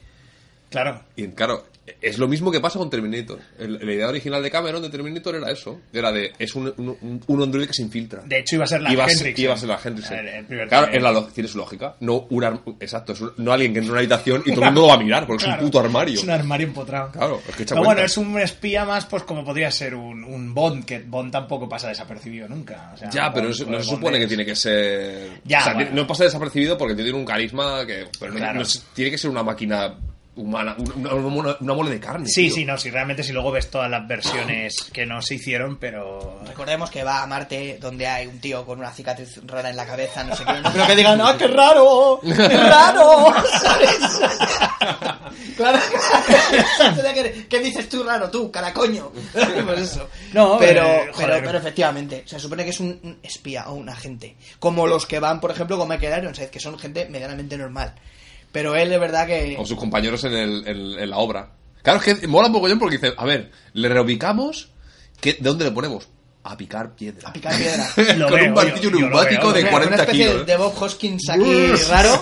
S5: Claro.
S6: Y claro, es lo mismo que pasa con Terminator. El- la idea original de Cameron de Terminator era eso. Era de, es un, un, un- un androide que se infiltra.
S5: De hecho, iba a ser la
S6: iba a
S5: Hendrickson.
S6: iba a ser la Hendrickson.
S5: El- el primer
S6: claro,
S5: Terminator.
S6: es la lo- tiene su lógica. No, un arm- exacto, es un- no alguien que entra en una habitación y todo el mundo lo va a mirar, porque es
S5: Claro.
S6: un puto armario.
S5: Es un armario empotrado.
S6: Claro, es que echa
S5: Pero
S6: cuenta.
S5: bueno, es un espía más, pues como podría ser un, un Bond, que Bond tampoco pasa desapercibido nunca. O sea,
S6: Ya, pero
S5: Bond,
S6: es- no
S5: Bond
S6: se supone
S5: es-
S6: que tiene que ser.
S5: Ya,
S6: o sea,
S5: bueno.
S6: no pasa desapercibido porque el tío tiene un carisma que. Pero no-
S5: Claro.
S6: no es- tiene que ser una máquina humana, una, una- una- una mole de carne.
S5: Sí,
S6: tío.
S5: sí, no, sí, realmente si luego ves todas las versiones que no se hicieron, pero...
S7: Recordemos que va a Marte donde hay un tío con una cicatriz rara en la cabeza, no sé qué. No creo que digan, ¡ah, qué raro! ¡Qué raro! ¿Sabes? claro. ¿Qué- ¿Qué dices tú raro, tú, caracoño? pues eso.
S5: No,
S7: pero,
S5: eh, joder.
S7: pero, pero efectivamente, se supone que es un un espía o un agente. Como los que van, por ejemplo, con Michael Ironside, que son gente medianamente normal. Pero él de verdad que...
S6: O sus compañeros en, el- en- en la obra. Claro, es que mola un poco porque dice, a ver, le reubicamos, ¿qué, ¿de dónde le ponemos? A picar piedra.
S7: A picar piedra.
S5: Lo
S6: Con
S5: veo,
S6: un martillo
S5: yo- yo lo
S6: neumático
S5: veo.
S6: de
S7: O sea,
S6: 40
S7: una especie
S6: kilos. ¿eh?
S7: de Bob Hoskins aquí raro.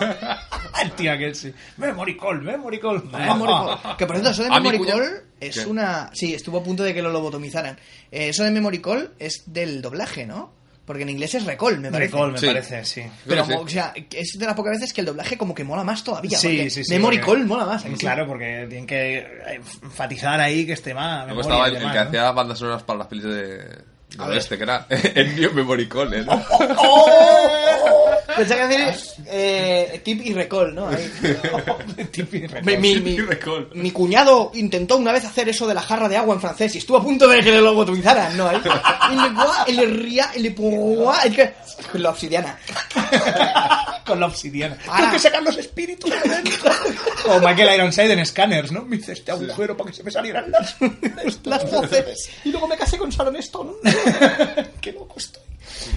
S5: El tío aquel sí. Memory call, memory call.
S7: Memory Call. Que por cierto, eso de
S6: A mi
S7: Memory
S6: cuñado-
S7: Call es
S6: ¿Qué?
S7: una. Sí, estuvo a punto de que lo lobotomizaran. Eh, eso de Memory Call es del doblaje, ¿no? Porque en inglés es recall, me
S5: Memory
S7: parece.
S5: call, me
S6: Sí.
S5: parece, sí.
S7: Pero,
S6: Sí, sí.
S7: o sea, es de las pocas veces que el doblaje como que mola más todavía.
S5: Sí,
S7: porque
S5: sí, sí.
S7: Memory
S5: porque-
S7: Call mola más. ¿a que sí?
S5: Claro, porque tienen que eh, enfatizar ahí que esté más.
S6: Luego
S5: memoria
S6: estaba
S5: y
S6: el, el
S5: demás,
S6: que
S5: ¿no?
S6: hacía bandas sonoras para las pelis de... del oeste, que era Ennio Memoricón, ¿eh?
S7: ¡Oh! Pensaba que iba a decir, eh, tip y recall, ¿no? Ahí.
S5: Típico recall.
S7: Mi, mi-
S6: Tip y
S7: mi-
S6: recall.
S7: mi cuñado intentó una vez hacer eso de la jarra de agua en francés y estuvo a punto de que le lo botulizaran, ¿no? Ahí. El le gua, el le ria, el le pua, el que- Con la obsidiana.
S5: Con la obsidiana.
S7: Para.
S5: Tengo que sacar los espíritus de dentro. o Michael Ironside en Scanners, ¿no? Me hice este agujero para que se me salieran las,
S7: Las voces. Y luego me casé con Sharon Stone.
S5: Qué loco estoy.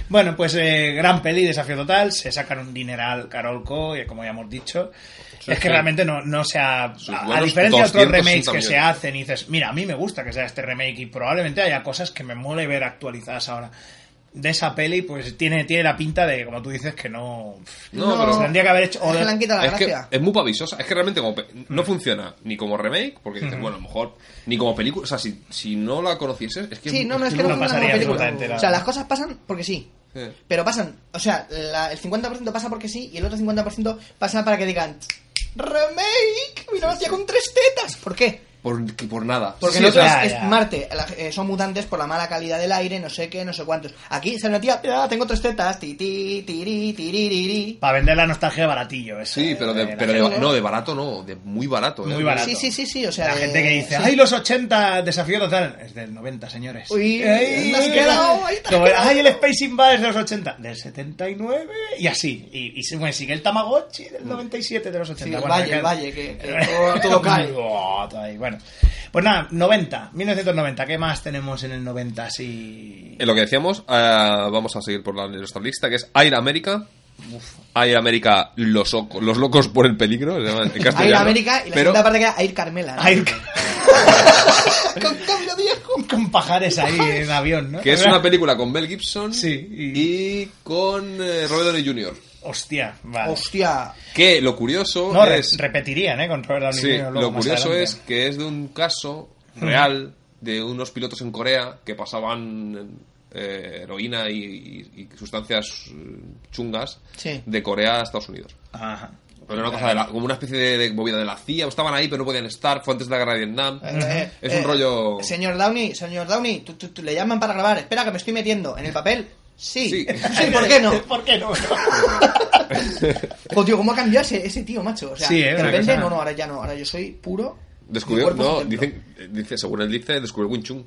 S5: Bueno, pues eh, gran peli, desafío total. Se sacan un dineral Carolco, eh, como ya hemos dicho.
S6: Sí,
S5: es que
S6: sí.
S5: realmente no, no se ha.
S6: Sus
S5: A, a
S6: buenos
S5: diferencia de otros
S6: 200
S5: remakes que
S6: también.
S5: se hacen y dices, mira, a mí me gusta que sea este remake y probablemente haya cosas que me mole ver actualizadas ahora. De esa peli, pues tiene, tiene la pinta de, como tú dices, que no.
S6: No, pero-
S5: se tendría que haber hecho. o
S7: Es que
S5: de-
S7: le han quitado la
S6: es que
S7: gracia.
S6: es muy pavisosa. Es que realmente como pe- no funciona ni como remake, porque dices, bueno, a lo mejor, ni como película. O sea, si, si no la conocieses, es que.
S7: Sí, no, no, es que
S5: no
S7: no, es una
S5: pasaría
S7: película.
S5: absolutamente nada.
S7: O sea, las cosas pasan porque sí.
S6: Sí.
S7: Pero pasan, o sea, la- el 50% pasa porque sí y el otro 50% pasa para que digan remake, mira, hacía con tres tetas. ¿Por qué?
S6: Por, que por nada.
S7: Porque
S5: Sí,
S7: el
S5: o
S7: otro
S5: sea,
S7: es,
S5: ya.
S7: es Marte, la- eh, son mutantes por la mala calidad del aire, no sé qué, no sé cuántos. Aquí sale una tía, "Ah, tengo tres tetas, ti, ti, tiri, tiririri".
S5: Para vender la nostalgia de baratillo, eso.
S6: Sí, pero, de,
S5: Eh, la
S6: pero de-
S5: gente-
S6: no, de barato no, de muy barato. ¿eh?
S5: Muy barato.
S7: Sí, sí, sí, sí, o sea.
S5: la
S7: eh,
S5: gente que dice,
S7: sí.
S5: ¡ay, los 80! Desafío total. Es del 90, señores. Eh,
S7: Uy,
S5: ¡Ay,
S7: te has quedado, ahí te has
S5: como,
S7: quedado.
S5: ¡Ay, el Space Invaders de los 80! Del 79 y así. Y, y se- bueno, sigue el Tamagotchi del 97 de los 80.
S7: Sí, el
S5: Bueno,
S7: Valle,
S5: que- eh,
S7: el Valle, que- que todo- todo cae.
S5: Oh, todo ahí, Bueno, pues nada, 90, 1990. ¿Qué más tenemos en el 90? Así...
S6: En lo que decíamos, ah, vamos a seguir por la, nuestra lista, que es Air América. Air América, los, oco- los locos por el peligro, se llama en castellano.
S7: Air América y la
S6: Pero-
S7: segunda parte que era Air Carmela. ¿no?
S5: Ay,
S7: Con cambio viejo.
S5: con pajares ahí en avión, ¿no?
S6: Que es una película con Mel Gibson
S5: Sí, y-
S6: y... con eh, Robert Downey Jr.
S5: Hostia, vale.
S7: Hostia.
S6: Que lo curioso
S5: No, re-
S6: es...
S5: repetirían, ¿eh? Con Robert Downey
S6: Sí,
S5: Jr. luego
S6: lo
S5: más
S6: curioso
S5: adelante.
S6: es que es de un caso real de unos pilotos en Corea que pasaban eh, heroína y, y- y sustancias eh, chungas
S7: Sí.
S6: de Corea a Estados Unidos.
S5: Ajá.
S6: Pero era una cosa de la- como una especie de, de movida de la CIA, estaban ahí pero no podían estar, fue antes de la guerra de Vietnam.
S7: Eh,
S6: Es un rollo-
S7: Señor Downey, señor Downey, tú, tú- tú, le llaman para grabar. Espera, que me estoy metiendo. ¿En el papel? Sí.
S6: Sí.
S7: Sí, ¿por qué no?
S5: ¿Por qué no?
S7: Joder, tío, ¿cómo ha cambiado ese, ese tío, macho? O sea,
S5: Sí, eh,
S7: de
S5: una
S7: repente,
S5: cosa-
S7: no, no, ahora ya no. Ahora yo soy puro. Mi
S6: Descubrió,
S7: cuerpo es
S6: no,
S7: un templo.
S6: dicen, eh, dice, según él dice, descubrió Wing Chun.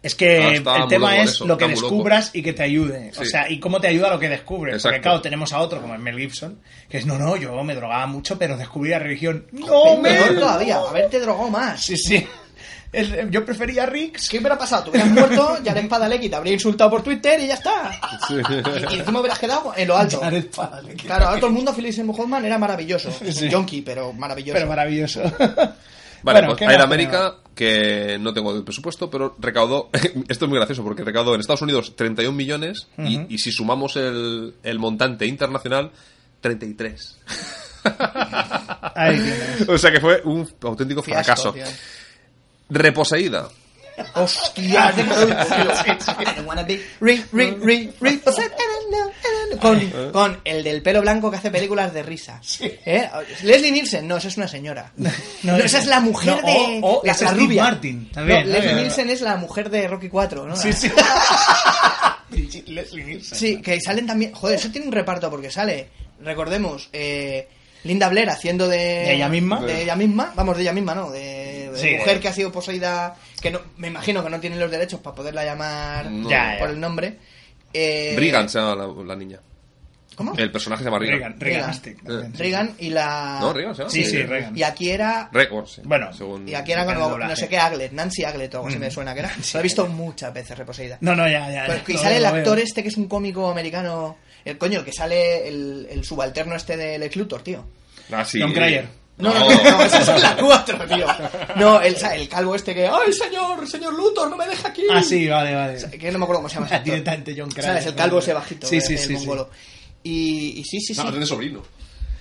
S5: Es que
S6: Ah, está
S5: el
S6: muy
S5: tema
S6: loco
S5: es
S6: eso,
S5: lo que
S6: está muy loco.
S5: descubras y que te ayude. O
S6: Sí.
S5: sea, y cómo te ayuda lo que descubres. Porque
S6: Exacto.
S5: claro, tenemos a otro como es Mel Gibson, que es, no, no, yo me drogaba mucho, pero descubrí la religión. ¡No,
S7: Peor
S5: Mel!
S7: todavía, haberte drogado más.
S5: Sí, sí. El- yo prefería a Riggs.
S7: ¿Qué hubiera pasado? Te hubieras muerto, ya la espada le te habría insultado por Twitter y ya está. Y, y encima hubieras quedado en lo alto.
S5: Dar espada, le quita.
S7: Claro, ahora todo el mundo, Philip Seymour Hoffman era maravilloso. Es un yonki, pero maravilloso.
S5: Pero maravilloso.
S6: Vale,
S5: Bueno, ¿qué
S6: pues Air
S5: más
S6: América, que no tengo el presupuesto, pero recaudó, esto es muy gracioso, porque recaudó en Estados Unidos 31 millones y- y, si sumamos el, el montante internacional, 33.
S5: tenemos? Ahí tienes.
S6: o sea que fue un auténtico fracaso.
S7: Fiasco, tío.
S6: Reposeída.
S7: Hostia, de I wanna be re, re, re, re, o sea, I don't know, I don't know. con, con el del pelo blanco que hace películas de risa. ¿Eh? Leslie Nielsen, no, esa es una señora. No, esa es la mujer
S5: No,
S7: de.
S5: o- o
S7: la,
S5: es
S7: la
S5: Steve
S7: rubia.
S5: Martin, también,
S7: No,
S5: ¿no?
S7: Leslie Nielsen es la mujer de Rocky 4, ¿no?
S5: Sí, sí. Leslie Nielsen.
S7: Sí, que salen también. Joder, eso tiene un reparto porque sale, recordemos, eh, Linda Blair haciendo de.
S5: ¿De ella misma?
S7: De ella misma, vamos, de ella misma, no. De, de
S5: Sí,
S7: mujer
S5: de-
S7: que ha sido poseída. Que no, me imagino que no tienen los derechos para poderla llamar
S6: No.
S5: Ya, ya.
S7: por el nombre. Eh,
S6: Regan se llama la, la niña.
S7: ¿Cómo?
S6: El personaje se llama Regan.
S5: Reagan, Reaganastic.
S6: Reagan.
S7: Regan y la.
S6: ¿No? ¿Regan se llama?
S5: Ah. Sí, sí, Reagan.
S7: Y aquí era.
S6: Re- bueno, sí,
S5: Bueno,
S6: según-
S7: Y aquí era
S5: El
S7: como,
S5: doblaje. Mm.
S7: no sé qué Aglet, Nancy Aglet o algo así me suena que era. Lo he visto muchas veces reposeída.
S5: No, no, ya, ya.
S7: Pero es que
S5: no,
S7: Pues, sale el
S5: no veo.
S7: actor este que es un cómico americano. El coño, el que sale el, el subalterno este de Lex Luthor, tío.
S6: Ah, sí.
S5: John Cryer.
S7: No, no, no, no, esa es la 4, tío. No, el, sa- el calvo este que. ¡Ay, señor! ¡Señor Luthor, no me deja aquí!
S5: Ah, sí, vale, vale.
S7: Que no me acuerdo cómo se llama. ese actor.
S5: Directamente John Cryer.
S7: ¿Sabes? El calvo ese bajito.
S5: Sí, sí,
S7: Sí, sí,
S5: sí, sí.
S7: mongolo. Y, y sí, sí,
S6: No,
S7: sí.
S6: Ah, pues es de sobrino.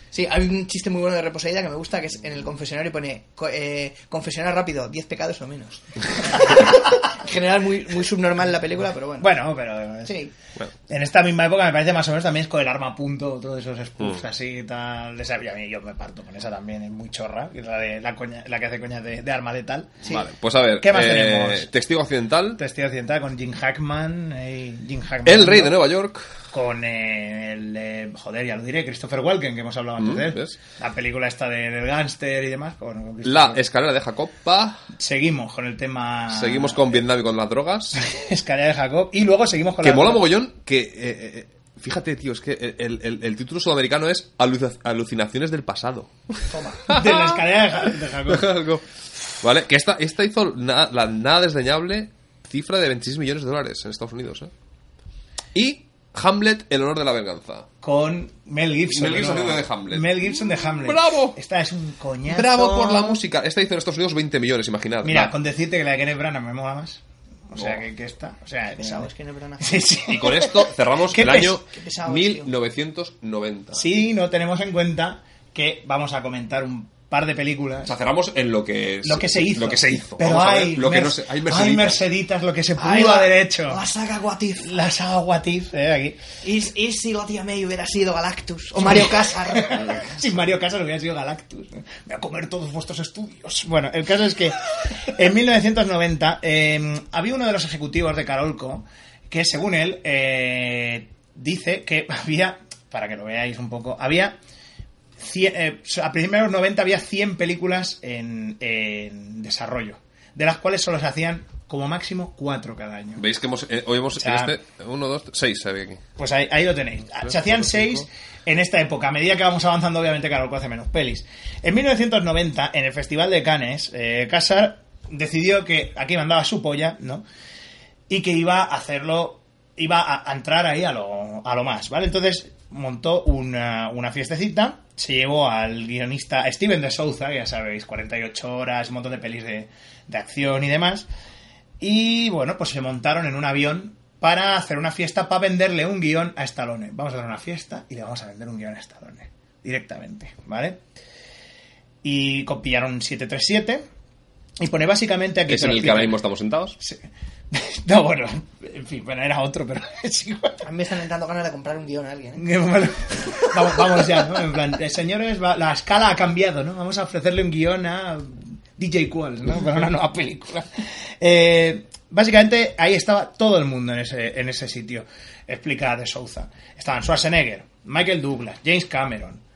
S7: Sí, hay un chiste muy bueno de Reposeída que me gusta, que es en el confesionario pone co- eh, confesionar rápido, 10 pecados o menos. en general muy, muy subnormal la película, pero bueno.
S5: Bueno, pero...
S7: Sí.
S5: En esta misma época me parece más o menos también es con el arma a punto, otro de esos spoofs
S6: Mm.
S5: así y tal. Esa, yo, a mí- yo me parto con esa también, es muy chorra, que es la, de, la, coña- la que hace coñas de, de arma letal.
S7: Sí.
S6: Vale, pues a ver.
S5: ¿Qué más
S6: eh,
S5: tenemos?
S6: Testigo accidental.
S5: Testigo occidental con Jim Hackman, eh, Jim Hackman.
S6: El rey de Nueva York.
S5: Con eh, el, eh, joder, ya lo diré, Christopher Walken, que hemos hablado antes
S6: Mm,
S5: de él.
S6: ¿ves?
S5: La película esta de- del gángster y demás. con- con
S6: La eh,
S5: Christopher-
S6: escalera de Jacob. pa.
S5: Seguimos con el tema...
S6: Seguimos con Vietnam y con las drogas.
S5: Escalera de Jacob y luego seguimos con
S6: Que
S5: la...
S6: mola mogollón que... eh, eh, eh, fíjate, tío, es que el, el- el título sudamericano es Alu- Alucinaciones del pasado.
S5: De la escalera de, Ja- de Jacob.
S6: Algo. vale, que esta, esta hizo na- la nada desdeñable cifra de 26 millones de dólares en Estados Unidos. ¿eh? Y Hamlet, el honor de la venganza.
S5: Con Mel Gibson.
S6: Mel Gibson haciendo de Hamlet.
S5: Mel Gibson de Hamlet.
S6: ¡Bravo!
S5: Esta es un coñazo.
S6: Bravo por la música. Esta hizo en Estados Unidos 20 millones, imaginad.
S5: Mira,
S6: Va.
S5: con decirte que la de Kenneth Branagh me mola más. O sea, que, que esta. O sea,
S7: Pesado, es que no es verdad.
S5: Sí, sí.
S6: Oh. Y con esto cerramos
S5: Qué
S6: el
S5: pes-
S6: año
S7: qué pesado, tío.
S6: 1990.
S5: Sí, no tenemos en cuenta que vamos a comentar un par de películas.
S6: O sea, cerramos en lo que,
S5: lo que se hizo.
S6: Lo que se hizo.
S5: Pero
S6: Vamos a ver
S5: hay,
S6: lo que
S5: Mer-
S6: no se- hay
S5: hay
S6: Merceditas.
S5: Merceditas, lo que se
S7: Ahí
S5: pudo
S7: va.
S5: haber hecho.
S7: La saga What If.
S5: La saga What If, eh, aquí.
S7: ¿Y, y si la tía May hubiera sido Galactus? O Mario Casar.
S5: Sin Mario Casas hubiera sido Galactus. Me voy a comer todos vuestros estudios. Bueno, el caso es que en 1990 eh, había uno de los ejecutivos de Carolco que, según él, eh, dice que había, para que lo veáis un poco, había. cien- eh, a principios de los 90 había 100 películas en, en desarrollo, de las cuales solo se hacían como máximo 4 cada año.
S6: ¿Veis que hemos, eh, hoy hemos...
S5: O sea-
S6: en este, uno, dos, seis había aquí.
S5: Pues ahí, ahí lo tenéis. Se hacían seis en esta época. A medida que vamos avanzando, obviamente, Carolco hace menos pelis. En 1990, en el Festival de Cannes, eh, Casar decidió que aquí mandaba su polla, ¿no? Y que iba a hacerlo, iba a, a entrar ahí a lo, a lo más, ¿vale? Entonces montó una, una fiestecita, se llevó al guionista Steven de Souza, que ya sabéis, 48 horas, un montón de pelis de, de acción y demás. Y bueno, pues se montaron en un avión para hacer una fiesta para venderle un guión a Stallone. Vamos a hacer una fiesta y le vamos a vender un guión a Stallone. Directamente, ¿vale? Y copiaron 737. Y pone básicamente aquí.
S6: Es
S5: te
S6: en
S5: lo
S6: el que
S5: explica.
S6: ahora mismo estamos sentados.
S5: Sí. No, bueno, en fin, bueno, era otro, pero es igual.
S7: A mí me están entrando ganas de comprar un guión a alguien. ¿eh?
S5: Bueno, vamos, vamos ya, ¿no? En plan, eh, señores, va- la escala ha cambiado, ¿no? Vamos a ofrecerle un guión a DJ Qualls, ¿no? Para una nueva película. Eh, básicamente, ahí estaba todo el mundo en ese, en ese sitio, explica de Souza. Estaban Schwarzenegger, Michael Douglas, James Cameron,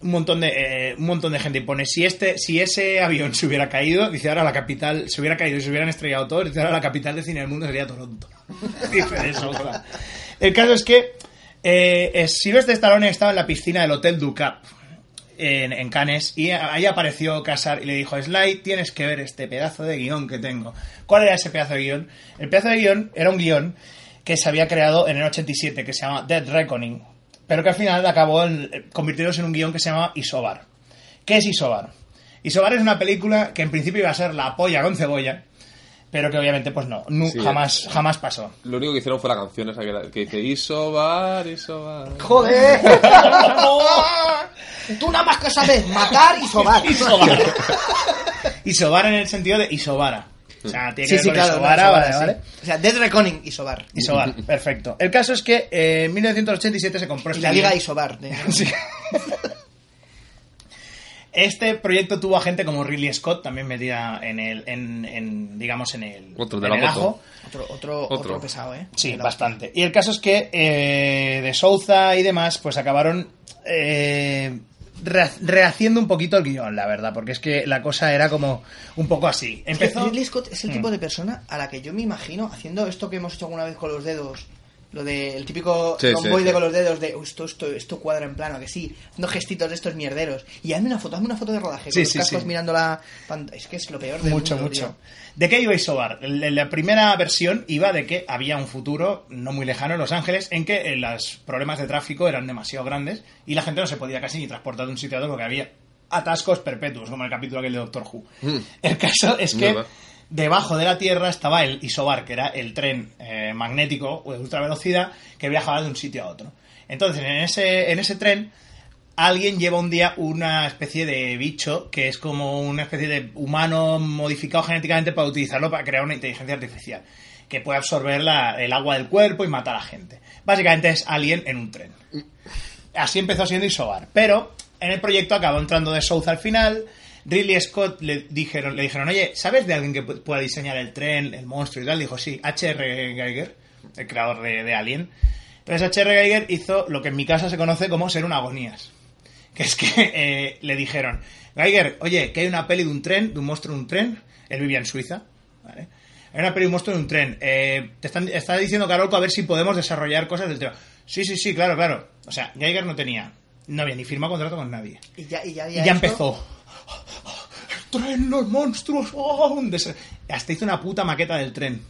S5: un montón de eh, un montón de gente y pone si este si ese avión se hubiera caído dice ahora la capital se hubiera caído y se hubieran estrellado todos dice ahora la capital de cine del mundo sería Toronto dice eso hola. el caso es que eh, eh, Sylvester Stallone estaba en la piscina del hotel Ducap en, en Cannes y a- ahí apareció Casar y le dijo Sly tienes que ver este pedazo de guión que tengo ¿cuál era ese pedazo de guión? el pedazo de guión era un guión que se había creado en el 87 que se llama Dead Reckoning pero que al final acabó en- convirtiéndose en un guión que se llama Isobar ¿qué es Isobar? Isobar es una película que en principio iba a ser la polla con cebolla pero que obviamente pues no, nu-
S6: Sí.
S5: jamás jamás pasó
S6: Lo único que hicieron fue la canción esa que, la- que dice Isobar, Isobar.
S7: ¡Joder! Tú nada más que sabes matar y sobar.
S5: Isobara. Isobara en el sentido de Isobara. O sea, tiene que ver con Isobara,
S7: no,
S5: vale,
S7: sí.
S5: vale.
S7: O sea, Dead Reckoning y sobar.
S5: Isobara, perfecto. El caso es que eh, en 1987 se compró
S7: Y
S5: este
S7: la liga
S5: guión.
S7: y sobar. de-
S5: Sí. Este proyecto tuvo a gente como Ridley Scott también metida en el, en, en, digamos, en el,
S6: Otro de
S5: en
S6: la
S5: el
S6: moto.
S5: ajo.
S7: Otro, otro,
S6: Otro.
S7: otro. pesado, ¿eh?
S5: Sí,
S7: Pero-
S5: bastante. Y el caso es que eh, de Souza y demás, pues acabaron eh, re- rehaciendo un poquito el guión, la verdad, porque es que la cosa era como un poco así.
S7: Es que
S5: Empezó. Mm.
S7: Ridley Scott es el tipo de persona a la que yo me imagino haciendo esto que hemos hecho alguna vez con los dedos. Lo del típico
S6: Sí, sí,
S7: convoy de
S6: sí.
S7: con los dedos de "Oh, esto, esto, esto cuadra en plano, que sí, haciendo gestitos de estos mierderos. Y hazme una foto, hazme una foto de rodaje,
S5: Sí,
S7: con los
S5: sí,
S7: cascos
S5: sí.
S7: mirando la pantalla. Es que es lo peor del
S5: Mucho,
S7: mundo,
S5: mucho.
S7: tío.
S5: ¿De qué iba Isobar? La la primera versión iba de que había un futuro no muy lejano en Los Ángeles en que eh, los problemas de tráfico eran demasiado grandes y la gente no se podía casi ni transportar de un sitio a otro porque había atascos perpetuos, como el capítulo aquel de Doctor Who. El caso es que
S6: Verdad.
S5: debajo de la Tierra estaba el Isobar, que era el tren eh, magnético o de ultra velocidad que viajaba de un sitio a otro. Entonces, en ese, en ese tren alguien lleva un día una especie de bicho que es como una especie de humano modificado genéticamente para utilizarlo para crear una inteligencia artificial que puede absorber la- el agua del cuerpo y matar a gente. Básicamente es alien en un tren. Así empezó siendo Isobar. Pero en el proyecto acabó entrando de South al final. Ridley Scott le dijeron, le dijeron, oye, ¿sabes de alguien que pu- pueda diseñar el tren, el monstruo y tal? Dijo, sí, H.R. Geiger, el creador de, de Alien. Entonces H.R. Geiger hizo lo que en mi casa se conoce como ser un agonías. Que es que eh, le dijeron, Geiger, oye, que hay una peli de un tren, de un monstruo en un tren. Él vivía en Suiza, ¿vale? Hay una peli de un monstruo en un tren. Eh, te están, está diciendo Carolco a ver si podemos desarrollar cosas del tema. Sí, sí, sí, claro, claro. O sea, Geiger no tenía, no había ni firmado contrato con nadie.
S7: Y ya, y ya,
S5: Y
S7: había
S5: ya
S7: esto.
S5: empezó. El tren, los monstruos. oh, un desa- Hasta hizo una puta maqueta del tren.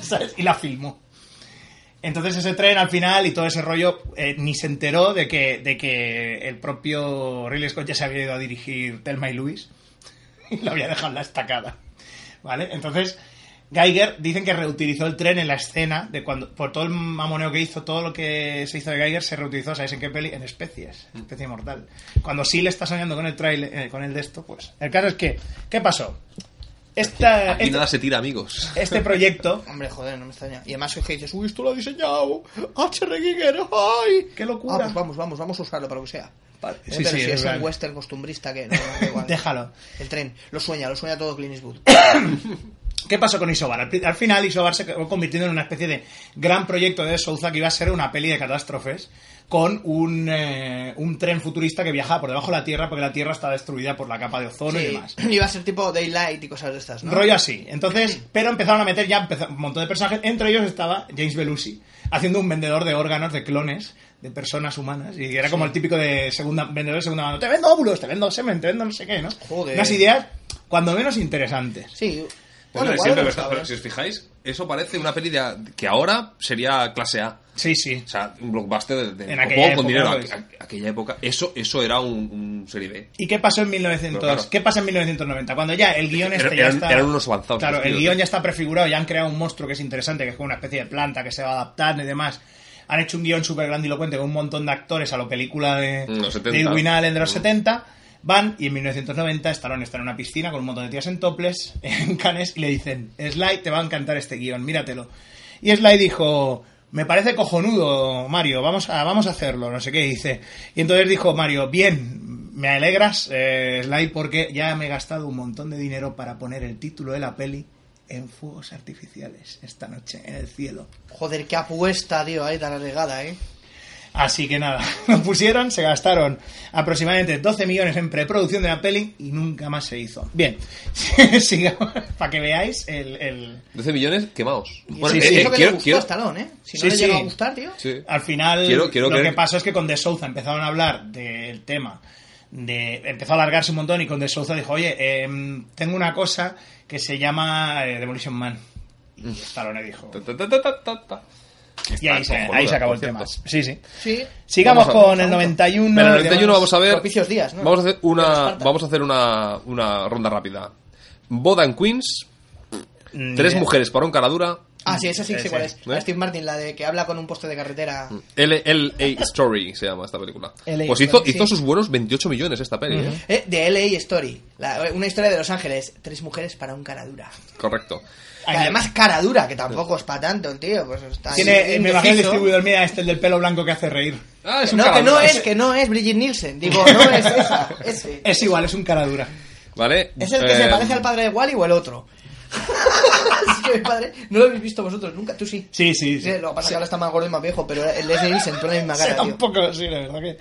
S5: ¿Sabes? Y la filmó. Entonces ese tren al final y todo ese rollo eh, ni se enteró de que, de que el propio Ridley Scott ya se había ido a dirigir Telma y Luis y lo había dejado en la estacada. ¿Vale? Entonces, Geiger dicen que reutilizó el tren en la escena de cuando. Por todo el mamoneo que hizo, todo lo que se hizo de Geiger se reutilizó, ¿sabes en qué peli? En especies,
S7: Mm.
S5: en especie mortal. Cuando sí le está soñando con el trailer, eh, con el de esto, pues. El caso es que. ¿Qué pasó? Esta,
S6: Aquí
S5: este-
S6: nada se tira, amigos.
S5: este proyecto.
S7: Hombre, joder, no me extraña. Y además es que dices, uy, esto lo ha diseñado H.R. Giger, ¡ay!
S5: ¡Qué locura!
S7: Ah, pues vamos, vamos, vamos a usarlo para lo que sea.
S5: Vale.
S7: Eh,
S5: Sí,
S7: pero
S5: sí,
S7: si
S5: es
S7: es un
S5: real.
S7: western costumbrista que no, no, da igual.
S5: Déjalo.
S7: El tren, lo sueña, lo sueña todo Clint Eastwood.
S5: ¿Qué pasó con Isobar? Al, pri- al final Isobar se acabó convirtiendo en una especie de gran proyecto de Souza que iba a ser una peli de catástrofes con un, eh, un tren futurista que viajaba por debajo de la Tierra porque la Tierra está destruida por la capa de ozono y
S7: Sí,
S5: demás.
S7: iba a ser tipo Daylight y cosas de estas, ¿no?
S5: Rollo así. Entonces, pero empezaron a meter ya empeza- un montón de personajes. Entre ellos estaba James Belushi, haciendo un vendedor de órganos, de clones, de personas humanas. Y era como el típico de segunda, vendedor de segunda mano. Te vendo óvulos, te vendo semen, te vendo no sé qué, ¿no?
S7: Joder.
S5: Unas ideas cuando menos interesantes.
S7: Sí.
S6: Pues
S7: Bueno,
S6: no,
S7: igual
S6: siempre
S7: lo
S6: me está-
S7: sabrás.
S6: pero si os fijáis, eso parece una peli de- que ahora sería clase A.
S5: Sí, sí.
S6: O sea, un blockbuster de, de
S5: En
S6: popó
S5: aquella época,
S6: con dinero.
S5: pues.
S6: Aqu- aqu- aquella época, eso, eso era un, un serie B.
S5: ¿Y qué pasó en 1900?
S6: Pero claro.
S5: ¿Qué pasa en 1990? Cuando ya el guión
S6: Era-
S5: este ya
S6: eran-
S5: está...
S6: eran unos avanzados,
S5: Claro,
S6: los
S5: el
S6: tíos.
S5: guión ya está prefigurado, ya han creado un monstruo que es interesante, que es como una especie de planta que se va adaptando y demás. Han hecho un guión súper grandilocuente con un montón de actores a la película de,
S6: Mm, los
S5: de
S6: 70.
S5: Irwin Allen de los
S6: Mm.
S5: 70. Van y en 1990 Stallone está en una piscina con un montón de tías en toples, en canes, y le dicen, Sly, te va a encantar este guión, míratelo. Y Sly dijo, me parece cojonudo, Mario, vamos a, vamos a hacerlo, no sé qué, dice. Y entonces dijo Mario, bien, me alegras, eh, Sly, porque ya me he gastado un montón de dinero para poner el título de la peli en fuegos artificiales esta noche en el cielo.
S7: Joder, qué apuesta, tío, ahí tan arriesgada, ¿eh?
S5: Así que nada, lo pusieron, se gastaron aproximadamente 12 millones en preproducción de la peli y nunca más se hizo. Bien, sigamos, para que veáis el... el-
S6: 12 millones quemados.
S7: Y
S6: Bueno,
S7: eso,
S5: sí,
S6: eh,
S7: y
S6: eh,
S7: eso que le
S6: quiero-
S7: gustó
S6: quiero-
S7: a Stallone, ¿eh? Si no
S5: Sí,
S7: le llega
S5: sí.
S7: a gustar, tío.
S6: sí.
S5: Al final,
S6: Quiero- quiero
S5: lo
S6: creer-
S5: que pasó es que con De Souza empezaron a hablar del tema, de, empezó a alargarse un montón y con De Souza dijo, oye, em, tengo una cosa que se llama eh, Demolition Man.
S6: Mm.
S5: Y Stallone dijo.
S6: Ta, ta, ta, ta, ta, ta, ta.
S5: Y ahí se,
S6: cojonuda,
S5: ahí se acabó
S6: por
S5: el tema.
S6: cierto.
S5: Sí, sí.
S7: Sí.
S5: Sigamos
S6: Vamos a-
S5: con el 91.
S6: Pero en el
S5: y demás.
S6: 91 vamos a ver.
S7: Propicios días, ¿no?
S6: Vamos a hacer
S7: Pero
S6: una,
S7: Esparta.
S6: vamos a hacer una, una ronda rápida. Boda en Queens,
S5: Mm,
S6: tres
S5: bien.
S6: mujeres para un cara dura.
S7: Ah, sí, esa sí, que sé
S5: Ese.
S7: cuál es.
S6: ¿Eh? Mm.
S7: Steve Martin, la de que habla con un poste de carretera.
S6: LA Story se llama esta película.
S5: LA
S6: Pues hizo,
S5: Story,
S6: hizo
S7: sí.
S6: sus buenos 28 millones esta peli. ¿eh?
S7: Eh, de LA Story. La- una historia de Los Ángeles. Tres mujeres para un cara dura.
S6: Correcto.
S5: Ahí.
S7: Además, cara dura, que tampoco es para tanto, tío. Pues está ahí
S5: Tiene, eh, me imagino el
S7: indeciso.
S5: distribuidor, mira, este el del pelo blanco que hace reír.
S6: Ah, es
S7: Que
S6: un
S7: No,
S6: cara
S7: que no
S6: dura.
S7: es, que no es Bridget Nielsen. Digo, Oh, no es esa. Ese.
S5: Es igual, es un cara dura.
S6: ¿Vale?
S7: ¿Es el que se
S6: Eh,
S7: parece al padre de Wally o el otro? es que mi padre no lo habéis visto vosotros nunca, tú sí.
S5: Sí, sí, sí.
S7: Sí, Lo que pasa es que ahora está más gordo y más viejo, pero el Leslie Nielsen pone la misma
S5: Sí,
S7: cara, tío.
S5: tampoco, sí, la verdad que...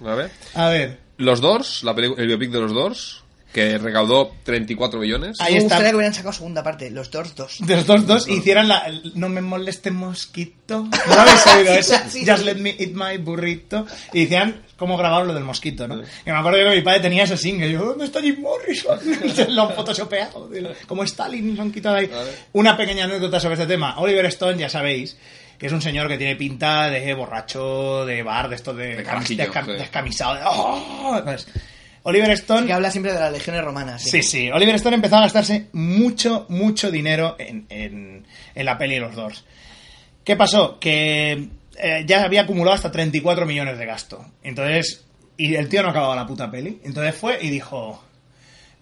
S6: ¿vale?
S5: A ver,
S6: Los Doors, la peli- el biopic de los Doors, que recaudó 34 millones.
S5: Ahí
S7: Me
S5: está.
S7: gustaría que hubieran sacado segunda parte, los dos dos.
S5: de los dos, dos hicieran la... el No me moleste mosquito. No lo habéis oído
S7: Sí,
S5: eso.
S7: sí.
S5: Just let me eat my burrito. Y decían cómo grabar lo del mosquito, ¿no? Que me acuerdo que mi padre tenía ese single. Yo, ¿dónde está Jim Morrison? Y se lo han photoshopeado. Como Stalin, lo han quitado ahí. Una pequeña anécdota sobre este tema. Oliver Stone, ya sabéis... Que es un señor que tiene pinta de borracho, de bar, de esto de,
S6: De
S5: cam-
S6: carajillo,
S5: descam-
S6: sí.
S5: descamisado. de- ¡Oh! Pues, Oliver Stone
S7: Que habla siempre de las legiones romanas.
S5: Sí, sí. Oliver Stone empezó a gastarse mucho, mucho dinero en, en- en la peli de los dos. ¿Qué pasó? Que eh, ya había acumulado hasta 34 millones de gasto. Entonces, y el tío no acababa la puta peli. Entonces fue y dijo,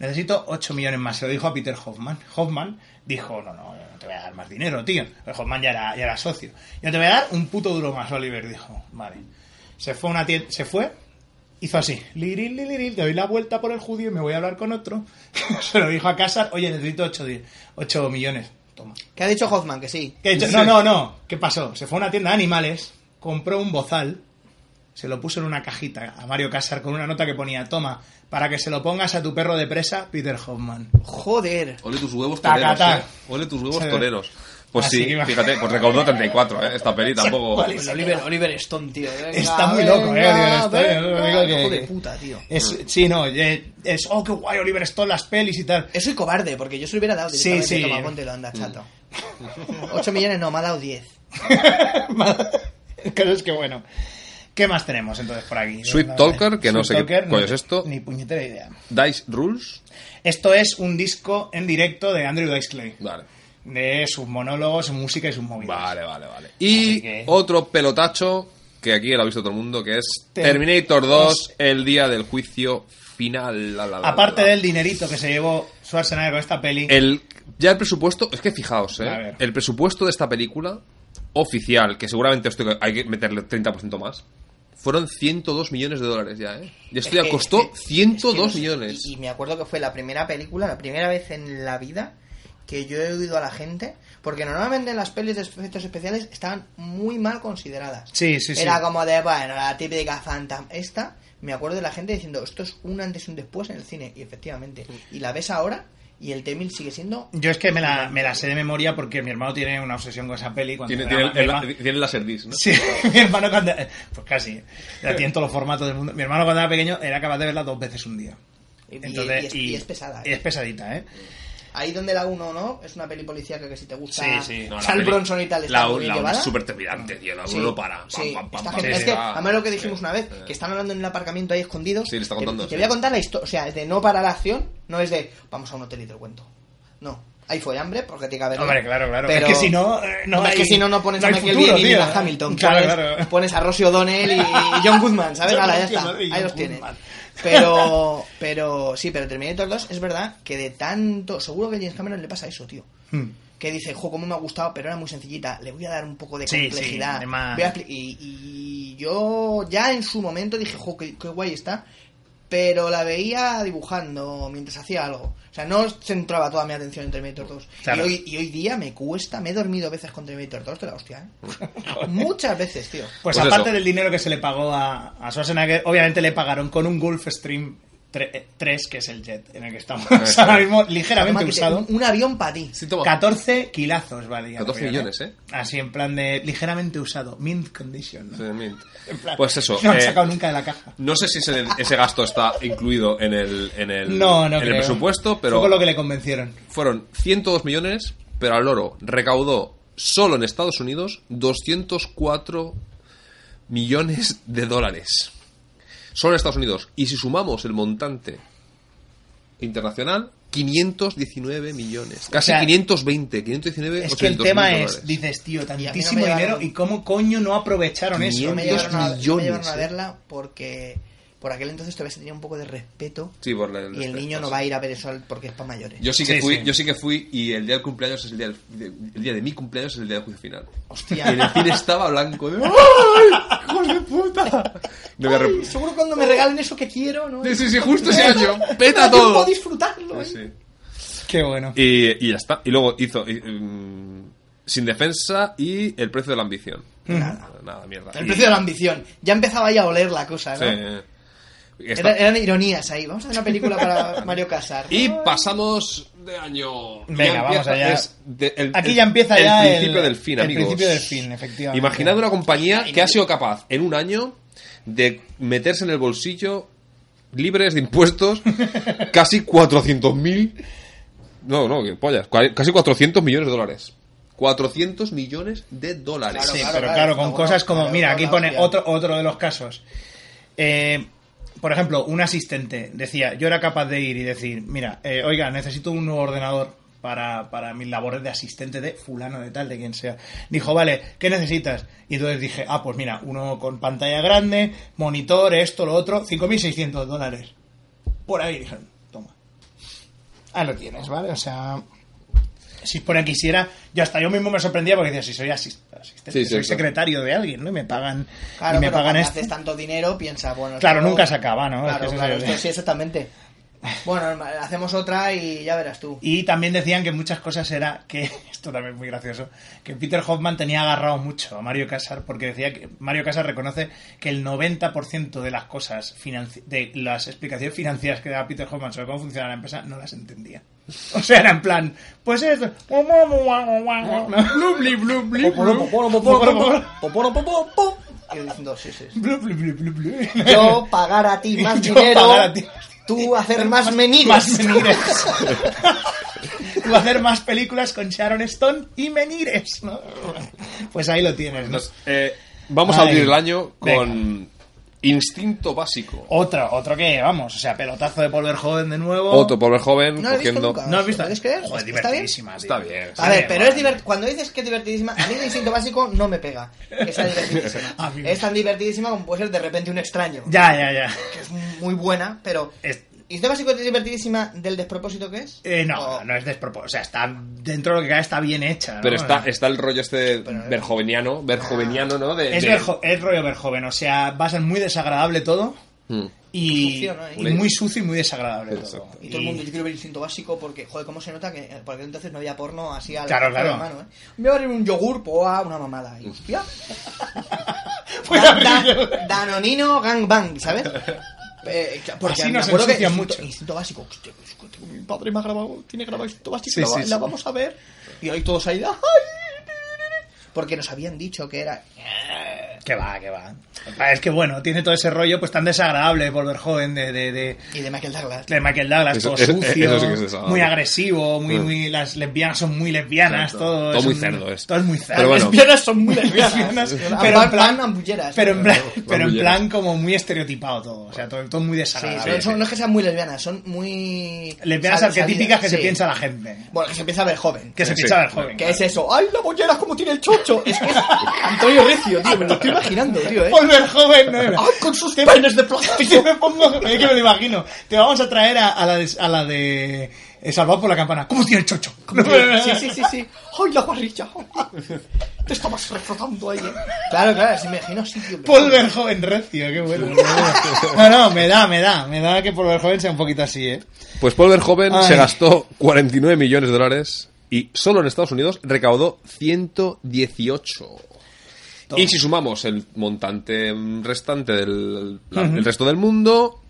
S5: necesito 8 millones más. Se lo dijo a Peter Hoffman. Hoffman dijo, no, no, yo no te voy a dar más dinero, tío. Pero Hoffman ya era, ya era socio. Yo te voy a dar un puto duro más, Oliver dijo. Vale. Se fue a una tienda, se fue, hizo así, liril, liril, doy la vuelta por el judío y me voy a hablar con otro. se lo dijo a Casar, oye, necesito 8, millones. Toma.
S7: Que ha dicho Hoffman, que sí.
S5: ¿Qué ha hecho? No, no, no. ¿Qué pasó? Se fue a una tienda de animales, compró un bozal, se lo puso en una cajita a Mario Casar con una nota que ponía, toma, para que se lo pongas a tu perro de presa, Peter Hoffman.
S7: Joder.
S6: Ole tus huevos
S5: Taca,
S6: toreros.
S5: taca.
S6: ¿eh? Ole tus huevos
S5: Sí.
S6: toreros. Pues
S5: Así
S6: sí,
S5: que iba-
S6: fíjate, pues recaudó 34, ¿eh? Esta peli tampoco.
S5: ¿Cuál es?
S7: Pues Oliver, Oliver Stone, tío. Venga,
S5: Está muy loco, eh, Oliver
S7: venga,
S5: Stone, yo lo digo
S7: venga,
S5: que-
S7: Hijo de puta, tío.
S5: Es,
S6: Mm.
S5: sí, no, eh, es, oh, qué guay, Oliver Stone, las pelis y tal.
S7: Eso Eh, soy cobarde, porque yo se lo hubiera dado
S5: Sí, Mm.
S7: directamente.
S5: sí.
S7: Toma, ponte lo anda, chato. 8 millones no, me ha dado 10.
S5: El caso es que bueno. ¿Qué más tenemos entonces por aquí?
S6: Sweet
S5: Vale.
S6: Talker, que no
S5: Sweet
S6: sé qué
S5: Talker,
S6: coño
S5: ni-
S6: es esto.
S5: Ni puñetera idea.
S6: Dice Rules.
S5: Esto es un disco en directo de Andrew Dice Clay.
S6: Vale.
S5: De sus monólogos, su música y sus movidas.
S6: Vale, vale, vale.
S5: Así
S6: Y
S5: que-
S6: otro pelotacho que aquí lo ha visto todo el mundo, que es
S5: Te-
S6: Terminator 2, el día del juicio final. La, la, la,
S5: Aparte
S6: la, la.
S5: del dinerito que se llevó Schwarzenegger con esta peli.
S6: El, ya el presupuesto, es que fijaos, ¿eh?
S5: A ver.
S6: el presupuesto de esta película oficial, que seguramente esto hay que meterle 30% más, fueron 102 millones de dólares ya, ¿eh? Y esto
S7: Es
S6: ya
S7: que-
S6: costó
S7: es que- es que no
S6: 102
S7: sé,
S6: millones.
S7: Y, y me acuerdo que fue la primera película, la primera vez en la vida que yo he oído a la gente, porque normalmente las pelis de efectos especiales estaban muy mal consideradas.
S5: Sí, sí, sí.
S7: Era como de, bueno, la típica Phantom. Esta, me acuerdo de la gente diciendo, esto es un antes y un después en el cine, y efectivamente. Y la ves ahora y el T-1000 sigue siendo...
S5: Yo es que me la, me la sé de memoria porque mi hermano tiene una obsesión con esa peli. Cuando
S6: Tiene,
S5: era
S6: tiene,
S5: ma- mi
S6: el-
S5: herma-
S6: el- tiene el Laserdisc, ¿no?
S5: Sí, mi hermano cuando... Pues casi, la tiene en todos los formatos del mundo. Mi hermano cuando era pequeño era capaz de verla dos veces un día.
S7: Y, y-
S5: Entonces,
S7: y es, y es pesada.
S5: y
S7: ¿eh?
S5: es pesadita, ¿eh?
S7: Ahí donde la 1, ¿no? Es una peli policíaca que si te gusta...
S5: Sí, sí.
S6: No, la
S7: Sal
S6: peli-
S7: Bronson y tal. está
S6: La,
S7: muy bien
S6: la una
S7: llevada.
S6: es súper trepidante, tío. La
S7: Sí,
S6: uno no para. Pam,
S7: sí,
S6: pam, pam,
S7: está
S6: pam,
S7: genial.
S6: pam,
S7: es que,
S5: Ah,
S6: pam.
S7: además lo que dijimos
S6: Sí,
S7: una vez,
S6: sí.
S7: que están hablando en el aparcamiento ahí escondidos.
S6: Sí, le está
S7: Te-
S6: contando,
S7: Te,
S6: sí.
S7: voy a contar la historia, o sea, es de no para la acción, no es de vamos a un hotel y te lo cuento. No, ahí fue hambre, porque tiene que haber.
S5: Hombre, claro, claro.
S7: Pero-
S5: Es que si no, eh, no
S7: Hombre, es
S5: hay-
S7: que si no, no pones
S5: no
S7: a
S5: hay
S7: Michael
S5: futuro,
S7: Biehn y ni
S5: tío.
S7: a Hamilton.
S5: Claro,
S7: ¿sabes?
S5: claro.
S7: Pones a Rossi O'Donnell y, y John Goodman, ¿sabes?
S5: John
S7: Ala, ya
S5: Goodman
S7: está.
S5: y
S7: Ahí
S5: John
S7: los tienes.
S5: Goodman.
S7: Pero, pero sí, pero Terminator 2 es verdad que de tanto. Seguro que a James Cameron le pasa eso, tío
S5: Hmm.
S7: que dice, jo, cómo me ha gustado, pero era muy sencillita, le voy a dar un poco de
S5: Sí, sí,
S7: complejidad.
S5: de más.
S7: Voy a expli- y, y yo ya en su momento dije, jo, qué, qué guay está, pero la veía dibujando mientras hacía algo. O sea, no centraba toda mi atención en Terminator 2.
S5: Claro.
S7: Y, hoy, y hoy día me cuesta, me he dormido veces con Terminator 2 de la hostia, ¿eh? Muchas veces, tío.
S5: Pues,
S6: Pues eso.
S5: aparte del dinero que se le pagó a, a Schwarzenegger, obviamente le pagaron con un Gulfstream 3, que es el jet en el que estamos
S6: Eso.
S5: ahora mismo,
S7: Toma,
S5: ligeramente
S7: que te-
S5: usado.
S7: un, un avión para ti.
S6: Sí, toma.
S5: 14 kilazos valía.
S6: 14
S5: creo,
S6: millones, ¿eh?
S5: Así en plan de ligeramente usado, mint condition. ¿no?
S6: Sí, mint.
S5: En plan,
S6: Pues eso.
S5: No han
S6: eh,
S5: sacado nunca de la caja.
S6: No sé si ese, ese gasto está incluido en el, en el,
S5: No, no
S6: en el
S5: creo.
S6: presupuesto, pero
S5: Fue con lo que le convencieron.
S6: fueron 102 millones, pero al oro recaudó solo en Estados Unidos 204 millones de dólares. Solo en Estados Unidos. Y si sumamos el montante internacional, 519 millones. Casi
S5: O sea,
S6: 520, 519,
S5: Es que el
S6: 800.000
S5: tema es,
S6: dólares.
S5: dices, tío,
S7: me
S5: tantísimo
S7: llevaron-
S5: dinero y cómo coño no aprovecharon eso.
S7: No me
S6: 500
S7: llevaron a, no me
S6: millones,
S7: llevaron a
S6: eh.
S7: verla porque por aquel entonces todavía se tenía un poco de respeto
S6: Sí, por el-
S7: y el niño no va a ir a ver eso porque es para mayores.
S6: Yo sí que
S5: Sí,
S6: fui,
S5: sí.
S6: yo sí que fui y el día del cumpleaños es el día, del- el día de mi cumpleaños es el día del juicio final.
S7: Hostia.
S6: Y en el cine estaba blanco. de, ¡Ay, hijo de puta! No voy a
S7: Ay,
S6: rep-
S7: seguro cuando me regalen eso que quiero, ¿no?
S6: Sí, sí, sí, justo ese año.
S7: Da
S6: Peta
S7: tiempo
S6: todo.
S7: a disfrutarlo, ¿eh?
S6: Sí, sí.
S5: Qué bueno.
S6: Y, y ya está. Y luego hizo y, mm, Sin Defensa y El Precio de la Ambición.
S7: Nada.
S6: Nada, mierda.
S7: El
S6: Y-
S7: precio de la ambición. Ya empezaba ya a oler la cosa,
S6: sí.
S7: ¿no?
S6: Y está.
S7: Era- eran ironías ahí. Vamos a hacer una película para Mario Casar.
S6: Y pasamos de año.
S5: Venga,
S6: Ya empieza-
S5: vamos allá.
S6: es de- el-
S5: Aquí
S6: el-
S5: ya empieza ya
S6: el
S5: el-
S6: principio del fin,
S5: el
S6: amigos.
S5: principio del fin, efectivamente.
S6: Imaginad una compañía que ha sido capaz en un año de meterse en el bolsillo libres de impuestos casi 400.000 no, no, que pollas, cua- casi 400 millones de dólares. 400 millones de dólares.
S7: Claro,
S5: Sí,
S7: claro,
S5: pero
S7: claro,
S5: claro,
S7: está
S5: con
S7: bueno,
S5: cosas como,
S7: claro,
S5: mira,
S7: claro,
S5: aquí
S7: la
S5: pone
S7: hostia.
S5: otro, otro de los casos. Eh, por ejemplo, un asistente decía, yo era capaz de ir y decir, mira, eh, oiga, necesito un nuevo ordenador para, para mis labores de asistente de fulano, de tal, de quien sea. Dijo, vale, ¿qué necesitas? Y entonces dije, ah, pues mira, uno con pantalla grande, monitor, esto, lo otro, 5.600 dólares. Por ahí dijeron, toma. Ahí lo tienes, ¿vale? O sea... Si por aquí quisiera, yo hasta yo mismo me sorprendía porque decía, si soy asis- asistente,
S6: Sí, sí,
S5: soy
S6: claro.
S5: secretario de alguien, ¿no? Y me pagan,
S7: Claro,
S5: y me
S7: pero
S5: pagan
S7: cuando
S5: esto.
S7: haces tanto dinero, piensa, bueno...
S5: Claro,
S7: esto-
S5: nunca se acaba, ¿no? Es que
S7: Claro,
S5: eso
S7: claro,
S5: es-
S7: esto sí, exactamente. Bueno, hacemos otra y ya verás tú.
S5: Y también decían que muchas cosas era que, esto también es muy gracioso, que Peter Hoffman tenía agarrado mucho a Mario Casar porque decía que Mario Casar reconoce que el 90% de las cosas, financi- de las explicaciones financieras que daba Peter Hoffman sobre cómo funcionaba la empresa, no las entendía. O sea, era en plan, pues esto...
S6: Blubli, blubli,
S7: Y yo diciendo, sí, sí, sí.
S5: Blu, blu, blu, blu, blu.
S7: Yo pagar a ti más
S5: Yo
S7: dinero,
S5: pagar a ti más
S7: tú hacer más menines.
S5: Más menires. va a hacer más películas con Sharon Stone y Menires, ¿no? Pues ahí lo tienes, ¿no?
S6: Entonces, eh, vamos a
S5: Ay.
S6: abrir el año con Instinto Básico.
S5: Otro, otro que, vamos, o sea, pelotazo de Polver Joven de nuevo.
S6: Otto, por ver joven,
S7: No lo he visto
S6: cogiendo...
S7: nunca.
S5: ¿No has visto?
S7: ¿Puedes creer?
S5: Joder,
S7: ¿Está bien?
S5: divertidísima, tío.
S6: Está bien.
S7: A ver, pero es divert... cuando dices que es divertidísima, a mí el instinto básico no me pega. Está
S5: A
S7: divertidísima.
S5: mí me-
S7: es tan divertidísima como puede ser de repente un extraño.
S5: Ya, ya, ya.
S7: Que es muy buena, pero.
S5: Es-
S7: ¿Instinto básico es divertidísima del despropósito que es?
S5: Eh, no,
S7: O-
S5: no es despropósito. O sea, está dentro de lo que cabe, está bien hecha. ¿no?
S6: Pero
S5: O
S6: está,
S5: sea,
S6: está el rollo este verjoveniano, verjoveniano, ¿no? De,
S5: eh. es,
S6: de-
S5: verjo- es rollo Verjoven, o sea, va a ser muy desagradable todo.
S6: Mm.
S5: Y,
S7: Sucio, ¿no?
S5: y muy sucio y muy desagradable todo.
S6: Exacto.
S7: Y todo el mundo, yo quiero ver instinto básico porque, joder, cómo se nota que eh, por aquel entonces no había porno así al
S5: Claro,
S7: a la
S5: claro.
S7: mano, ¿eh? Me voy a abrir un yogur, poa, una mamada. Y, hostia,
S5: Voy a
S7: Dan-
S5: abrir
S7: Dan-
S5: yo.
S7: Danonino Gangbang, ¿sabes? Eh, porque
S5: Así
S7: me
S5: nos
S7: acuerdo que
S5: ensucian
S7: instinto-
S5: mucho.
S7: Instinto básico. hostia, pues, es que tengo- mi padre me ha grabado, tiene grabado instinto básico,
S5: Sí,
S7: la,
S5: sí,
S7: va-
S5: sí.
S7: la vamos a ver. Y ahí todos ahí, ¡ay! Porque nos habían dicho que era.
S5: Que va, que va. Es que bueno, tiene todo ese rollo pues tan desagradable de Volver Joven, de, de, de,
S7: Y de Michael Douglas.
S5: de Michael Douglas,
S6: Eso-
S5: todo
S6: eso-
S5: sucio,
S6: eso sí que es desagradable.
S5: muy agresivo, muy,
S6: Mm.
S5: muy, las lesbianas son muy lesbianas,
S6: Exacto.
S5: todo.
S6: Todo
S5: es
S6: muy
S5: un-
S6: cerdo es.
S5: Todo es muy cerdo.
S6: Pero bueno.
S5: lesbianas son muy
S7: lesbianas.
S5: pero en
S7: Van-
S5: plan,
S7: van ambulleras. ¿eh?
S5: pero en plan, pero en
S6: ambulleras.
S5: plan como muy estereotipado todo, o sea, todo, todo muy
S7: Sí,
S5: desagradable.
S7: son- son- no es que sean muy lesbianas, son muy.
S5: eh. Lesbianas
S7: sal-
S5: arquetípicas
S7: salidas,
S5: que se
S7: sí.
S5: piensa la gente,
S7: Bueno, que se empieza a ver joven.
S5: que se
S6: Sí,
S5: piensa
S6: sí.
S5: del joven.
S7: ¿Qué es eso? ¡Ay, la bollera como tiene el chocho! Es que es Antonio Recio, tío, me lo estoy imaginando, tío, ¿eh?
S5: Volver Joven, no era.
S7: ¡Ay, con sus peines de
S5: Yo
S7: plástico!
S5: me pongo, es que me lo imagino. Te vamos a traer a, a la de, a la de eh, Salvado por la Campana. ¿Cómo tiene el chocho?
S7: Sí, sí, sí, sí. ¡Ay, la guarrilla! Te estabas refrotando ahí, ¿eh? Claro, claro, así me imagino así, tío.
S5: Polver joven recio, qué bueno. No, no, me da, me da, me da que Polver joven sea un poquito así, ¿eh?
S6: Pues Paul Verhoeven
S5: Ay.
S6: se gastó 49 millones de dólares y solo en Estados Unidos recaudó 118. Y si sumamos el montante restante del la- el resto del mundo,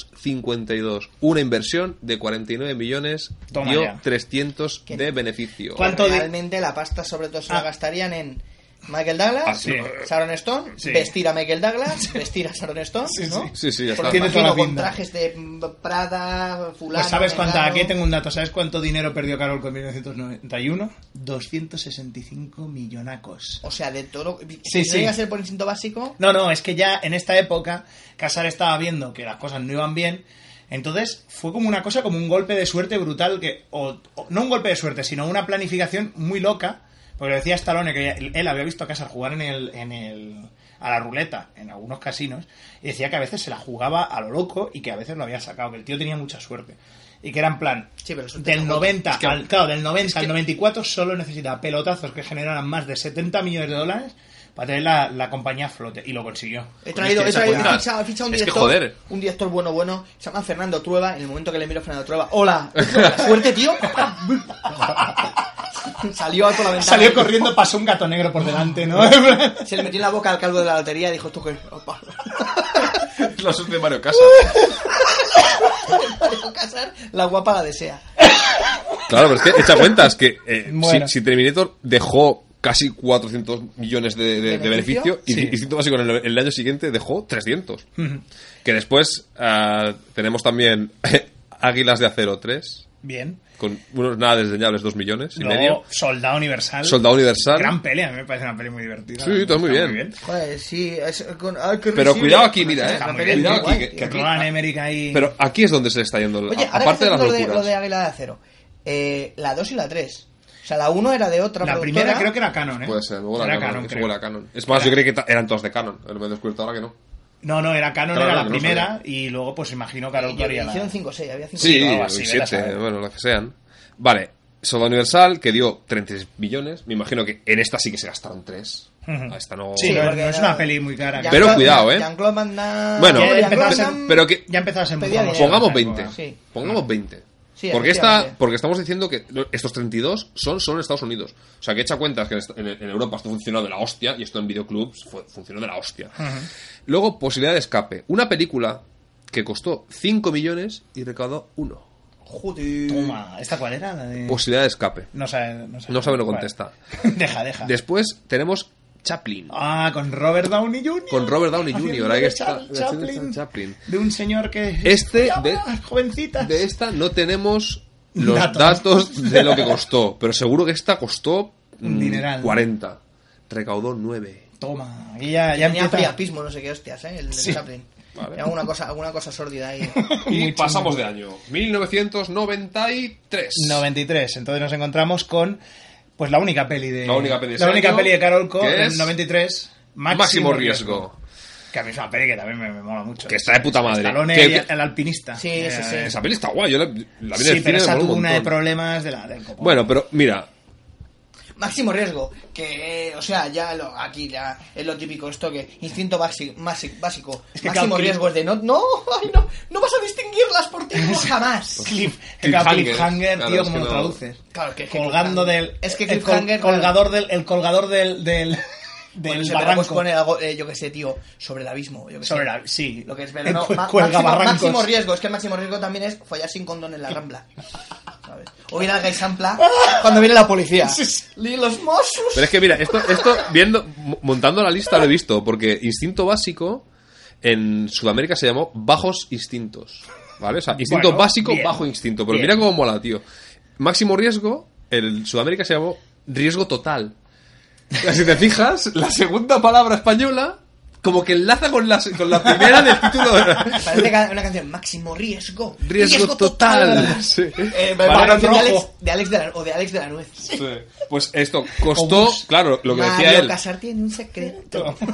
S6: 352. Una inversión de 49 millones
S5: Toma
S6: dio
S5: ya.
S6: 300 de
S7: ¿Quién?
S6: beneficio.
S5: ¿Cuánto? de-
S7: Realmente la pasta sobre todo se la
S5: Ah.
S7: gastarían en Michael Douglas,
S6: Ah, sí.
S7: Sharon Stone,
S5: Sí.
S7: vestir a Michael Douglas, vestir a Sharon Stone, ¿no?
S6: Sí, sí, ya está.
S5: Tiene toda
S7: Imagino
S5: la
S7: con
S5: pinta.
S7: trajes de mm, Prada, fulano...
S5: Pues sabes cuánta,
S7: mengano.
S5: aquí tengo un dato, ¿sabes cuánto dinero perdió Carol con 1991? 265 millonacos.
S7: O sea, de todo lo que
S5: Sí, sí.
S7: llega a ser por instinto básico,
S5: No, no, es que ya en esta época Casar estaba viendo que las cosas no iban bien. Entonces fue como una cosa, como un golpe de suerte brutal, que o, o- no un golpe de suerte, sino una planificación muy loca. Porque lo decía Stallone que él había visto a Casar jugar en el, en el, a la ruleta en algunos casinos y decía que a veces se la jugaba a lo loco y que a veces lo había sacado, que el tío tenía mucha suerte. Y que era en plan,
S7: Sí, pero suerte
S5: del
S7: tampoco.
S5: 90 al, claro, del 90 al 94 solo necesita pelotazos que generaran más de 70 millones de dólares para tener la, la compañía a flote. Y lo consiguió.
S7: he traído, he
S6: esa
S7: traído,
S6: cuenta-
S7: he fichado, he fichado un
S6: es que
S7: director,
S6: joder. eh.
S7: un director bueno, bueno, se llama Fernando Trueba, en el momento que le miro a Fernando Trueba, hola, suerte tío, salió a toda la ventana,
S5: Salió corriendo, pasó un gato negro por delante, ¿no?
S7: se le metió en la boca al calvo de la lotería y dijo, tú que... Opa.
S6: La suerte de Mario Casas.
S7: Mario Casar, la guapa la desea.
S6: Claro, pero es que echa cuentas que eh,
S5: Bueno.
S6: si, si Terminator dejó casi 400 millones de, de- de
S7: ¿Beneficio?
S6: beneficio y
S5: Sí.
S6: y Instinto Básico en el, el año siguiente dejó 300. que después ah, tenemos también Águilas de Acero 3,
S5: Bien.
S6: con unos nada desdeñables 2 millones y medio.
S5: Luego, Soldado Universal.
S6: Soldado Universal.
S5: Gran pelea, a mí me parece una pelea muy divertida.
S6: Sí, está muy
S5: Está
S6: bien.
S7: Joder, sí, es con... ay, qué
S6: Pero
S7: risible.
S6: cuidado aquí, mira, eh.
S5: Está muy bien,
S6: Cuidado
S5: muy
S6: aquí,
S7: guay,
S6: que- que
S7: tío.
S6: aquí-
S5: Roland Emmerich ahí.
S6: Pero aquí es donde se le está yendo.
S7: Oye,
S6: a-
S7: ahora
S6: aparte
S7: que
S6: de las
S7: hacemos lo de, lo
S6: locuras.
S7: de Águila de Acero, eh, la 2 y la 3. O sea, la 1 era de otra
S5: la
S7: productora.
S5: primera creo que era Canon, ¿eh?
S6: Puede ser, luego
S5: era
S6: la Canon.
S5: Canon,
S6: eso
S5: creo.
S6: huele a Canon. Es más, yo creí que ta- eran todos de Canon. Lo he descubierto ahora que no.
S5: No, no, era Canon,
S6: Claro,
S5: era
S6: no,
S5: la
S6: no
S5: primera.
S6: sabía.
S5: Y luego, pues imagino Carol
S7: Y- y
S5: Gloria. la-
S7: Hicieron 5 o 6, había 5
S6: Sí,
S5: algo así,
S6: o
S5: vete a
S6: 7,
S5: saber.
S6: bueno, lo que sean. Vale, Soldado Universal, que dio 36 millones. Me imagino que en esta sí que se gastaron 3.
S5: Ujú.
S6: A esta no.
S5: Sí, no, no es una peli muy cara.
S7: Jean-Claude-
S6: Pero cuidado, eh.
S7: Jean-Claude Van Damme-
S6: Bueno,
S5: Ya
S6: Pero-
S5: empezaba a
S7: Jean-Claude
S5: ser-
S7: Van Damme-
S6: pero que-
S5: ya empezaba a ser muy
S7: Pedía
S5: famosa.
S7: dinero.
S6: Pongamos
S5: en esa
S6: 20.
S5: época.
S7: Sí.
S6: Pongamos 20.
S7: Sí,
S6: porque, esta,
S7: efectivamente.
S6: porque estamos diciendo que estos 32 son solo en Estados Unidos. O sea, que echa cuentas que en est- en, en Europa esto funcionó de la hostia y esto en videoclubs fue- funcionó de la hostia. Luego, posibilidad de escape. Una película que costó 5 millones y recaudó 1.
S7: Joder.
S5: Toma, ¿esta cuál era? La de...
S6: Posibilidad de escape.
S5: No sabe, no sabe.
S6: Pues No sabe, no
S5: Bueno.
S6: contesta.
S5: deja, deja.
S6: Después tenemos Chaplin.
S5: Ah, con Robert Downey Jr.
S6: Con Robert Downey
S5: Haciendo
S6: Jr., ahí
S5: de
S6: está,
S5: Charles Chaplin,
S6: Chaplin.
S5: De un señor que...
S6: Este
S5: ¡Ya
S6: de-
S5: va, jovencitas.
S6: De esta no tenemos los
S5: Datos.
S6: datos de lo que costó, pero seguro que esta costó
S5: Un
S6: mm,
S5: dineral.
S6: 40. Recaudó 9.
S5: Toma, aquí ya, ya
S7: Tenía
S5: empieza.
S7: priapismo, no sé qué hostias, ¿eh? El de
S5: Sí.
S7: Chaplin.
S6: Vale.
S7: Era alguna cosa, alguna cosa sórdida ahí.
S6: Y
S5: Muy
S6: pasamos de año. 1993.
S5: 93. Entonces nos encontramos con pues la única peli de
S6: La única peli de
S5: la
S6: ese
S5: única
S6: año,
S5: peli de Carol Co
S6: que es
S5: en 93, máximo,
S6: Máximo
S5: riesgo.
S6: riesgo.
S5: Que a mí es una peli que también me, me mola mucho.
S6: Que está de puta madre.
S5: Stallone,
S6: Que-
S5: y
S6: que-
S5: el alpinista. Eh,
S7: Sí, sí, sí.
S6: Esa peli está guay. Yo la, la vi en el
S5: Sí,
S6: cine,
S5: pero
S6: me
S5: esa
S6: moló un
S5: tuvo una de
S6: montón.
S5: problemas de la del copón.
S6: Bueno, pero mira,
S7: Máximo riesgo, que, eh, o sea, ya lo, aquí ya es lo típico esto que instinto básico, básico.
S5: Es que
S7: máximo
S5: Cliff-
S7: riesgo es de no, no, ay, no, no vas a distinguirlas por ti jamás.
S5: Cliff,
S6: Cliffhanger.
S5: cliffhanger,
S6: Claro,
S5: tío,
S6: es
S5: como
S6: que
S5: lo
S6: no-
S5: traduces.
S7: Claro, que- que
S5: colgando
S7: cliffhanger.
S5: del
S7: Es que
S5: el col-
S7: cliffhanger, claro.
S5: colgador del el colgador del del, del
S7: Bueno, se
S5: barranco.
S7: podemos poner algo, eh, yo que sé, tío, sobre el abismo. Yo que
S5: Sobre
S7: sé.
S5: la- sí.
S7: Lo que es, pero no,
S5: Cu-
S7: ma-
S5: cuelga
S7: máximo,
S5: barrancos.
S7: máximo riesgo, es que el máximo riesgo también es follar sin condón en la rambla. ¿Sabes? O ir al gaisampla cuando viene la policía. Y los Mossos.
S6: Pero es que mira, esto, esto viendo, mo- montando la lista lo he visto, porque instinto básico en Sudamérica se llamó bajos instintos. ¿Vale? O sea, instinto
S5: Bueno,
S6: básico,
S5: bien.
S6: bajo instinto. Pero
S5: Bien.
S6: mira cómo mola, tío. Máximo riesgo, en Sudamérica se llamó riesgo total. O sea, Si te fijas, la segunda palabra española como que enlaza con la, con la primera del título.
S7: Parece ca- una canción, máximo riesgo.
S6: Riesgo total. Sí.
S7: Eh,
S5: Vale,
S7: una canción de
S5: rojo.
S7: Alex, de Alex de la, o de Alex de la Nuez.
S6: Pues esto costó,
S5: Obús.
S6: claro, lo que decía
S7: Mario
S6: él.
S7: Casar tiene un secreto.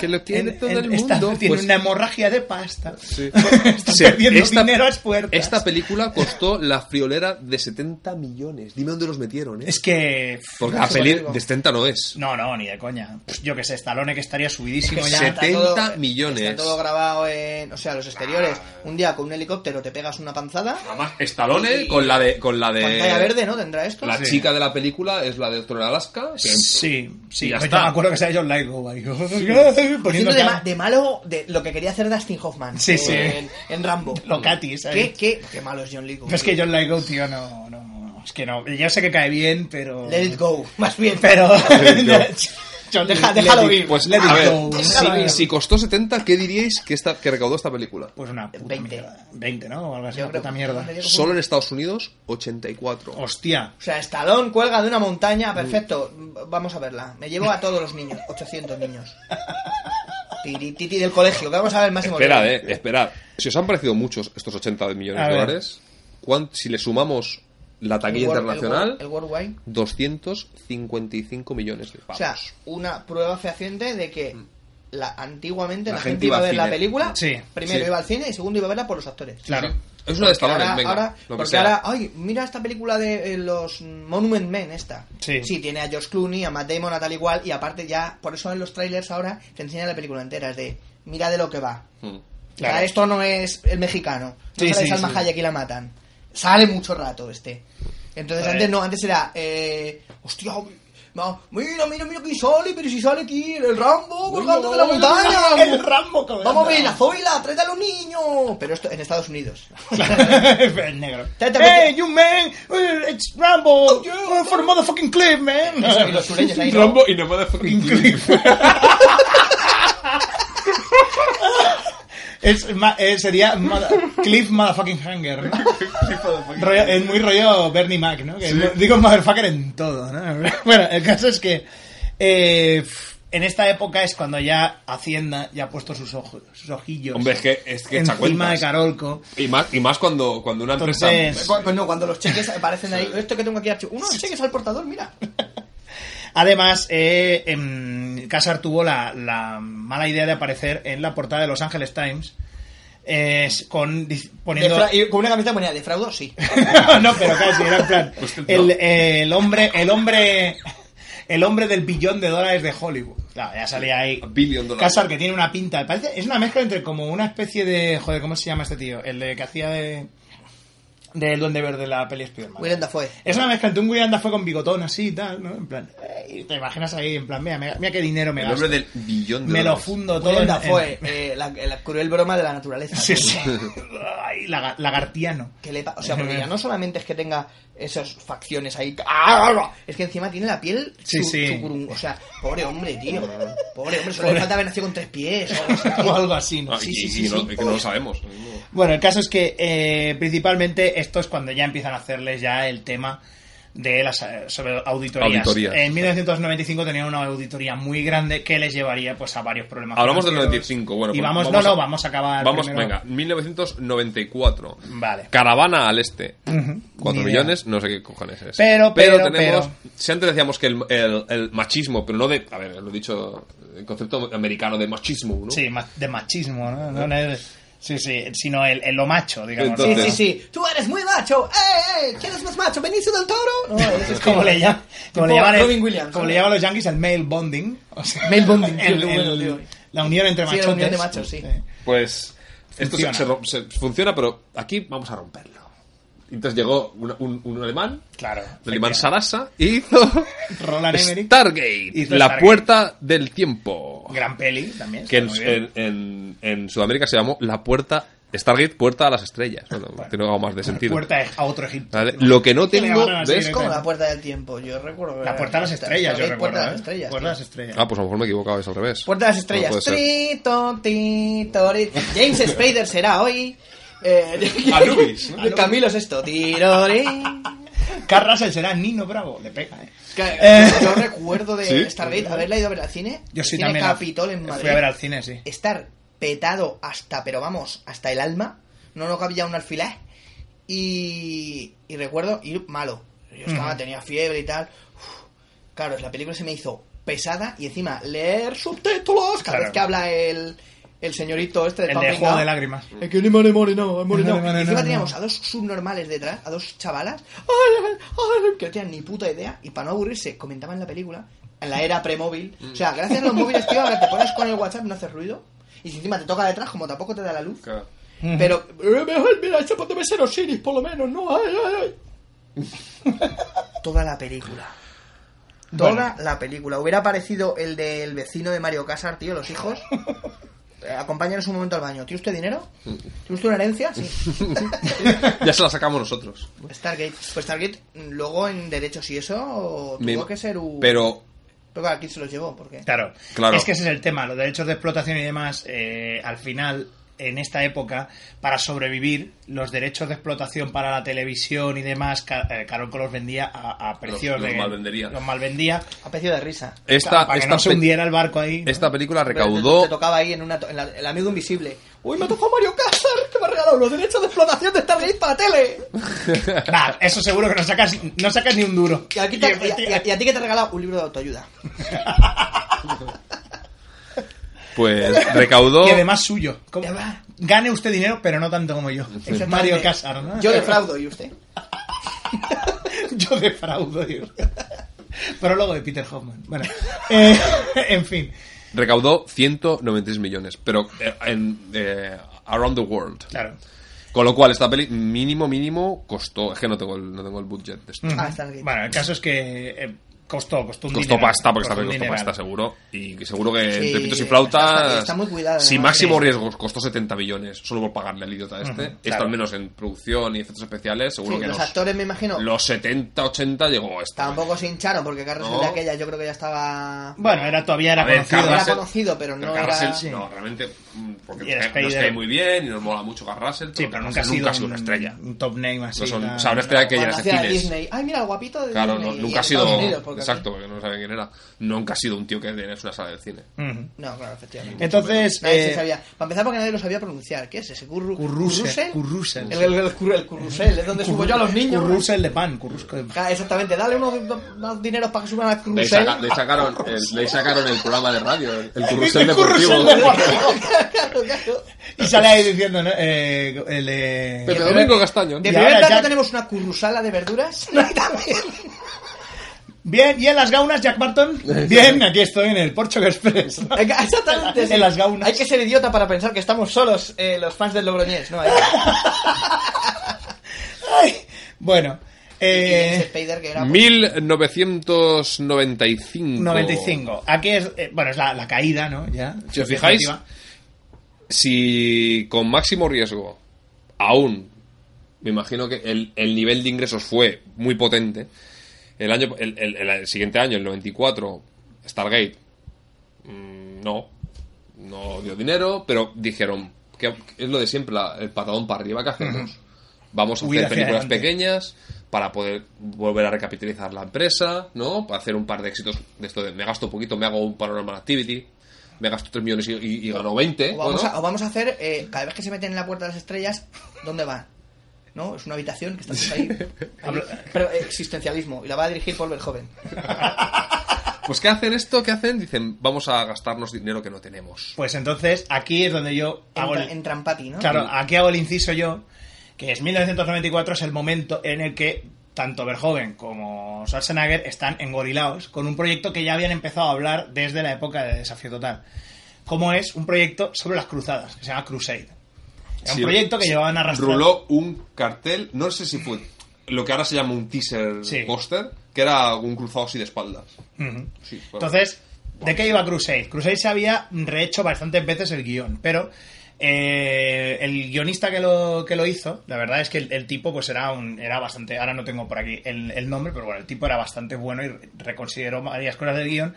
S6: Que lo tiene
S5: En-
S6: todo
S5: en-
S6: el
S5: esta-
S6: mundo.
S5: tiene
S6: pues
S5: una hemorragia de pasta.
S6: Sí.
S5: Está
S6: Sí,
S5: perdiendo
S6: esta-
S5: dinero a las puertas.
S6: Esta película costó la friolera de 70 millones. Dime dónde los metieron, ¿eh?
S5: es que
S6: Porque la peli de 70 no es.
S5: no, no, ni de coña. Pff, Yo que sé, Stallone que estaría subidísimo
S7: Que
S5: ya.
S7: está
S6: 70
S7: todo-
S6: millones.
S7: Está todo grabado en, o sea, los exteriores. Un día con un helicóptero te pegas una panzada.
S6: Además, Stallone con la de. Con la de
S5: Eh,
S7: Pantalla verde, ¿no? Tendrá esto.
S6: La
S5: Sí.
S6: chica de la película es la de Doctor en Alaska. que-
S5: Sí, sí. pues
S6: Y ya
S5: Yo
S6: está.
S5: me acuerdo que sea John Lithgow ahí.
S7: Haciendo
S5: Poniendo
S7: de,
S5: cara-
S7: ma- de malo de lo que quería hacer Dustin Hoffman
S5: Sí,
S7: en,
S5: sí.
S7: en Rambo.
S5: Lo catis,
S7: ¿Qué,
S5: ahí.
S7: qué, qué malo es John Lithgow.
S5: No, es que John Lithgow, tío, no, no. Es que no. Yo sé que cae bien, pero.
S7: Let it go, más bien.
S5: Pero.
S6: Let
S5: John-
S7: Deja-
S5: let
S7: déjalo
S5: it-
S7: ir.
S6: Pues
S5: let it
S6: a ver,
S5: go.
S7: Déjalo
S6: si,
S7: ir.
S6: si costó 70, ¿qué diríais que, esta, que recaudó esta película?
S5: Pues una puta
S7: 20.
S5: mierda. 20, ¿no? O algo así,
S7: Yo
S5: una
S7: creo-
S5: puta mierda.
S7: me digo-
S6: Solo en Estados Unidos, 84.
S5: Hostia.
S7: O sea, Estalón cuelga de una montaña, perfecto. Vamos a verla. Me llevo a todos los niños, 800 niños. Tirititi del colegio, que vamos a ver el máximo.
S6: Esperad,
S7: riesgo.
S6: eh, esperad. Si os han parecido muchos estos 80 millones
S5: A
S6: de
S5: ver.
S6: dólares, ¿cuán- si le sumamos la
S7: El
S6: taquilla
S7: wor- el wor-
S6: internacional,
S7: El, Worldwide.
S6: 255 millones de pavos.
S7: O sea, una prueba fehaciente de que la, antiguamente la,
S6: Mm. La
S7: gente iba a
S6: al
S7: ver la
S6: cine.
S7: película.
S5: Sí,
S7: primero
S6: sí.
S7: iba al cine y segundo iba a verla por los actores.
S5: Claro.
S6: es una de
S7: Porque
S6: Stallone,
S7: ahora,
S6: venga.
S7: ahora-
S6: lo que
S7: porque
S6: sea.
S7: ahora, ay, mira esta película de eh, los Monument Men, esta.
S5: Sí.
S7: tiene a George Clooney, a Matt Damon, a tal igual, y aparte ya, por eso en los trailers ahora te enseñan la película entera, es de, mira de lo que va.
S6: Mm.
S5: Claro.
S7: O sea, esto no es el mexicano. No
S5: Sí,
S7: sale
S5: sí,
S7: Salma
S5: sí.
S7: Hayek y la matan. Sale mucho rato este. Entonces
S5: Vale.
S7: antes no, antes era, eh, hostia, ma- mira, mira, mira que sale, pero si sale aquí el Rambo colgando de la montaña.
S5: El Rambo colgando.
S7: Vamos a ver, la Zoila, tráete a los niños. Pero esto en Estados Unidos.
S5: el negro.
S7: Tata,
S5: Hey,
S7: porque-
S5: you man, uh, it's Rambo
S7: yeah.
S5: uh, for motherfucking clip, man.
S7: Y los sureños ahí. ¿no?
S6: Rambo y no puede fucking clip.
S5: Es ma- eh, sería mother- Cliff motherfucking hanger. ¿no? Rollo- es muy rollo Bernie Mac, ¿no? Que mo- Digo motherfucker en todo, ¿no? Bueno, el caso es que eh, en esta época es cuando ya Hacienda ya ha puesto sus ojos, sus ojillos.
S6: Hombre, es que- es que echa
S5: encima
S6: cuentas.
S5: de Carolco.
S6: Y más, y más cuando, cuando una empresa.
S5: Entonces-
S7: Cu- Pues no, cuando los cheques aparecen ahí. Esto que tengo aquí archivo. Unos cheques al portador, mira.
S5: Además, eh, em, Casar tuvo la, la mala idea de aparecer en la portada de Los Angeles Times eh, con di- poniendo
S7: Defra- y con una camiseta ponía defraudo, sí.
S5: no, pero casi, era en plan.
S6: Pues no.
S5: El, eh, el hombre, el hombre. El hombre del billón de dólares de Hollywood. Claro, ya salía ahí.
S6: A billion dollars.
S5: Casar, que tiene una pinta. Parece, es una mezcla entre como una especie de. Joder, ¿cómo se llama este tío? El de que hacía de. Del Duende Verde, la peli Spiderman.
S7: Willem Dafoe.
S5: Es una mezcla entre un William Dafoe con bigotón así y tal, ¿no? En plan. eh, te imaginas ahí, en plan, mira, mira, mira qué dinero me
S6: El
S5: gasto.
S6: nombre del billón de
S5: Me lo
S6: dólares.
S5: fundo todo.
S7: Willem
S5: en- en-
S7: Dafoe, eh, la, la cruel broma de la naturaleza.
S5: Sí, sí. Ay, laga- lagartiano.
S7: ¿Qué le pa- o sea, porque ya no solamente es que tenga esas facciones ahí. ¡Ah! Es que encima tiene la piel.
S5: Sí, sí.
S7: chucurun- o sea, pobre hombre, tío. Pobre hombre, solo le falta haber nacido con tres pies. o algo así.
S5: o algo así, ¿no?
S6: Ah,
S7: Sí,
S6: y-
S7: sí,
S6: y
S7: sí,
S6: no-
S7: sí.
S6: es que no lo sabemos. No.
S5: Bueno, el caso es que eh, principalmente esto es cuando ya empiezan a hacerles ya el tema de las eh, sobre auditorías.
S6: Auditorías.
S5: En 1995 tenían una auditoría muy grande que les llevaría pues a varios problemas.
S6: Hablamos del
S5: financieros.
S6: 95, bueno.
S5: Y
S6: pues
S5: vamos, no,
S6: a-
S5: no, vamos a acabar.
S6: Vamos,
S5: primero.
S6: venga, 1994.
S5: Vale.
S6: Caravana al este.
S5: Ujú, ni
S6: 4
S5: idea.
S6: millones, no sé qué cojones es.
S5: Pero, pero,
S6: tenemos. Si antes decíamos que el, el- el machismo, pero no de. A ver, lo he dicho. El concepto americano de machismo, ¿no?
S5: Sí, ma- de machismo, ¿no? No, no es- sí, sí, sino el, el lo macho, digamos.
S6: Entonces-
S5: ¿no?
S7: Sí, sí, tú eres muy macho. ¡Eh, eh! ¿Quieres más macho? ¿Benicio del Toro? No, es-
S5: Es como le llaman, como le
S7: Tipo
S5: llaman, el-
S7: Robin Williams,
S5: como
S7: ¿no?
S5: le llaman los yankees el male bonding. O sea,
S7: Male bonding,
S5: el-
S7: qué bueno,
S5: el-
S7: tío.
S5: la unión entre
S7: Sí,
S5: machotes.
S7: la unión de machos, sí.
S5: Eh,
S6: Pues esto se-
S5: Funciona.
S6: se rom- se- funciona, pero aquí vamos a romperlo. Entonces llegó una- un, un alemán,
S5: Claro.
S6: el alemán Sarasa, y hizo
S5: Roland Emmerich.
S6: Stargate,
S5: Hizo
S6: la
S5: Stargate.
S6: puerta del tiempo.
S5: Gran peli también.
S6: Que
S5: está
S6: en,
S5: muy bien.
S6: en- en- en Sudamérica se llamó la puerta, Stargate, puerta a las estrellas. Bueno, tiene algo más de sentido.
S5: Puerta a otro Egipto.
S6: ¿Vale? Lo que no
S5: Que le
S6: tengo
S5: van a
S6: de
S5: seguir
S6: esto-
S7: Es como la puerta del tiempo. Yo recuerdo.
S5: La puerta a las
S7: Esta-
S5: estrellas, yo
S7: Stargate,
S5: recuerdo.
S7: Puerta a las
S5: ¿eh?
S7: estrellas.
S5: Puerta a las
S7: tío.
S5: estrellas.
S6: Ah, pues a lo mejor me he equivocado, es al revés.
S7: Puerta de las
S6: No
S7: estrellas.
S6: puede ser.
S7: Tri, to, ti, to, ri. James Spader será hoy. Eh,
S6: Anubis, ¿no?
S7: de Camilo es esto. Tiro, ri.
S6: Ah.
S5: Carl Russell será Nino Bravo. Le pega, eh.
S7: Que-
S5: Eh.
S7: Yo recuerdo de
S6: ¿Sí?
S7: Stargate haberla ido a ver al cine.
S5: Yo
S7: al
S5: sí
S7: cine
S5: también. la-
S7: Capitol en Madrid.
S5: Fui a ver al cine, sí.
S7: Estar petado hasta, pero vamos, hasta el alma. No nos cabía un alfiler. Y, y recuerdo ir malo. Yo estaba, tenía fiebre y tal. Uf, claro, la película se me hizo pesada y encima leer subtítulos cada
S5: Claro.
S7: vez que habla el, el señorito este de
S5: El de
S7: Pumping
S5: Juego
S7: Up.
S5: de Lágrimas.
S7: Es que ni mare, mare, no, mare, no.
S5: Mare, mare,
S7: Y encima
S5: no,
S7: teníamos
S5: no.
S7: a dos subnormales detrás, a dos chavalas, ay, ay, que no tenían ni puta idea, y para no aburrirse, comentaban la película, en la era premóvil. O sea, gracias a los móviles, tío, ahora te pones con el WhatsApp, no haces ruido, y si encima te toca detrás, como tampoco te da la luz.
S6: Claro.
S7: Pero, eh, mejor, mira, este ponte ser Osiris, por lo menos, ¿no? Ay, ay, ay. Toda la película. Toda
S5: Bueno.
S7: la película. Hubiera aparecido el del vecino de Mario Casar, tío, los hijos. Eh, Acompáñanos un momento al baño. ¿Tiene usted dinero? ¿Tiene usted una herencia? Sí.
S6: ya se la sacamos nosotros.
S7: Stargate. Pues Stargate, mm, luego en derechos y eso, tuvo
S6: Me-
S7: que ser un...
S6: Pero
S7: Pero claro, aquí se los llevó, porque...
S5: Claro.
S6: Claro.
S5: Es que ese es el tema. Los derechos de explotación y demás, eh, al final, en esta época, para sobrevivir, los derechos de explotación para la televisión y demás, Ca- eh, Carolco los vendía a, a precios
S6: Los- los
S5: de.
S6: malvendería.
S5: Los malvendía.
S7: A precio de risa.
S6: esta,
S5: claro, para que
S6: esta,
S5: no se
S6: pe-
S5: hundiera el barco ahí. ¿no?
S6: esta película
S7: Pero te-
S6: recaudó.
S7: Te, tocaba ahí en, una to- en la- el amigo invisible. ¡Uy, me ha tocado Mario Casar! ¡Que me ha regalado los derechos de explotación de Stargate para la tele!
S5: Nah, eso seguro que no sacas, no sacas ni un duro.
S7: Y, aquí te-
S5: Y
S7: y a- y
S5: efectivamente-
S7: a, y a ti que te ha regalado un libro de autoayuda.
S6: Pues recaudó.
S5: Y además suyo. Como-
S7: Ya va.
S5: Gane usted dinero, pero no tanto como yo. Es Mario Casar, ¿no?
S7: Yo defraudo, ¿y usted?
S5: Yo defraudo, Dios. Prólogo de Peter Hoffman. Bueno, eh, en fin.
S6: Recaudó 196 millones. Pero eh, en. eh, around the world.
S5: Claro.
S6: Con lo cual, esta peli mínimo, mínimo costó. Es que no tengo el, no tengo el budget de esto.
S5: Ujú.
S7: Ah, Stargate.
S5: Bueno, el caso es que eh, costó, costó un
S6: Costó
S5: dineral.
S6: pasta, porque esta
S5: Costó
S6: peli
S5: un
S6: costó
S5: dineral.
S6: pasta, seguro. Y seguro que
S7: Sí,
S6: entre pitos y
S7: está-
S6: flautas.
S7: está- está muy cuidada,
S6: Si
S7: además,
S6: máximo
S7: sí.
S6: riesgo costó 70 millones, solo por pagarle al idiota este. Esto
S5: claro.
S6: al menos en producción y efectos especiales, seguro
S7: Sí,
S6: que
S7: los
S6: nos-
S7: actores, me imagino,
S6: Los 70, 80 llegó esta.
S7: tampoco se hincharon porque Carlos
S6: No.
S7: de aquella yo creo que ya estaba...
S5: Bueno, era, todavía era
S6: A ver,
S5: conocido.
S7: era
S6: Carlos- Russell-
S7: conocido, pero
S6: Pero
S7: no
S6: Kurt
S7: era...
S6: Russell, no, realmente, mm, porque
S5: Y el
S6: nos cae- nos
S5: Spider-
S6: cae muy bien y nos mola mucho Kurt Russell,
S5: Sí, pero
S6: Kurt
S5: nunca ha
S6: Russell
S5: sido,
S6: nunca ha sido una
S5: un-
S6: estrella.
S5: Un top name así.
S6: No son-
S5: nada.
S6: o sea, una estrella que
S7: Cuando
S6: llenas de
S7: hacía de
S6: cines.
S7: Disney. Ay, mira, el guapito de
S6: Claro, no,
S7: Disney. Y
S6: nunca ha
S7: en
S6: sido.
S7: Estados Unidos, porque
S6: exacto, porque no saben quién era. Nunca ha sido un tío que es una sala del cine.
S5: Ujú.
S7: aquí- No, claro, efectivamente.
S5: Entonces,
S7: Nadie se
S5: eh,
S7: sabía. Para empezar, porque nadie lo sabía pronunciar. ¿Qué es ese? Curru...
S5: Currusel,
S7: Currusel.
S5: Currusel.
S7: El, el, el curru- el currusel, es donde subo yo a los niños.
S5: Currusel de pan, currusco de pan.
S7: Ah, Exactamente, dale unos, unos dineros para que suban al
S6: Le,
S7: currusel.
S6: saca- le sacaron, el, le sacaron el programa de radio, el, el
S5: El
S6: Currusel Deportivo.
S5: Currusel Deportivo. Y sale ahí diciendo, ¿no? Eh, el, eh,
S6: Pepe Domingo Castaño.
S7: De
S5: Y
S7: primer
S5: ahora
S7: plato
S5: ya-
S7: tenemos una currusala de verduras.
S5: Bien, ¿y en las gaunas, Jack Barton? Bien, aquí estoy en el Porcho Express.
S7: Exactamente. sí.
S5: En las gaunas.
S7: Hay que ser idiota para pensar que estamos solos eh, los fans del Logroñés, ¿no? Hay-
S5: Ay, bueno,
S7: y James
S5: eh,
S7: Spader, que era, pues,
S6: 1995.
S5: 95. Aquí es, eh, bueno, es la, la caída, ¿no? Ya.
S6: Si os fijáis, si con máximo riesgo aún, me imagino que el, el nivel de ingresos fue muy potente. El año, el, el- el- el siguiente año, el 94, Stargate, mm, no, no dio dinero, pero dijeron que es lo de siempre, la- el patadón para arriba que hacemos. Vamos a
S5: Huir
S6: hacer
S5: hacia
S6: películas
S5: adelante.
S6: pequeñas para poder volver a recapitalizar la empresa, ¿no? Para hacer un par de éxitos de esto de me gasto poquito, me hago un Paranormal Activity, me gasto 3 millones y, y- y gano 20.
S7: O vamos,
S6: bueno.
S7: a, o vamos a hacer, eh, cada vez que se meten en la puerta de las estrellas, ¿dónde va? ¿No? Es una habitación que está justo ahí. Ahí. Pero eh, existencialismo. Y la va a dirigir Paul Verhoeven.
S5: Ah,
S6: Pues ¿qué hacen esto? ¿Qué hacen? Dicen, vamos a gastarnos dinero que no tenemos.
S5: Pues entonces, aquí es donde yo hago
S7: En,
S5: el,
S7: en Trampati, ¿no?
S5: Claro, aquí hago el inciso yo, que es 1994 es el momento en el que tanto Verhoeven como Schwarzenegger están engorilados con un proyecto que ya habían empezado a hablar desde la época de Desafío Total. Como es un proyecto sobre las cruzadas, que se llama Crusade. Era
S6: Sí,
S5: un proyecto que
S6: sí,
S5: llevaban arrastrando.
S6: Ruló un cartel, no sé si fue lo que ahora se llama un teaser
S5: Sí.
S6: póster, que era un cruzado así de espaldas.
S5: Ujú.
S6: Sí, bueno.
S5: Entonces, ¿de qué iba Crusade? Crusade se había rehecho bastantes veces el guión, pero eh, el guionista que lo, que lo hizo, la verdad es que el, el tipo pues era un era bastante, ahora no tengo por aquí el, el nombre, pero bueno, el tipo era bastante bueno y re- reconsideró varias cosas del guión.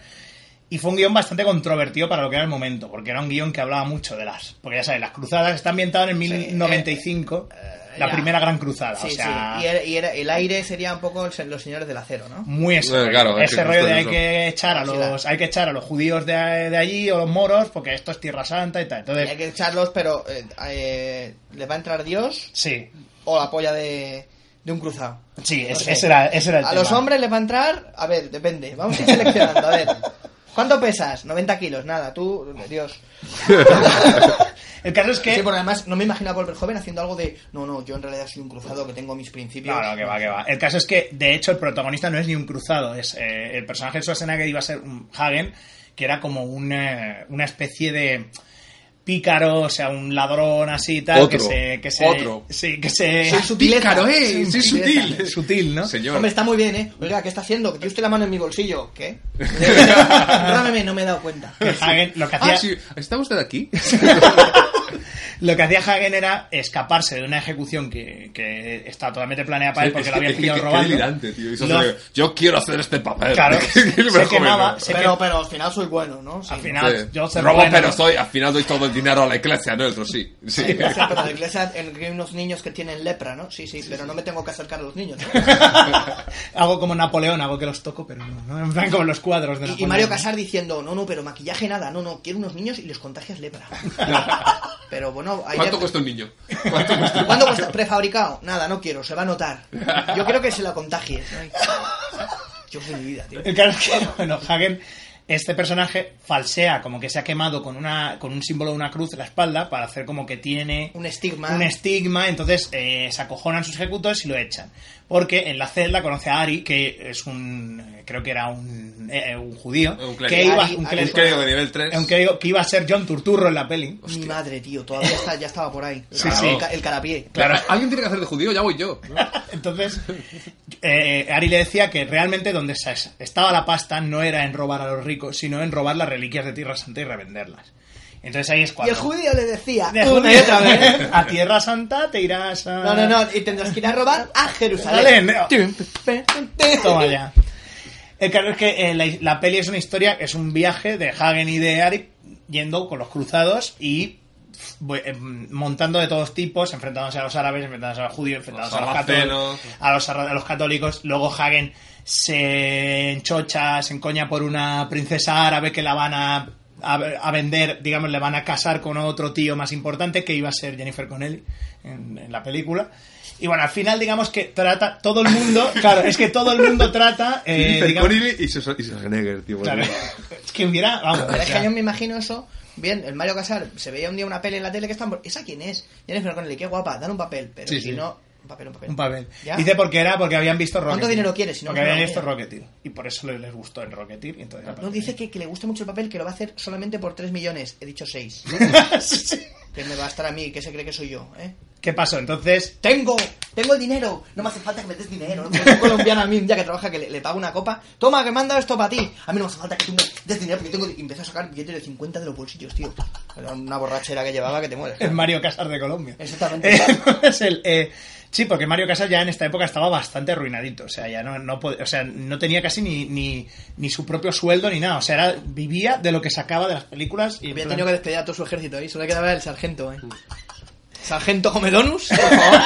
S5: Y fue un guión bastante controvertido para lo que era el momento, porque era un guión que hablaba mucho de las... Porque ya sabes, las cruzadas está ambientado en el 1095, la
S7: eh, ya.
S5: primera gran cruzada.
S7: Sí,
S5: o sea,
S7: sí. Y, era- y era- el aire sería un poco el se- los señores del acero, ¿no?
S5: muy eso.
S6: Bueno, Eh, claro, es
S5: ese
S6: que
S5: rollo de
S6: justo
S5: hay
S6: eso.
S5: que echar a
S7: Sí,
S5: los hay que echar a los judíos de, de allí o los moros porque esto es tierra santa y tal
S7: Y hay
S5: entonces
S7: que echarlos, pero eh, eh, les va a entrar Dios
S5: sí
S7: o la polla de, de un cruzado.
S5: sí es-
S7: sé.
S5: ese era ese era el
S7: a
S5: tema.
S7: los hombres les va a entrar, a ver, depende. Vamos a ir seleccionando, a ver. ¿Cuánto pesas? 90 kilos, nada, tú, Dios.
S5: el caso es que
S7: Sí, porque además no me imagino a volver joven haciendo algo de no, no, yo en realidad soy un cruzado que tengo mis principios.
S5: No, no, que va, que va. El caso es que, de hecho, el protagonista no es ni un cruzado. Es, eh, el personaje de Schwarzenegger iba a ser un Hagen, que era como un, eh, una especie de pícaro, o sea, un ladrón así y tal.
S6: Otro.
S5: que se, que se,
S6: Otro.
S5: Sí, que se...
S7: Soy sutileza.
S6: pícaro, eh, soy
S7: sutileza.
S6: sutil.
S5: Sutil, ¿no?
S6: Señor.
S7: Hombre, está muy bien, ¿eh? Oiga, ¿qué está haciendo? Que tiene usted la mano en mi bolsillo. ¿Qué? Perdóname, no me he dado cuenta.
S5: Hagen lo que hacía...
S6: Ah, sí, ¿está usted aquí?
S5: Lo que hacía Hagen era escaparse de una ejecución que, que está totalmente planeada para él porque
S6: Es
S5: lo habían
S6: que-
S5: pillado
S6: es que-
S5: robando.
S6: qué delirante, tío. Y eso
S5: Lo-
S6: se ve, Yo quiero hacer este papel.
S5: Claro,
S6: Que el
S5: se
S6: Verhoeven,
S7: Ah,
S5: quemaba,
S6: ¿no?
S5: se-
S7: Pero, pero al final soy bueno, ¿no? Sí.
S5: al final,
S6: Sí.
S5: yo se
S6: Robo,
S5: bueno,
S6: pero
S5: ¿no?
S6: soy, al final doy todo el dinero a la iglesia, ¿no? El otro sí. Sí.
S7: Por ejemplo, la iglesia en que hay unos niños que tienen lepra, ¿no? Sí, sí, pero no me tengo que acercar a los niños. ¿no?
S5: hago como Napoleón, hago que los toco, pero no, ¿no? En plan, como los cuadros de
S7: Y, y
S5: Napoleón.
S7: Mario Casar diciendo, no, no, pero maquillaje nada, no, no, quiero unos niños y les contagias lepra. Pero bueno, ahí
S6: ¿Cuánto
S7: ya-
S6: cuesta un niño? ¿Cuánto cuesta un
S7: ¿Cuándo cuesta prefabricado? Nada, no quiero, se va a notar. Yo creo que se la contagies. Ay, Yo soy mi vida, tío.
S5: El caso es que, bueno, Hagen, este personaje falsea como que se ha quemado con, una, con un símbolo de una cruz en la espalda para hacer como que tiene
S7: Un estigma.
S5: un estigma, entonces eh, se acojonan sus ejecutores y lo echan. Porque en la celda conoce a Ari, que es un, eh, creo que era un, eh, un judío,
S6: Un clérigo.
S5: que iba,
S7: Ari-
S5: un
S6: Un
S7: Ari
S5: clérigo-
S6: clérigo de nivel 3.
S5: un clérigo que iba a ser John Turturro en la peli.
S7: Mi madre, tío, todavía está- ya estaba por ahí.
S5: Sí,
S7: el,
S5: sí.
S7: ca- el carapié.
S5: Claro.
S6: Alguien tiene que hacer de judío, ya voy yo.
S5: Entonces, eh, Ari le decía que realmente donde se- estaba la pasta no era en robar a los ricos, sino en robar las reliquias de Tierra Santa y revenderlas. Entonces ahí es
S7: Y
S5: cuando...
S7: el judío le decía,
S5: De
S7: una y
S5: judío. Ah.
S7: otra vez.
S5: A Tierra Santa te irás a...
S7: No, no, no, y tendrás que ir a robar a Jerusalén.
S5: Dale, no. Toma ya. El caso es que eh, la, la peli es una historia, es un viaje de Hagen y de Ari yendo con los cruzados y pf, bu- eh, montando de todos tipos, enfrentándose a los árabes, enfrentándose a los judíos, enfrentándose
S6: Los
S5: a, los católicos,
S6: sarracenos.
S5: a, los, sarra- a los católicos. Luego Hagen se enchocha, se encoña por una princesa árabe que la van a, a, a vender, digamos, le van a casar con otro tío más importante que iba a ser Jennifer Connelly en, en la película. Y bueno, al final digamos que trata todo el mundo, claro, es que todo el mundo trata, eh, digamos,
S6: y Schwarzenegger, tío.
S5: Claro. Es que hubiera. Vamos,
S7: Pero
S5: o
S7: es
S5: sea,
S7: que yo me imagino eso. Bien, el Mario Casar se veía un día una peli en la tele que están. ¿Esa quién es? Jennifer Connelly, qué guapa, dan un papel. Pero
S5: Sí,
S7: si
S5: sí.
S7: no. Un papel, un papel.
S5: un papel.
S7: ¿Ya?
S5: Dice porque era porque habían visto Rocketeer.
S7: ¿Cuánto dinero quieres? Si no,
S5: porque
S7: no
S5: habían
S7: lo
S5: visto
S7: haría.
S5: Rocketeer. Y por eso le- les gustó en Rocketeer. Y entonces
S7: No, dice que, que le gusta mucho el papel, que lo va a hacer solamente por 3 millones. He dicho 6.
S5: Sí, sí.
S7: que me va a estar a mí, que se cree que soy yo, ¿eh?
S5: ¿Qué pasó? Entonces,
S7: ¡Tengo! ¡Tengo el dinero! No me hace falta que me des dinero. ¿no? Como Un colombiano a mí, un día que trabaja, que le, le pago una copa. Toma, que manda esto para ti. A mí no me hace falta que tú me des dinero porque tengo... Y empecé a sacar billetes de 50 de los bolsillos, tío. Era una borrachera que llevaba que te mueres.
S5: es Mario Casas de Colombia.
S7: Exactamente.
S5: Eh, es el, eh, sí, porque Mario Casas ya en esta época estaba bastante arruinadito. O sea, ya no, no, pod- o sea, no tenía casi ni, ni, ni su propio sueldo ni nada. O sea, era, vivía de lo que sacaba de las películas. Y en
S7: Había
S5: plan- Mm.
S7: tenido que despedir a todo su ejército ahí. Solo le quedaba el sargento, ¿eh? Sargento Comedonus, por favor.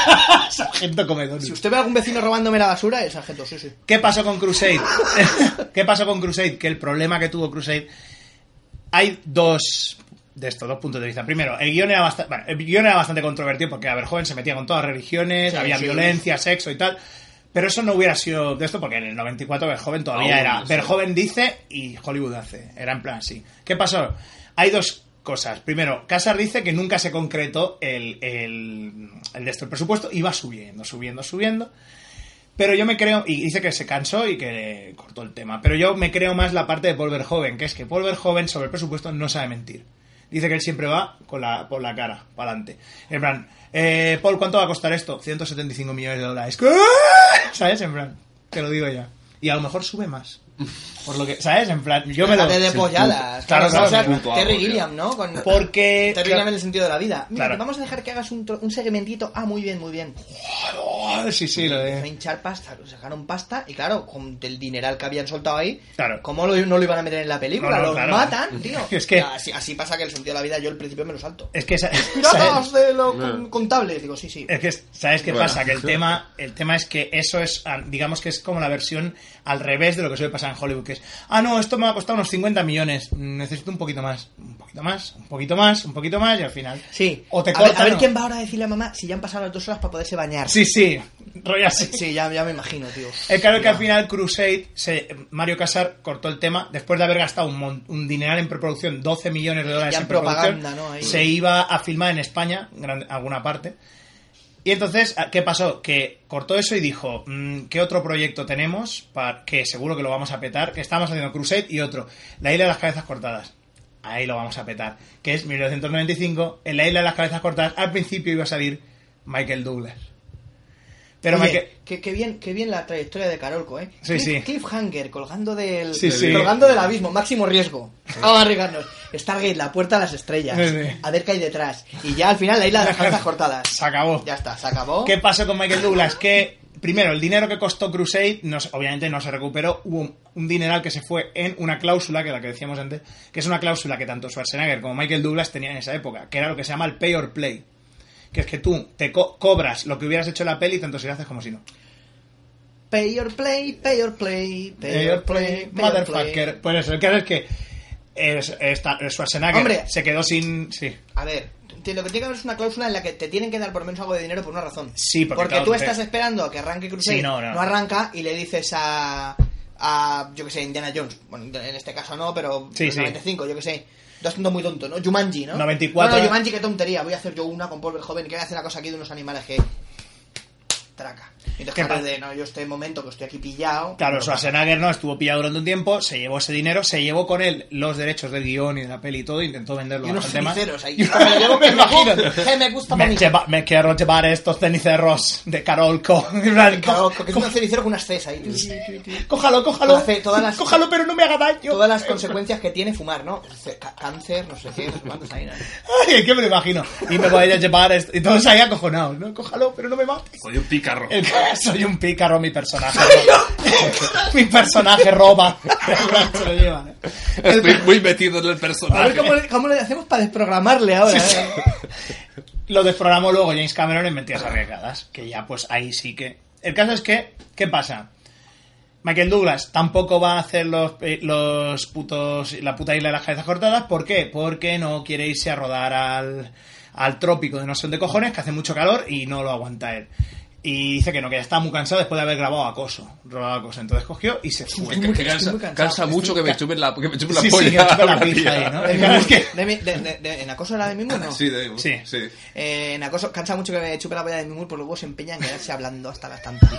S5: Sargento comedor.
S7: Si usted ve a algún vecino robándome la basura, el sargento, sí, sí.
S5: ¿Qué pasó con Crusade? ¿Qué pasó con Crusade? Que el problema que tuvo Crusade. Hay dos. De estos dos puntos de vista. Primero, el guión era bastante, bueno, el guión era bastante controvertido porque a ver, joven se metía con todas las religiones,
S7: Sí,
S5: había
S7: sí.
S5: violencia, sexo y tal. Pero eso no hubiera sido de esto porque en el 94 Verjoven todavía
S6: Aún,
S5: era.
S6: sí.
S5: Verjoven dice y Hollywood hace. Era en plan así. ¿Qué pasó? Hay dos cosas. Primero, Casas dice que nunca se concretó el, el, el de esto. El presupuesto iba subiendo, subiendo, subiendo. Pero yo me creo, y dice que se cansó y que cortó el tema, pero yo me creo más la parte de Paul Verhoeven, que es que Paul Verhoeven sobre el presupuesto no sabe mentir. Dice que él siempre va con la, por la cara, para adelante. En plan, eh, Paul, ¿cuánto va a costar esto? 175 millones de dólares. ¿Qué? ¿Sabes? En plan, te lo digo ya. Y a lo mejor sube más. Por lo que, ¿sabes? En plan, yo me lo...
S7: Déjate de polladas.
S5: Claro,
S7: Claro, o sea,
S5: claro,
S6: punto
S7: Terry
S6: algo, tío.
S7: Gilliam, ¿no? Con...
S5: Porque...
S7: Terry Gilliam en el sentido de la vida. Mira,
S5: Claro.
S7: te vamos a dejar que hagas un, tro- un segmentito. Ah, muy bien, muy bien.
S5: Oh, sí, sí, lo
S7: Empezó a
S5: de...
S7: hinchar pasta, sacaron pasta y claro, con el dineral que habían soltado ahí,
S5: Claro.
S7: ¿cómo lo- no lo iban a meter en la
S5: No,
S7: película?
S5: no,
S7: los
S5: claro.
S7: matan, tío.
S5: Es que- Eh,
S7: así, así pasa que el sentido de la vida yo al principio me lo salto.
S5: Es que... esa-
S7: ¡Piratas de lo
S6: No.
S7: contable! Digo, sí, sí.
S5: Es que, ¿sabes qué
S6: Bueno.
S5: pasa? Que el tema, el tema es que eso es, ah, digamos que es como la versión al revés de lo que suele pasar en Hollywood, que es, ah, no, esto me va a costar unos 50 millones, mm, necesito un poquito más, un poquito más, un poquito más, un poquito más, y al final...
S7: Sí.
S5: O te
S7: a, ver,
S5: cortan,
S7: a ver
S5: o-
S7: quién va ahora a decirle a mamá si ya han pasado las dos horas para poderse bañar.
S5: Sí, sí, rollo así.
S7: Sí, ya, ya me imagino, tío.
S5: El claro que al final Crusade, se, Mario Casar cortó el tema después de haber gastado un, mon- un dineral en preproducción, 12 millones de dólares
S7: Ya en
S5: preproducción,
S7: propaganda, ¿no? Ahí.
S5: se iba a filmar en España, en gran- alguna parte. Y entonces, ah, ¿qué pasó? Que cortó eso y dijo, mm, ¿qué otro proyecto tenemos? Para, que seguro que lo vamos a petar, que estamos haciendo Crusade y otro, La Isla de las Cabezas Cortadas. Ahí lo vamos a petar. Que es 1995, en La Isla de las Cabezas Cortadas, al principio iba a salir Michael Douglas. Pero
S7: Oye,
S5: Michael...
S7: qué, qué bien, qué bien la trayectoria de Carolco, ¿eh?
S5: Sí, sí.
S7: Cliffhanger, colgando del,
S5: Sí, sí.
S7: colgando del abismo, máximo riesgo. Vamos a arriesgarnos. Stargate, la puerta a las estrellas.
S5: Sí, sí.
S7: A ver qué hay detrás. Y ya al final la isla de las cabezas cortadas.
S5: Se acabó.
S7: Ya está, se acabó.
S5: ¿Qué pasó con Michael Douglas? Que primero, el dinero que costó Crusade no se- obviamente no se recuperó. Hubo un, un dineral que se fue en una cláusula, que la que decíamos antes, que es una cláusula que tanto Schwarzenegger como Michael Douglas tenían en esa época, que era lo que se llama el pay or play. Que es que tú te co- cobras lo que hubieras hecho en la peli, tanto si lo haces como si no.
S7: Pay your play, pay your play, pay your play, pay your play.
S5: Eh, motherfucker. Pues eso, el caso es que es- esta- Schwarzenegger
S7: Hombre.
S5: se quedó sin. Sí.
S7: A ver, te- lo que tiene que haber es una cláusula en la que te tienen que dar por lo menos algo de dinero por una razón.
S5: Sí, porque claro,
S7: tú
S5: porque-
S7: estás esperando a que arranque Crusade,
S5: Sí, no, no.
S7: arranca y le dices a, a yo que sé, Indiana Jones. Bueno, en este caso no, pero
S5: Sí, sí.
S7: 95, yo que sé. Estás siendo muy tonto, ¿no? Jumanji, ¿no?
S5: 94.
S7: No, no, Jumanji, qué tontería. Voy a hacer yo una con Paul joven, que voy a hacer una cosa aquí de unos animales que... Traca. Y te
S5: ¿Qué
S7: jodas
S5: pa-
S7: de, no, yo este momento que estoy aquí pillado...
S5: Claro, Schwarzenegger no estuvo pillado durante un tiempo, se llevó ese dinero, se llevó con él los derechos del guión y de la peli y todo, intentó venderlo
S7: Y unos
S5: bastante más.
S7: ceniceros ahí. Esto me lo llevo,
S5: Me
S7: que me
S5: imagino.
S7: gusta, que me gusta para
S5: Me,
S7: mí.
S5: lleva- me quiero llevar estos ceniceros de Carolco.
S7: Claro, que es un cenicero con unas Cs ahí.
S5: Cójalo, cójalo.
S7: Hace todas las-
S5: Cójalo, pero no me haga daño.
S7: todas las consecuencias que tiene fumar, ¿no? C- ca- Cáncer, no sé qué, no sé cuántos hay, ¿no?
S5: Ay, es que me lo imagino. Y me voy a llevar esto. Y todos ahí acojonados, ¿no? Cójalo, pero no me mates.
S6: Soy un pícaro.
S5: El- Soy un pícaro, mi personaje. mi personaje roba. Se lo ¿eh? lleva. El- Ah,
S6: Estoy muy metido en el
S7: A ver
S6: personaje.
S7: cómo le, cómo le hacemos para desprogramarle ahora. ¿eh?
S5: lo desprogramó luego James Cameron en Mentiras Arriesgadas, que ya pues ahí sí que... El caso es que, ¿qué pasa? Michael Douglas tampoco va a hacer los, eh, los putos, la puta isla de las cabezas cortadas. ¿Por qué? Porque no quiere irse a rodar al, al trópico de no sé dónde cojones, que hace mucho calor y no lo aguanta él. Y dice que no, que ya está muy cansado después de haber grabado acoso. Rodado acoso. Entonces cogió y se fue.
S6: Que- que cansa,
S7: muy cansado,
S6: cansa
S7: estoy
S6: mucho que me chupen la, que me chupen la
S5: Sí, sí,
S6: polla.
S5: que me chupen la
S6: una
S5: pija
S6: tía.
S5: ahí, ¿no?
S7: De
S5: El caso es que-
S7: Moore- de mi- de- de- de- ¿En acoso era de Mimur, no?
S6: Sí, de-
S5: Sí.
S6: sí.
S7: Eh, en acoso, cansa mucho que me chupe la polla de Mimur, pero luego se empeña en quedarse hablando hasta las tantas.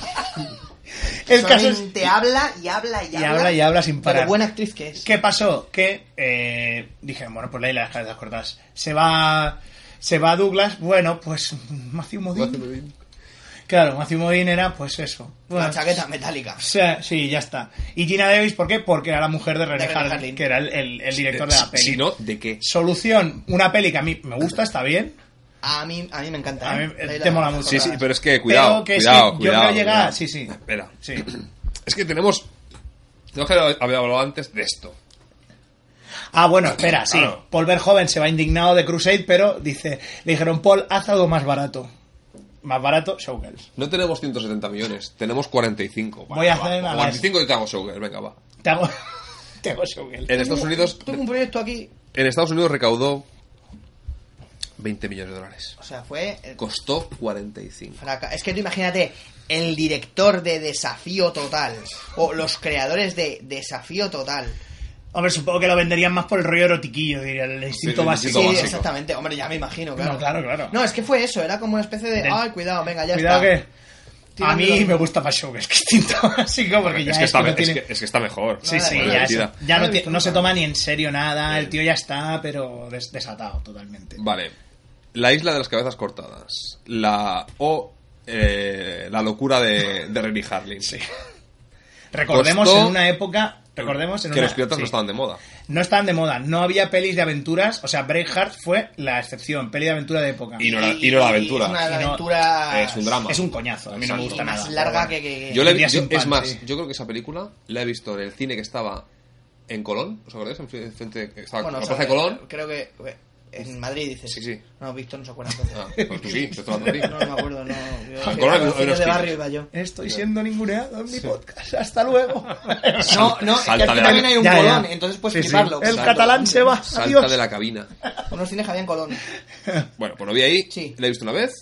S5: El caso es-
S7: Solamente habla y habla y,
S5: Y habla y habla sin parar.
S7: Pero buena actriz que es.
S5: ¿Qué pasó? Que eh, dije, bueno, pues la isla de las cabezas cortas. Se va Se va Douglas, bueno, pues Matthew Modine. Claro, Matthew Modine era pues eso.
S7: Una
S5: Bueno,
S7: chaqueta metálica.
S5: o sea, sí, ya está. Y Gina Davis, ¿por qué? Porque era la mujer de René
S7: René
S5: Harlin,
S7: Harlin.
S5: que era el, el- el director de la peli.
S6: eh, Si no, ¿de qué?
S5: Solución, una peli que a mí me gusta, está bien.
S7: A mí, a mí me encanta.
S5: A
S7: ¿eh?
S5: mí, eh,
S7: Ahí la-
S5: te mola
S7: la-
S5: mucho.
S6: Sí, sí, pero es que
S5: Pero
S6: cuidado,
S5: que es que
S6: cuidado,
S5: yo
S6: cuidado.
S5: creo llegar-
S6: cuidado.
S5: sí, sí.
S6: Espera.
S5: Sí.
S6: Es que tenemos. Tenemos que haber hablado antes de esto.
S5: Ah, bueno, espera, sí.
S6: Claro.
S5: Paul Verhoeven se va indignado de Crusade, pero dice, le dijeron, Paul, haz algo más barato. Más barato, Showgirls.
S6: No tenemos 170 millones, tenemos 45.
S5: Voy a hacer
S6: va.
S5: una
S6: 45 y te hago Sugar, venga, va.
S5: Te hago, te hago Showgirls.
S6: En Estados Unidos,
S7: Tengo un proyecto aquí.
S6: en Estados Unidos recaudó 20 millones de dólares.
S7: O sea, fue. el
S6: Costó 45.
S7: fraca- Es que tú imagínate, el director de Desafío Total. O los creadores de Desafío Total.
S5: Hombre, supongo que lo venderían más por el rollo erotiquillo, diría, el instinto
S6: el
S5: básico.
S6: instinto
S7: Sí,
S6: básico.
S7: exactamente. Hombre, ya me imagino, claro.
S5: No, claro, claro.
S7: No, es que fue eso. Era como una especie de.
S5: Del-
S7: Ay, cuidado, venga, ya
S5: Cuidado
S7: está.
S5: que... A mí
S7: Tíramelo.
S5: me gusta más Showgirls que instinto básico, porque ya
S6: es, que
S5: esto
S6: está,
S5: no
S6: me- es
S5: tiene-
S6: que- es que está mejor.
S5: Sí, sí,
S6: Bueno,
S5: ya, es-
S6: divertida.
S5: ya no,
S7: No he
S5: ti-
S7: visto
S5: no se
S7: nunca.
S5: toma ni en serio nada, el tío ya está, pero des- desatado totalmente.
S6: Vale. La isla de las cabezas cortadas. La O. eh, la locura de, de Renny Harlin.
S5: Sí. Recordemos
S6: Costó-
S5: en una época... Recordemos en
S6: que
S5: una-
S6: los piratas
S5: sí.
S6: no estaban de moda.
S5: No estaban de moda, no había pelis de aventuras, o sea, Braveheart fue la excepción, peli de aventura de época.
S6: Y no era, y no era aventura.
S7: Es una
S5: Y no-
S7: aventura.
S6: Es un drama.
S5: Es un coñazo, a mí no me gusta
S7: y más
S5: nada.
S7: larga
S5: pero
S7: que,
S5: bueno.
S7: que- que-
S6: Yo la he
S5: Tendría
S6: yo-
S5: sin
S6: es
S5: Eh, pan,
S6: más,
S5: sí.
S6: yo creo que esa película la he visto en el cine que estaba en Colón, ¿os acordáis? En fri- frente, que estaba
S7: Bueno,
S6: en la
S7: o sea,
S6: Plaza de Colón.
S7: Creo que en Madrid dices.
S6: Sí, sí.
S7: No, Víctor no se acuerda entonces.
S6: Ah, pues tú sí, te estoy hablando
S7: No, no me
S6: a ti.
S7: acuerdo, no. Yo,
S6: Con
S7: sí,
S6: Coral,
S7: los
S6: hay unos
S7: cines de
S6: tíos.
S7: barrio iba yo.
S5: Estoy siendo ninguneado en mi podcast. Hasta luego.
S7: No, no, es que
S6: Salta
S7: aquí
S6: de
S7: también
S6: la-
S7: hay un
S5: Ya,
S7: colón,
S5: ya.
S7: entonces puedes
S5: Sí, sí.
S7: fliparlo.
S5: El
S7: Salta.
S5: catalán se va.
S6: Salta
S5: Adiós.
S6: de la cabina.
S7: Unos cines habían colón.
S6: Bueno, pues lo vi ahí,
S7: Sí.
S6: la he visto una vez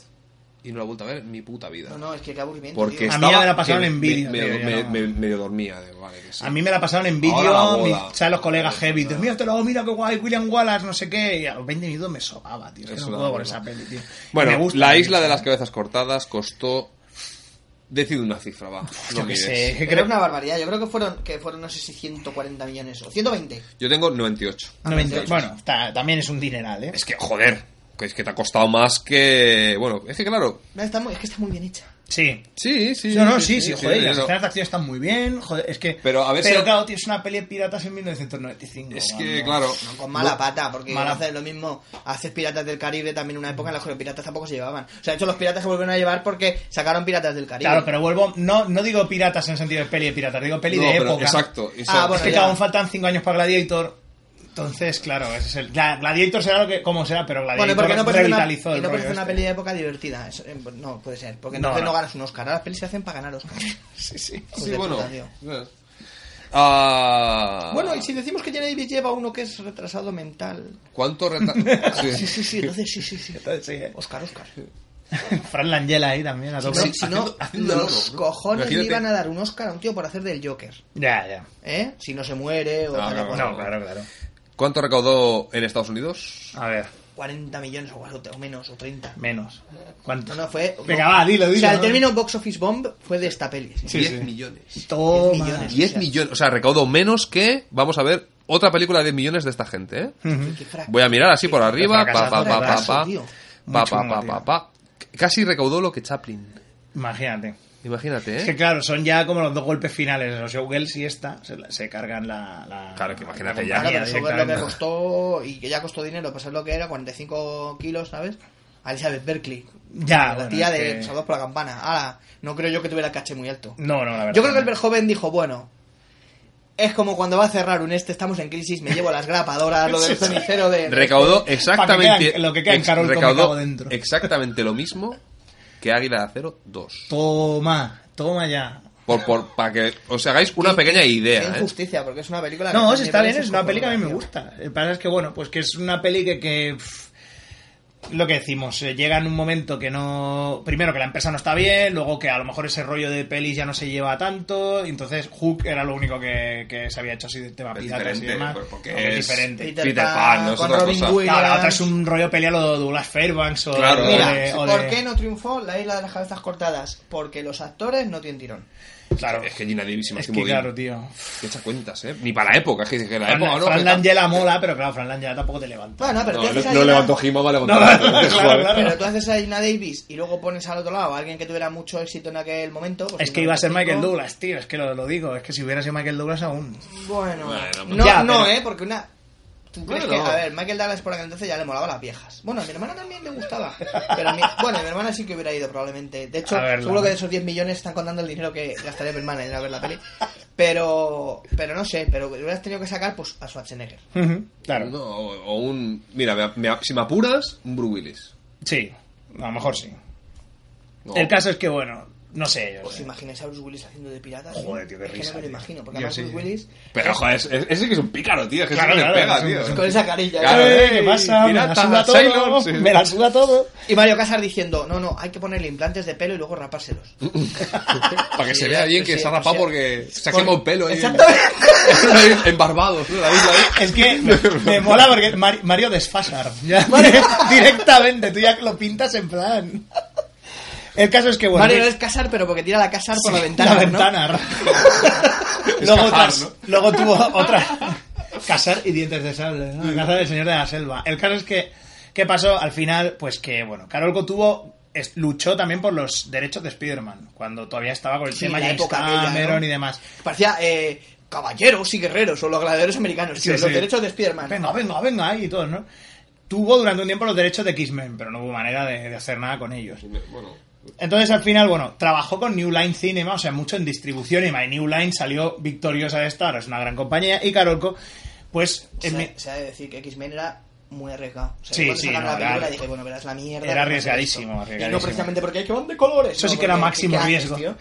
S6: y no la he vuelto a ver en mi puta vida.
S7: No, no, es que qué aburrimiento.
S6: Porque
S7: tío.
S5: A mí
S6: estaba
S5: ya me la pasaron
S6: que
S5: en vídeo,
S6: me-
S5: tío, yo
S6: me-
S5: no.
S6: me- Medio dormía. de, vale, que sí.
S5: A mí me la pasaron en
S6: Ahora la
S5: vídeo,
S6: boda.
S5: mi- ¿sabes? Los colegas heavy. Dios mío, te lo hago, mira qué guay, William Wallace, no sé qué. Y a los 20 minutos me sobaba, tío. Es que
S6: Eso
S5: no
S6: da
S5: puedo con
S6: miedo.
S5: esa peli, tío. Me
S6: Bueno,
S5: gusta
S6: la
S5: mucho,
S6: isla de
S5: ¿eh?
S6: las cabezas cortadas costó. Decid una cifra, va. no
S5: Yo qué
S6: mires.
S5: sé. que
S7: Pero
S5: creo-
S7: es una barbaridad. Yo creo que fueron, que fueron no sé si 140 millones o 120.
S6: Yo tengo 98.
S5: 90. Bueno, está- también es un dineral, ¿eh?
S6: Es que, joder, que es que te ha costado más que. Bueno, es que claro.
S7: No, Está muy, es que está muy bien hecha.
S5: Sí.
S6: Sí, sí.
S5: No, no, sí, sí, joder, y
S6: no.
S5: las escenas de acción están muy bien, joder, es que...
S6: Pero a ver si-
S5: claro, tienes una peli de piratas en 1995.
S6: Es que,
S5: cuando-
S6: claro.
S7: No, con mala
S6: no-
S7: pata, porque
S5: Mala-
S7: haces lo mismo, haces Piratas del Caribe también una época en la que los piratas tampoco se llevaban. O sea, de hecho los piratas se volvieron a llevar porque sacaron Piratas del Caribe.
S5: Claro, pero vuelvo, no, no digo piratas en el sentido de peli de piratas, digo peli
S6: no,
S5: de
S6: pero
S5: época.
S6: Exacto.
S7: Ah,
S6: exacto.
S5: Es
S7: bueno,
S5: que
S7: ya.
S5: aún faltan 5 años para Gladiator. Entonces, claro, ese es el. Gla- Gladiator será lo que. como sea, pero
S7: Bueno,
S5: Gladiator
S7: ¿y por qué no puedes hacer una,
S5: revitalizó
S7: y
S5: el
S7: no puedes
S5: rollo
S7: hacer una
S5: este.
S7: peli de época divertida? Eso, eh, no, puede ser. Porque
S5: No,
S7: entonces no,
S5: no.
S7: ganas un Oscar. Ahora las pelis se hacen para ganar Oscar.
S5: Sí, sí.
S7: Hijos
S6: Sí,
S7: de
S6: bueno.
S7: puta, tío.
S6: Ah,
S7: Bueno, y si decimos que Jenny Davis lleva uno que es retrasado mental.
S6: ¿Cuánto reta-
S7: Sí, sí,
S6: Sí.
S7: sí, entonces sí, sí, sí.
S5: Entonces, sí, eh.
S7: Oscar, Oscar.
S5: Fran Langella ahí también, a
S7: Si no,
S5: tope.
S7: si no,
S6: haciendo- haciendo el
S7: los
S6: loro, ¿no?
S7: cojones le
S6: Imagínate.
S7: iban a dar un Oscar a un tío por hacer del Joker.
S5: Ya, ya.
S7: ¿Eh? Si no se muere o
S6: Ah,
S7: tal
S6: claro,
S7: cosa.
S5: No, claro, claro.
S6: ¿Cuánto recaudó en Estados Unidos?
S5: A ver,
S7: 40 millones o, algo, o menos, o 30.
S5: menos. ¿Cuánto?
S7: No, no, fue...
S5: Venga, va, dilo, dilo.
S7: O sea, el
S5: ¿no?
S7: término box office bomb fue de esta peli. sí.
S5: Sí,
S6: 10
S5: sí.
S6: millones.
S5: Toma.
S7: 10 millones.
S6: 10
S7: O sea,
S6: millones. O sea, recaudó menos que. Vamos a ver otra película de 10 millones de esta gente, ¿eh?
S5: Ujú.
S7: qué fracaso.
S6: Voy a mirar así por arriba. Pa,
S5: fracaso,
S6: pa, pa, pa,
S5: fracaso,
S6: pa.
S7: tío.
S6: Pa,
S5: Muy
S6: pa,
S5: chungo,
S6: pa,
S5: tío.
S6: pa, pa. Casi recaudó lo que Chaplin.
S5: Imagínate.
S6: Imagínate,
S5: Es
S6: ¿eh?
S5: que claro, son ya como los dos golpes finales. Los Showgirls y esta se, la- se cargan la, la-
S6: Claro, que imagínate
S5: la
S6: ya.
S7: Claro,
S5: compañía
S7: pero eso es lo que
S5: directamente.
S7: costó y que ya costó dinero, pues es lo que era, 45 kilos, ¿sabes? A Elizabeth Berkeley.
S5: Ya,
S7: La
S5: bueno,
S7: tía
S5: es
S7: de
S5: que-
S7: Salvados por la Campana. Ahora, no creo yo que tuviera el caché muy alto.
S5: No, no, la verdad.
S7: Yo creo que el
S5: no.
S7: Verjoven dijo, bueno, es como cuando va a cerrar un este, estamos en crisis, me llevo las grapadoras, lo del cenicero de...
S6: Recaudó
S5: Pa' que
S6: exactamente.
S5: quedan- lo que queda en
S6: ex-
S5: Carol con
S6: recaudó
S5: Cabo dentro.
S6: Exactamente lo mismo que Águila de Acero 2.
S5: Toma, toma ya.
S6: Por, por, para que os hagáis una pequeña
S7: Qué
S6: idea, ¿eh?
S7: injusticia, porque es una película... que
S5: No,
S7: tiene
S5: si está bien,
S7: varios
S5: es una peli que a mí me
S7: cojones,
S5: gusta. El pasa es que, bueno, pues que es una peli que... que, pff, lo que decimos, eh, llega en un momento que no... Primero que la empresa no está bien, luego que a lo mejor ese rollo de pelis ya no se lleva tanto, y entonces Hook era lo único que, que se había hecho así de tema
S6: Es
S5: piratas y
S6: diferente,
S5: demás.
S6: pero porque
S5: Aunque
S6: es-
S5: diferente.
S7: Peter,
S6: Peter
S7: Pan,
S6: Pan, no es
S7: con
S6: otra
S7: Robin
S6: cosa.
S7: Williams.
S5: No, la otra es un rollo pelea lo de Douglas Fairbanks o,
S6: Claro.
S5: o
S7: Mira,
S5: de- o
S7: ¿por
S5: de-
S7: qué no triunfó La Isla de las Cabezas Cortadas? Porque los actores no tienen tirón.
S5: Claro.
S6: Es que Gina Davis y
S5: Es
S6: Máximo
S5: que
S6: Gómez.
S5: claro, tío.
S6: Que echa cuentas, ¿eh? Ni para la época, es que que la
S5: Fran,
S6: época, ¿no?
S5: Fran
S6: Que tal-
S5: Langella mola, pero claro, Fran Langella tampoco te levanta.
S7: Bueno, pero
S6: No,
S7: tú
S6: no,
S7: haces ahí
S6: no
S7: una-
S6: levantó Gima, va a levantar.
S5: No, no, no, claro, claro.
S7: Pero tú haces a Gina Davis y luego pones al otro lado a alguien que tuviera mucho éxito en aquel momento. pues
S5: Es que
S7: un
S5: iba a ser
S7: chico-
S5: Michael Douglas, tío, es que lo, lo digo, es que si hubiera sido Michael Douglas aún.
S7: Bueno,
S6: Bueno, pues
S7: no,
S5: ya,
S7: no,
S5: pero-
S7: eh, porque una. ¿Tú crees
S6: Bueno.
S7: que, a ver, Michael Douglas por aquel entonces ya le molaba a las viejas? Bueno, a mi hermana también le gustaba. Pero a mi, bueno, a mi hermana sí que hubiera ido probablemente. De hecho,
S5: A verla.
S7: seguro que de esos 10 millones están contando el dinero que gastaría mi hermana en ir a ver la peli. Pero, pero no sé, pero hubieras tenido que sacar pues a Schwarzenegger.
S5: claro.
S6: No, o o un. Mira, me- me- si me apuras, un Bruce Willis.
S5: Sí, a lo mejor sí.
S6: No. Pues
S5: El caso es que, bueno, no sé. yo
S7: ¿Os
S5: sé.
S7: imagináis Pues a Bruce Willis haciendo de pirata?
S5: Joder, tío, qué
S7: Es que
S5: risa,
S7: No me lo
S5: tío.
S7: imagino, porque
S5: Yo
S7: además
S5: sí,
S7: Bruce
S5: sí.
S7: Willis
S6: Pero, joder, es- es- ese que es un pícaro, tío. Es que
S5: Claro,
S6: se le
S5: claro,
S6: pega,
S5: es un-
S6: tío.
S5: es un-
S7: con esa carilla.
S6: Claro.
S7: ¿eh?
S5: ¡Eh, ¿Qué pasa? Me la
S6: Pirata,
S5: suda todo.
S6: Sailor, sí.
S5: Me la suda todo.
S7: Y Mario Casas diciendo, no, no, hay que ponerle implantes de pelo y luego rapárselos.
S6: Para que se vea bien que
S7: Sí,
S6: se ha
S7: o
S6: rapado
S7: sea,
S6: porque se ha
S7: por-
S6: quemado un pelo. ahí.
S7: Exactamente.
S6: en Barbados, ¿no? La isla, ¿eh?
S5: Es que me, me mola porque Mar- Mario desfasar. Ya, directamente, tú ya lo pintas en plan. El caso es que, bueno.
S7: Mario
S5: Luis-
S7: es casar, pero porque tira la casar por la ventana.
S5: La
S7: ¿no?
S5: ventana.
S6: Es
S5: luego,
S6: cazar,
S5: otras-
S6: ¿no?
S5: luego tuvo otra. Casar y dientes de sable, ¿no? La casa del señor de la selva. El caso es que, ¿qué pasó? Al final, pues que, bueno, Carolco tuvo. es- luchó también por los derechos de Spider-Man, cuando todavía estaba con el
S7: Sí,
S5: tema
S7: la
S5: James
S7: época aquella, ¿no?
S5: Cameron y demás.
S7: Parecía eh, caballeros y guerreros o los gladiadores americanos, tío,
S5: Sí,
S7: los
S5: sí.
S7: derechos de Spider-Man.
S5: Venga, venga, venga, ahí y todo, ¿no? Tuvo durante un tiempo los derechos de X-Men, pero no hubo manera de, de hacer nada con ellos.
S6: Bueno,
S5: Entonces, al final, bueno, trabajó con New Line Cinema, o sea, mucho en distribución, y My New Line salió victoriosa de esta, ahora es una gran compañía, y Carolco, pues...
S7: Se,
S5: en mi-
S7: se ha de decir que X-Men era muy arriesgado. O sea,
S5: Sí,
S7: yo cuando
S5: sí, no,
S7: sacaron la
S5: era-
S7: película dije, bueno, verás la
S5: era
S7: mierda. vamos a hacer
S5: arriesgadísimo,
S7: esto. Y
S5: arriesgadísimo.
S7: no precisamente porque hay que van de colores.
S5: Eso sí
S7: no,
S5: que era
S7: porque-
S5: máximo
S7: ¿qué haces,
S5: riesgo.
S7: tío?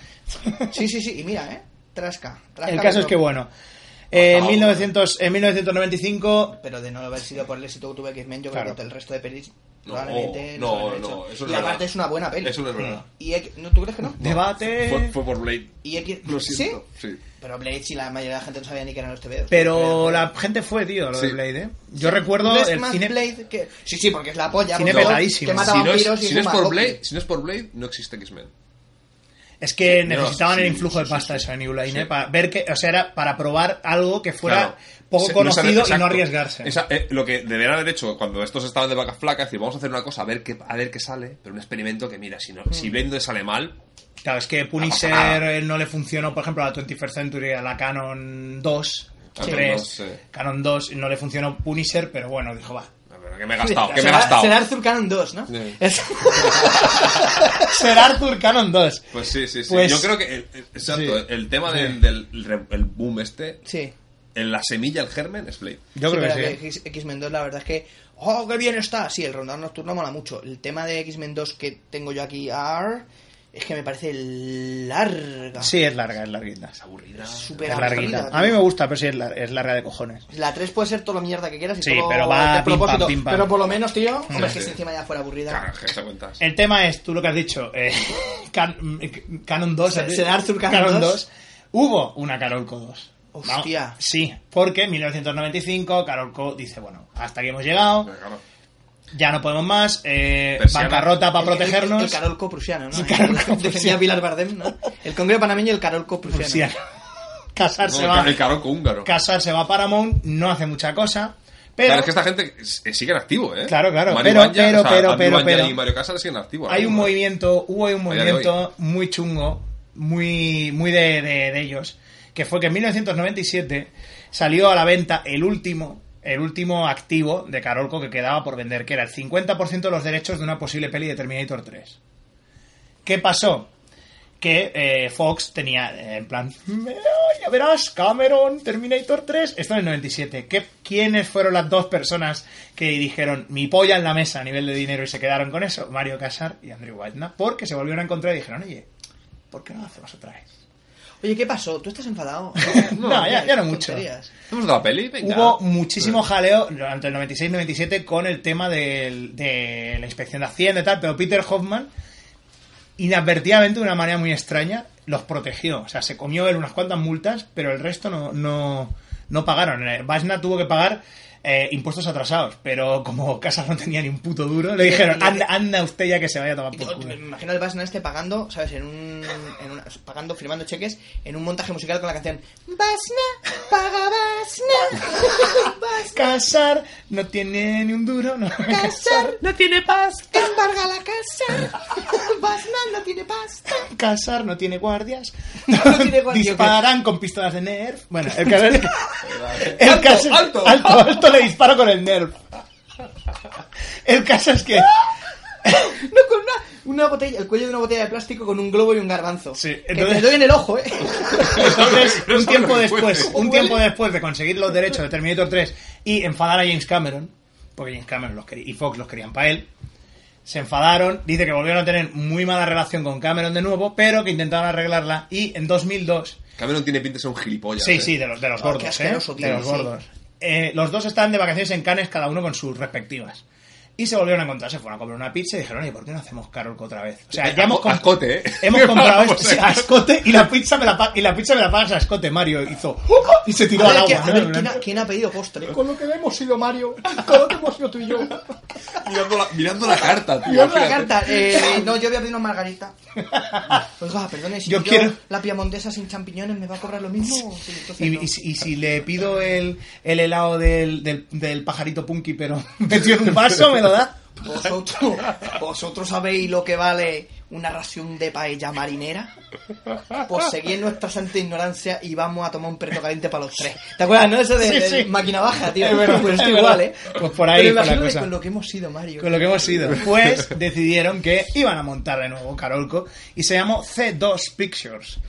S7: Sí, sí, sí. Y mira, ¿eh? Trasca. trasca
S5: el caso es
S7: pero-
S5: que, bueno,
S6: Ah,
S5: eh, en
S6: favor.
S5: 1900, en 1995...
S7: Pero de no haber sido por el éxito que tuvo X-Men, yo
S5: Claro.
S7: creo que el resto de pelis
S6: No,
S7: probablemente
S6: no,
S7: se lo habrán
S6: no,
S7: hecho.
S6: eso no
S7: Y
S6: es
S7: aparte
S6: verdad.
S7: es una buena peli.
S6: eso no es verdad.
S7: Y X- ¿no, ¿Tú crees que no?
S5: Debate...
S6: Fue, fue por Blade.
S7: Y X...
S6: Lo
S7: ¿Sí?
S6: siento. Sí.
S7: Pero Blade y la mayoría de la gente no sabía ni que eran los TVOs.
S5: Pero la gente fue, tío, lo de
S6: Sí.
S5: Blade, ¿eh? Yo recuerdo
S7: ¿Ves
S5: el
S7: más
S5: cine...
S7: Blade que... Sí, sí, porque es la polla.
S5: Cine
S7: porque
S5: petadísimo.
S7: Que mata
S6: Si no, es,
S7: vampiros y
S6: si no es
S7: fuma
S6: por
S7: coca.
S6: Blade, si no es por Blade, no existe X-Men.
S5: Es que
S6: No,
S5: necesitaban el
S6: sí,
S5: influjo de
S6: sí,
S5: pasta
S6: sí,
S5: de
S6: sí.
S5: esa New Line,
S6: Sí.
S5: ¿eh? Para ver que, o sea, era para probar algo que fuera
S6: Claro.
S5: poco
S6: Se- no sabe-
S5: conocido y
S6: exacto.
S5: no arriesgarse.
S6: Esa- eh, lo que deberían haber hecho cuando estos estaban de vacas flacas, decir, vamos a hacer una cosa, a ver qué, a ver qué sale, pero un experimento que, mira, si, no, si Blade sale mal,
S5: Claro, es que
S6: No pasa
S5: Punisher
S6: nada.
S5: eh, no le funcionó, por ejemplo, a la 21st Century, a la Canon 2,
S6: Canon
S5: 3,
S6: 2, sí.
S5: Canon 2, y no le funcionó Punisher, pero bueno, dijo, va.
S6: a ver, ¿qué me he gastado? ¿Qué me he
S7: Será-
S6: gastado?
S7: Será Arthur Cannon 2, ¿no?
S6: Sí.
S7: Es-
S5: Será Arthur Canon 2.
S6: Pues sí, sí, sí.
S5: Pues-
S6: Yo creo que, el- el- exacto,
S5: sí.
S6: el tema
S5: Sí.
S6: del, del re- el boom este,
S7: sí.
S6: en la semilla, el germen, es Blade.
S5: Yo
S7: Sí,
S5: creo
S7: pero
S5: que sí.
S7: que X- X-Men 2 la verdad es que... ¡Oh, qué bien está! Sí, el rondar nocturno mola mucho. El tema de X-Men 2 que tengo yo aquí, ar, es que me parece larga.
S5: Sí, es larga, es larguita.
S6: Aburrida.
S7: Súper
S5: Es larguita.
S7: aburrida, tío.
S5: A mí me gusta, pero sí es, lar- es larga de cojones.
S7: Pues La 3 puede ser todo lo mierda que quieras y
S5: Sí,
S7: todo
S5: pero va pim, pam,
S7: de propósito.
S5: pim, pam.
S7: Pero por lo menos, tío, hombre, es que
S6: sí.
S7: si encima ya fuera aburrida.
S6: Claro, que se cuentas.
S5: El tema es, tú lo que has dicho, eh, Can- eh, Canon 2.
S7: ¿Será
S5: eh,
S7: Arthur Canon 2?
S5: Hubo una Carolco 2.
S7: Hostia.
S5: Vamos, Sí, porque en 1995 Carolco dice, bueno, hasta aquí hemos llegado,
S6: Claro.
S5: ya no podemos más, eh,
S6: Persiana.
S5: bancarrota para
S7: El- el-
S5: protegernos.
S7: El, carolco prusiano, ¿no?
S5: El carolco
S7: Decía
S5: prusiano.
S7: Pilar Bardem, ¿no? El Congreso panameño y el carolco prusiano.
S5: Prusiano. casarse
S6: No,
S5: va
S6: el caroco húngaro.
S5: casarse va Paramount no hace mucha cosa pero
S6: claro, es que esta gente s- eh, sigue en activo, ¿eh?
S5: Claro, claro,
S6: Mario
S5: pero-
S6: Banja,
S5: pero-
S6: o sea,
S5: pero-
S6: Andy
S5: pero-
S6: Banja
S5: pero-
S6: y Mario Casas siguen activos. ¿eh?
S5: hay un movimiento hubo un
S6: A día de hoy.
S5: movimiento muy chungo muy muy de, de- de ellos que fue que en 1997 salió a la venta el último el último activo de Carolco que quedaba por vender que era el 50% de los derechos de una posible peli de Terminator 3 ¿qué pasó? que eh, Fox tenía eh, en plan, "Ay, ya verás, Cameron, Terminator 3, esto en el 97. ¿Qué, ¿Quiénes fueron las dos personas que dijeron mi polla en la mesa a nivel de dinero y se quedaron con eso? Mario Casar y Andrew Whitna, porque se volvieron a encontrar y dijeron, oye, ¿por qué no lo hacemos otra vez?
S7: Oye, ¿qué pasó? ¿Tú estás enfadado?
S5: No, ya- ya no mucho.
S7: tonterías.
S6: ¿Hemos dado la peli? Venga.
S5: Hubo muchísimo jaleo durante el 96-97 con el tema del- de la inspección de Hacienda y tal, pero Peter Hoffman, inadvertidamente, de una manera muy extraña, los protegió. O sea, se comió él unas cuantas multas, pero el resto no, no, no pagaron. Basna Eh, tuvo que pagar eh, impuestos atrasados, pero como Casas no tenía ni un puto duro, le dijeron, anda, anda usted ya que se vaya a tomar
S7: Yo
S5: por
S7: me
S5: culo.
S7: imagino el Basna este pagando, ¿sabes? En un, en una- pagando, firmando cheques en un montaje musical con la canción Basna, paga Basna, Basna,
S5: Casar no tiene ni un duro, no.
S7: casar, no tiene paz, embarga la casa, Basna no tiene paz.
S5: Casar no tiene guardias.
S7: No tiene guardias.
S5: Disparan con pistolas de Nerf. Bueno, el caso es que- el
S6: Alto,
S5: caso es-
S6: alto.
S5: alto, alto, le disparo con el Nerf. El caso es que.
S7: No, con una, una botella, el cuello de una botella de plástico con un globo y un garbanzo.
S5: Sí,
S7: Que
S5: entonces-
S7: te doy en el ojo, ¿eh?
S5: Entonces,
S6: No
S5: un
S6: sabe
S5: tiempo
S6: lo que
S5: después,
S6: puede.
S5: un tiempo después de conseguir los derechos de Terminator 3 y enfadar a James Cameron, porque James Cameron los quería, y Fox los querían para él, se enfadaron, dice que volvieron a tener muy mala relación con Cameron de nuevo, pero que intentaron arreglarla y en 2002
S6: Cameron tiene pinta de ser un gilipollas.
S5: Sí,
S6: ¿eh?
S5: sí, de los, de los
S7: Ah, qué
S5: gordos, ¿eh?
S7: asqueroso, tío,
S5: de los
S7: sí.
S5: gordos. Eh, los dos estaban de vacaciones en Cannes, cada uno con sus respectivas. Y se volvieron a encontrar, se fueron a comer una pizza y dijeron, oye, ¿por qué no hacemos Carol otra vez? O sea,
S6: Eh,
S5: ya hemos,
S6: asco-
S5: comp-
S6: ascote, ¿eh?
S5: hemos comprado
S6: Vamos,
S5: esto, sí,
S6: eh.
S5: ascote y la pizza me la, pa- y la pizza me la pagas a ascote, Mario. Hizo, y se tiró
S7: A
S5: al
S7: ver, que-
S5: agua.
S7: a
S5: ¿no?
S7: ver, ¿quién, ha, quién ha pedido postre?
S8: Con lo que hemos sido Mario, con lo que hemos sido tú y yo.
S6: Mirando la, mirando la carta, tío.
S7: Yo abro la
S6: fíjate.
S7: carta. Eh, no, yo voy a pedir una margarita. Oiga, perdone, si
S5: Yo
S7: yo,
S5: quiero-
S7: la piamontesa sin champiñones me va a cobrar lo mismo. Sí, entonces
S5: Y,
S7: no.
S5: y si- y si le pido el, el helado del, del, del pajarito punky, pero metido en un vaso, ¿me lo da?
S7: ¿Vosotros, ¿Vosotros sabéis lo que vale una ración de paella marinera? Pues seguid nuestra santa ignorancia y vamos a tomar un perro caliente para los tres. ¿Te acuerdas, no? Eso de,
S5: Sí,
S7: de
S5: sí.
S7: máquina baja, tío.
S5: Es verdad,
S7: pues esto
S5: es
S7: igual,
S5: verdad.
S7: ¿eh?
S5: Pues por ahí fue
S7: Pero
S5: la
S7: imagínate
S5: cosa.
S7: con lo que hemos sido, Mario.
S5: Con lo que hemos ido. Pues decidieron que iban a montar de nuevo Carolco y se llamó C2 Pictures.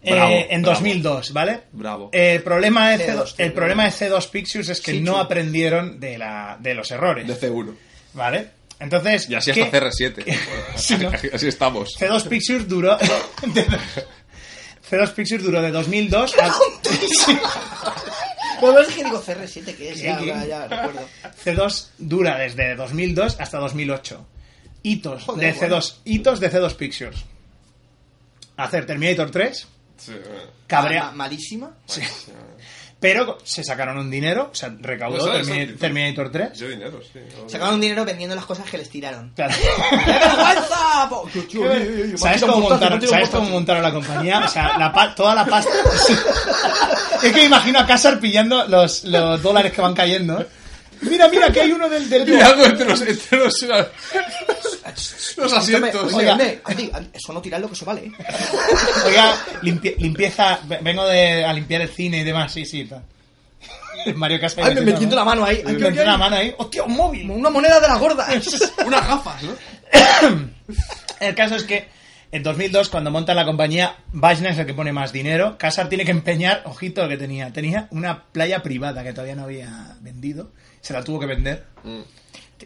S5: Eh,
S6: Bravo,
S5: en
S6: bravo.
S5: 2002, ¿vale?
S6: Bravo.
S5: El problema de
S7: C2,
S5: C2, el
S7: tío.
S5: problema de C2 Pictures es que
S7: Sí,
S5: no
S7: sí.
S5: aprendieron de, la, de los errores,
S6: De C1.
S5: ¿vale? Entonces,
S6: Y así
S5: ¿qué-
S6: hasta CR7.
S5: Sí, ¿no?
S6: Así estamos.
S5: C2 Pictures duró. C2 Pictures duró de 2002 a. Sí.
S7: Pero es que digo CR7, que es,
S5: ¿Qué,
S7: ya,
S5: qué?
S7: ya, ya recuerdo.
S5: C2 dura desde 2002 hasta 2008. Hitos
S7: Joder,
S5: de C2, hitos de C2 Pictures. Hacer Terminator 3,
S6: Sí, eh.
S5: cabrea,
S7: Ah, Ma- malísima.
S5: sí. pero se sacaron un dinero, o sea, recaudó
S6: Pues, ¿sabes?
S5: Termi- Terminator 3.
S6: Yo dinero, sí. Yo-
S7: Sacaron dinero vendiendo las cosas que les tiraron.
S5: Claro.
S7: ¡Qué vergüenza! po! Tío, tío, tío, tío, tío,
S5: ¿Sabes
S7: me han
S5: cómo,
S7: tirado un portazo, me
S5: montaron,
S7: han tirado un
S5: ¿sabes
S7: portazo.
S5: cómo montaron la compañía? O sea, la pa- toda la pasta. Es que imagino a Casar pillando los, los dólares que van cayendo. ¿eh? Mira, mira, que hay uno del, del
S6: Mirando entre los, entre los, los
S7: Escúchame,
S6: asientos.
S7: oye,
S5: Oiga.
S7: Andy, Andy, Andy, eso no tirar lo que eso vale. ¿eh?
S5: Oiga, limpie- limpieza. ve- Vengo de, a limpiar el cine y demás, sí, sí. tal. Mario Casas.
S7: Ay, me metiendo la mano ahí.
S5: Me
S7: Ay,
S5: metió
S7: ay, ay.
S5: la mano ahí. ¡Hostia, un móvil!
S7: Una moneda de la gorda.
S6: Unas gafas, ¿no?
S5: El caso es que en 2002, cuando montan la compañía, Bajna es el que pone más dinero. Casar tiene que empeñar, ojito lo que tenía. Tenía una playa privada que todavía no había vendido. Se la tuvo que vender.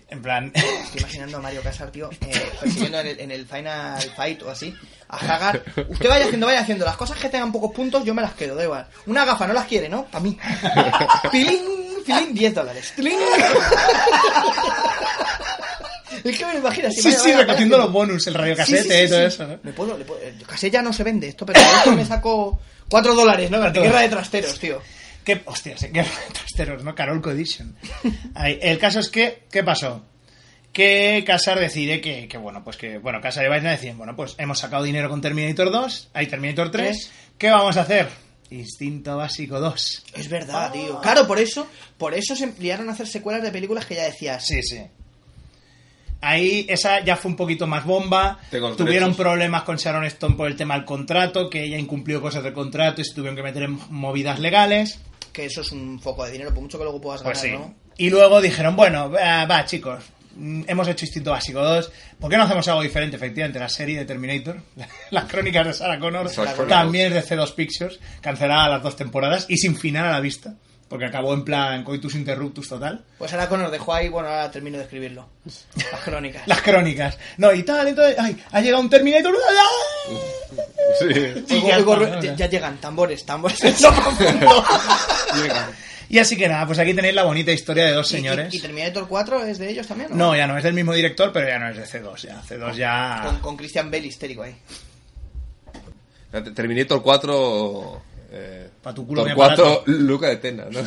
S5: En plan.
S7: Estoy imaginando a Mario Casar, tío, eh, persiguiendo en el, en el Final Fight o así. A Hagar. Usted vaya haciendo, vaya haciendo. Las cosas que tengan pocos puntos, yo me las quedo, da igual. Una gafa no las quiere, ¿no? Para mí. Pilín, pilín, 10 dólares. Tilín. Es que me lo imagino así.
S5: sí,
S7: vaya,
S5: sí,
S7: vaya,
S5: recogiendo
S7: vaya
S5: los bonus, el radio
S7: haciendo.
S5: casete
S7: Sí, sí, sí,
S5: y todo
S7: sí.
S5: eso, ¿no?
S7: Me puedo, le puedo- eh, Casé ya no se vende esto, pero esto me saco 4 dólares, ¿no? La
S5: Cuatro.
S7: guerra de trasteros, tío.
S5: ¿Qué, hostias, qué trasteros, ¿no? Carolco Edition. Ahí, el caso es que, ¿qué pasó? Que Casar decide que, que, bueno, pues que, bueno, Casar y Vaina deciden, bueno, pues hemos sacado dinero con Terminator 2, hay Terminator 3,
S7: Tres.
S5: ¿qué vamos a hacer? Instinto Básico 2.
S7: Es verdad, tío. Claro, por eso, por eso se emplearon a hacer secuelas de películas que ya decías.
S5: Sí, sí. Ahí esa ya fue un poquito más bomba.
S6: Tengo los
S5: tuvieron
S6: derechos.
S5: problemas con Sharon Stone por el tema del contrato, que ella incumplió cosas del contrato y se tuvieron que meter en movidas legales.
S7: Que eso es un foco de dinero, por mucho que luego puedas ganar,
S5: Pues sí.
S7: ¿no?
S5: Y luego dijeron, bueno, va, va, chicos, mm, hemos hecho Instinto Básico 2, ¿por qué no hacemos algo diferente? Efectivamente, la serie de Terminator, las crónicas de Sarah Connor,
S6: Sarah Connor.
S5: también es de C2 Pictures, cancelada las dos temporadas y sin final a la vista, porque acabó en plan coitus interruptus total.
S7: Pues ahora Connor dejó ahí, bueno, ahora termino de escribirlo. Las crónicas.
S5: Las crónicas. No, y tal, entonces, ay, ha llegado un Terminator. ¡ah!
S6: Sí.
S5: Sí,
S7: Oigo-
S5: ya
S7: oigo-
S5: está, ¿no?
S7: ya, ya llegan tambores, tambores. Eso profundo.
S5: Y así que nada, pues aquí tenéis la bonita historia de dos
S7: Y-
S5: señores.
S7: Y, y Terminator 4 es de ellos también,
S5: No, ya no, es del mismo director, pero ya no es de C2, ya. C2 ya...
S7: Con, con Christian Bale histérico ahí.
S6: Terminator 4. Eh,
S5: Pa' tu culo, mi
S6: Thor 4,
S5: aparato.
S6: Luca de Tena, ¿no?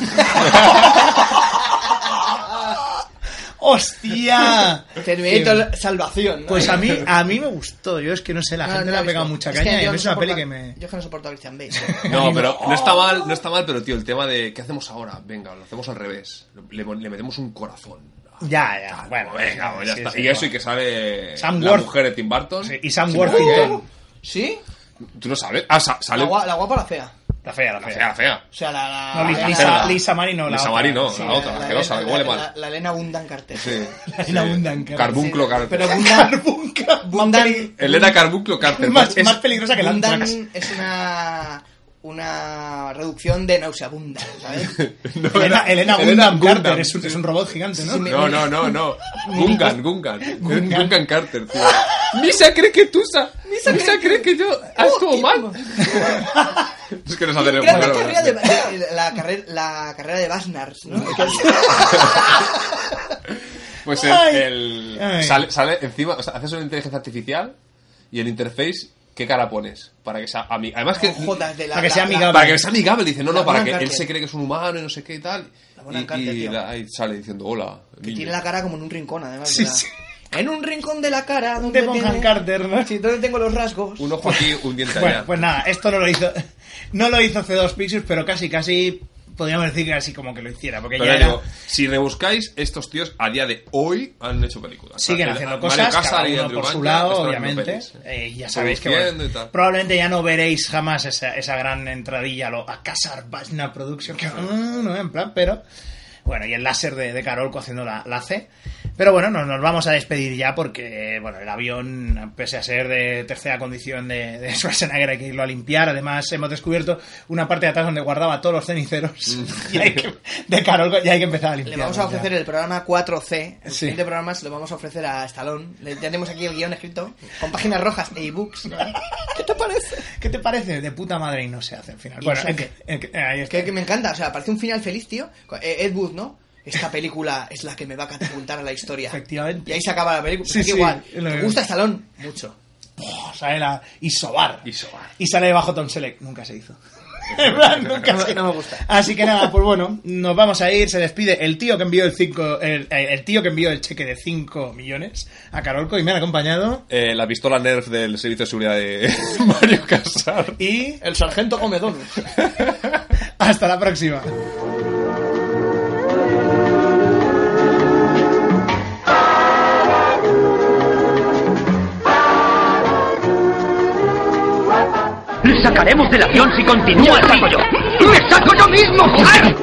S5: ¡Hostia!
S7: Terminator Salvación. ¿no?
S5: Eh, Pues a mí, a mí me gustó. Yo es que no sé, la
S7: No,
S5: gente
S7: no
S5: le
S7: la
S5: ha
S7: he
S5: pegado
S7: visto.
S5: mucha
S7: Es que
S5: caña y
S7: yo
S5: a
S7: no
S5: mí es una
S7: soporto
S5: peli
S7: a-
S5: que me.
S7: Yo es que no soporto a Christian Bale.
S6: No, pero no está mal, no está mal, pero tío, el tema de ¿qué hacemos ahora? Venga, lo hacemos al revés. Le, le metemos un corazón.
S5: Ya, ya,
S6: Ah,
S5: bueno,
S6: venga, pues ya
S5: sí,
S6: está.
S5: sí,
S6: y eso y
S5: bueno.
S6: que sale
S5: Sam
S6: la
S5: Worth.
S6: mujer de Tim Burton.
S5: Sí, y Sam ¿Eh?
S6: Sí,
S5: Worthington.
S7: ¿Sí?
S6: Tú no sabes. Ah, sa-
S7: La,
S6: sale
S7: gua- la guapa o la fea.
S5: La fea, la
S6: la
S5: fea.
S6: fea, la fea.
S7: O sea, la. la
S5: No, Lisa,
S7: la-
S5: Lisa,
S6: cerda.
S5: Lisa Mari no, la
S6: Lisa
S5: otra.
S6: Mari no,
S5: Sí.
S6: la otra, asquerosa, que
S7: la-
S6: huele
S7: la-
S6: mal.
S7: La, la Elena Bundan Carter.
S6: Sí.
S5: La
S6: sí.
S5: Elena Bundan Carter.
S6: Carbunclo
S7: Sí,
S6: Carter.
S7: Pero Bundan. Bundan.
S6: Elena Carbunclo Carter.
S5: Más,
S6: Es-
S5: más peligrosa que el
S7: Bundan
S5: Antrax.
S7: es una. Una reducción de nauseabunda, ¿sabes?
S6: no,
S5: Elena,
S6: era-
S5: Elena
S6: Elena
S5: Gundam Carter
S6: Gundam.
S5: es, un, es un robot gigante, ¿no?
S6: No, no, no, no. Gungan, Gungan.
S5: Gungan.
S6: Gungan Carter, tío. Misa cree que Tusa. Misa, cree que yo actúo
S2: Oh,
S6: mal. es que no sabemos.
S7: Gran
S6: pero-
S7: carrera de, la, carrera, la carrera de Basnars, ¿no?
S6: Pues el,
S5: Ay.
S6: el-
S5: Ay.
S6: Sale, sale encima, o sea, haces una inteligencia artificial y el interface, ¿qué cara pones? Para que sea ami- Además que.
S7: Jodas de la,
S5: Para que
S7: la-
S5: sea
S7: la-
S5: amigable.
S6: Para que sea amigable, dice, no,
S7: La
S6: no, para
S7: Bonham
S6: que él
S7: Carter.
S6: se cree que es un humano y no sé qué y tal.
S7: La
S6: Y,
S7: Bonham Carter,
S6: y
S7: tío.
S6: la- ahí sale diciendo hola. niño".
S7: Tiene la cara como en un rincón, además.
S5: Sí,
S7: de la-
S5: sí.
S7: En un rincón de la cara donde
S5: De Bonham
S7: tiene-
S5: Carter, ¿no?
S7: Sí, donde tengo los rasgos.
S6: Un ojo aquí, un diente
S5: Bueno,
S6: allá.
S5: pues nada, esto no lo hizo. No lo hizo C2 Pictures, pero casi, casi. Podríamos decir que así como que lo hiciera. Porque
S6: Pero
S5: ya
S6: ya
S5: era.
S6: digo, si rebuscáis, estos tíos a día de hoy han hecho películas.
S5: Siguen
S6: Mario-
S5: haciendo
S6: Mario
S5: cosas,
S6: Casas
S5: cada
S6: y
S5: uno
S6: Andrew
S5: por su
S6: Garfield
S5: lado,
S6: están haciendo
S5: obviamente.
S6: pelis.
S5: Eh, y ya sabéis que
S6: Produciendo
S5: bueno,
S6: y tal.
S5: probablemente ya no veréis jamás esa, esa gran entradilla a, lo, a Casar Basna Production, que mm, no en plan, pero bueno, y el láser de, de Carolco haciendo la, la C. Pero bueno, nos, nos vamos a despedir ya porque bueno, el avión, pese a ser de tercera condición de, de Schwarzenegger, hay que irlo a limpiar. Además, hemos descubierto una parte de atrás donde guardaba todos los ceniceros y hay que- de Carolco y hay que empezar a
S7: Le
S5: limpiar.
S7: vamos a ofrecer el programa 4C. El
S5: Sí.
S7: siguiente programa se lo vamos a ofrecer a Stallone. Le, ya tenemos aquí el guión escrito con páginas rojas e ebooks. ¿Qué te parece?
S5: ¿Qué te parece? De puta madre y no se hace al final.
S7: Y
S5: Bueno,
S7: no se
S5: en que- en que- eh, ahí está.
S7: Que, que me encanta, o sea, parece un final feliz, tío. Eh, Ed Wood, ¿no? Esta película es la que me va a catapultar a la historia.
S5: Efectivamente.
S7: Y ahí se acaba la película.
S5: Sí,
S7: Aquí
S5: sí,
S7: igual.
S5: es lo
S7: ¿Te
S5: que-
S7: gusta Stallone? Mucho.
S5: sale la Isobar.
S6: Isobar.
S5: Y sale debajo Tom Selleck. Nunca se hizo. En plan, nunca se-
S7: No me gusta.
S5: Así que nada, pues bueno, nos vamos a ir. Se despide el tío que envió el cinco, el, eh, el tío que envió el cheque de 5 millones a Carolco y me han acompañado.
S6: Eh, la pistola Nerf del servicio de seguridad de Mario Casar.
S5: Y
S7: El sargento Comedón.
S5: hasta la próxima.
S1: Le sacaremos del avión si continúa, saco yo. ¡Me saco yo mismo, joder!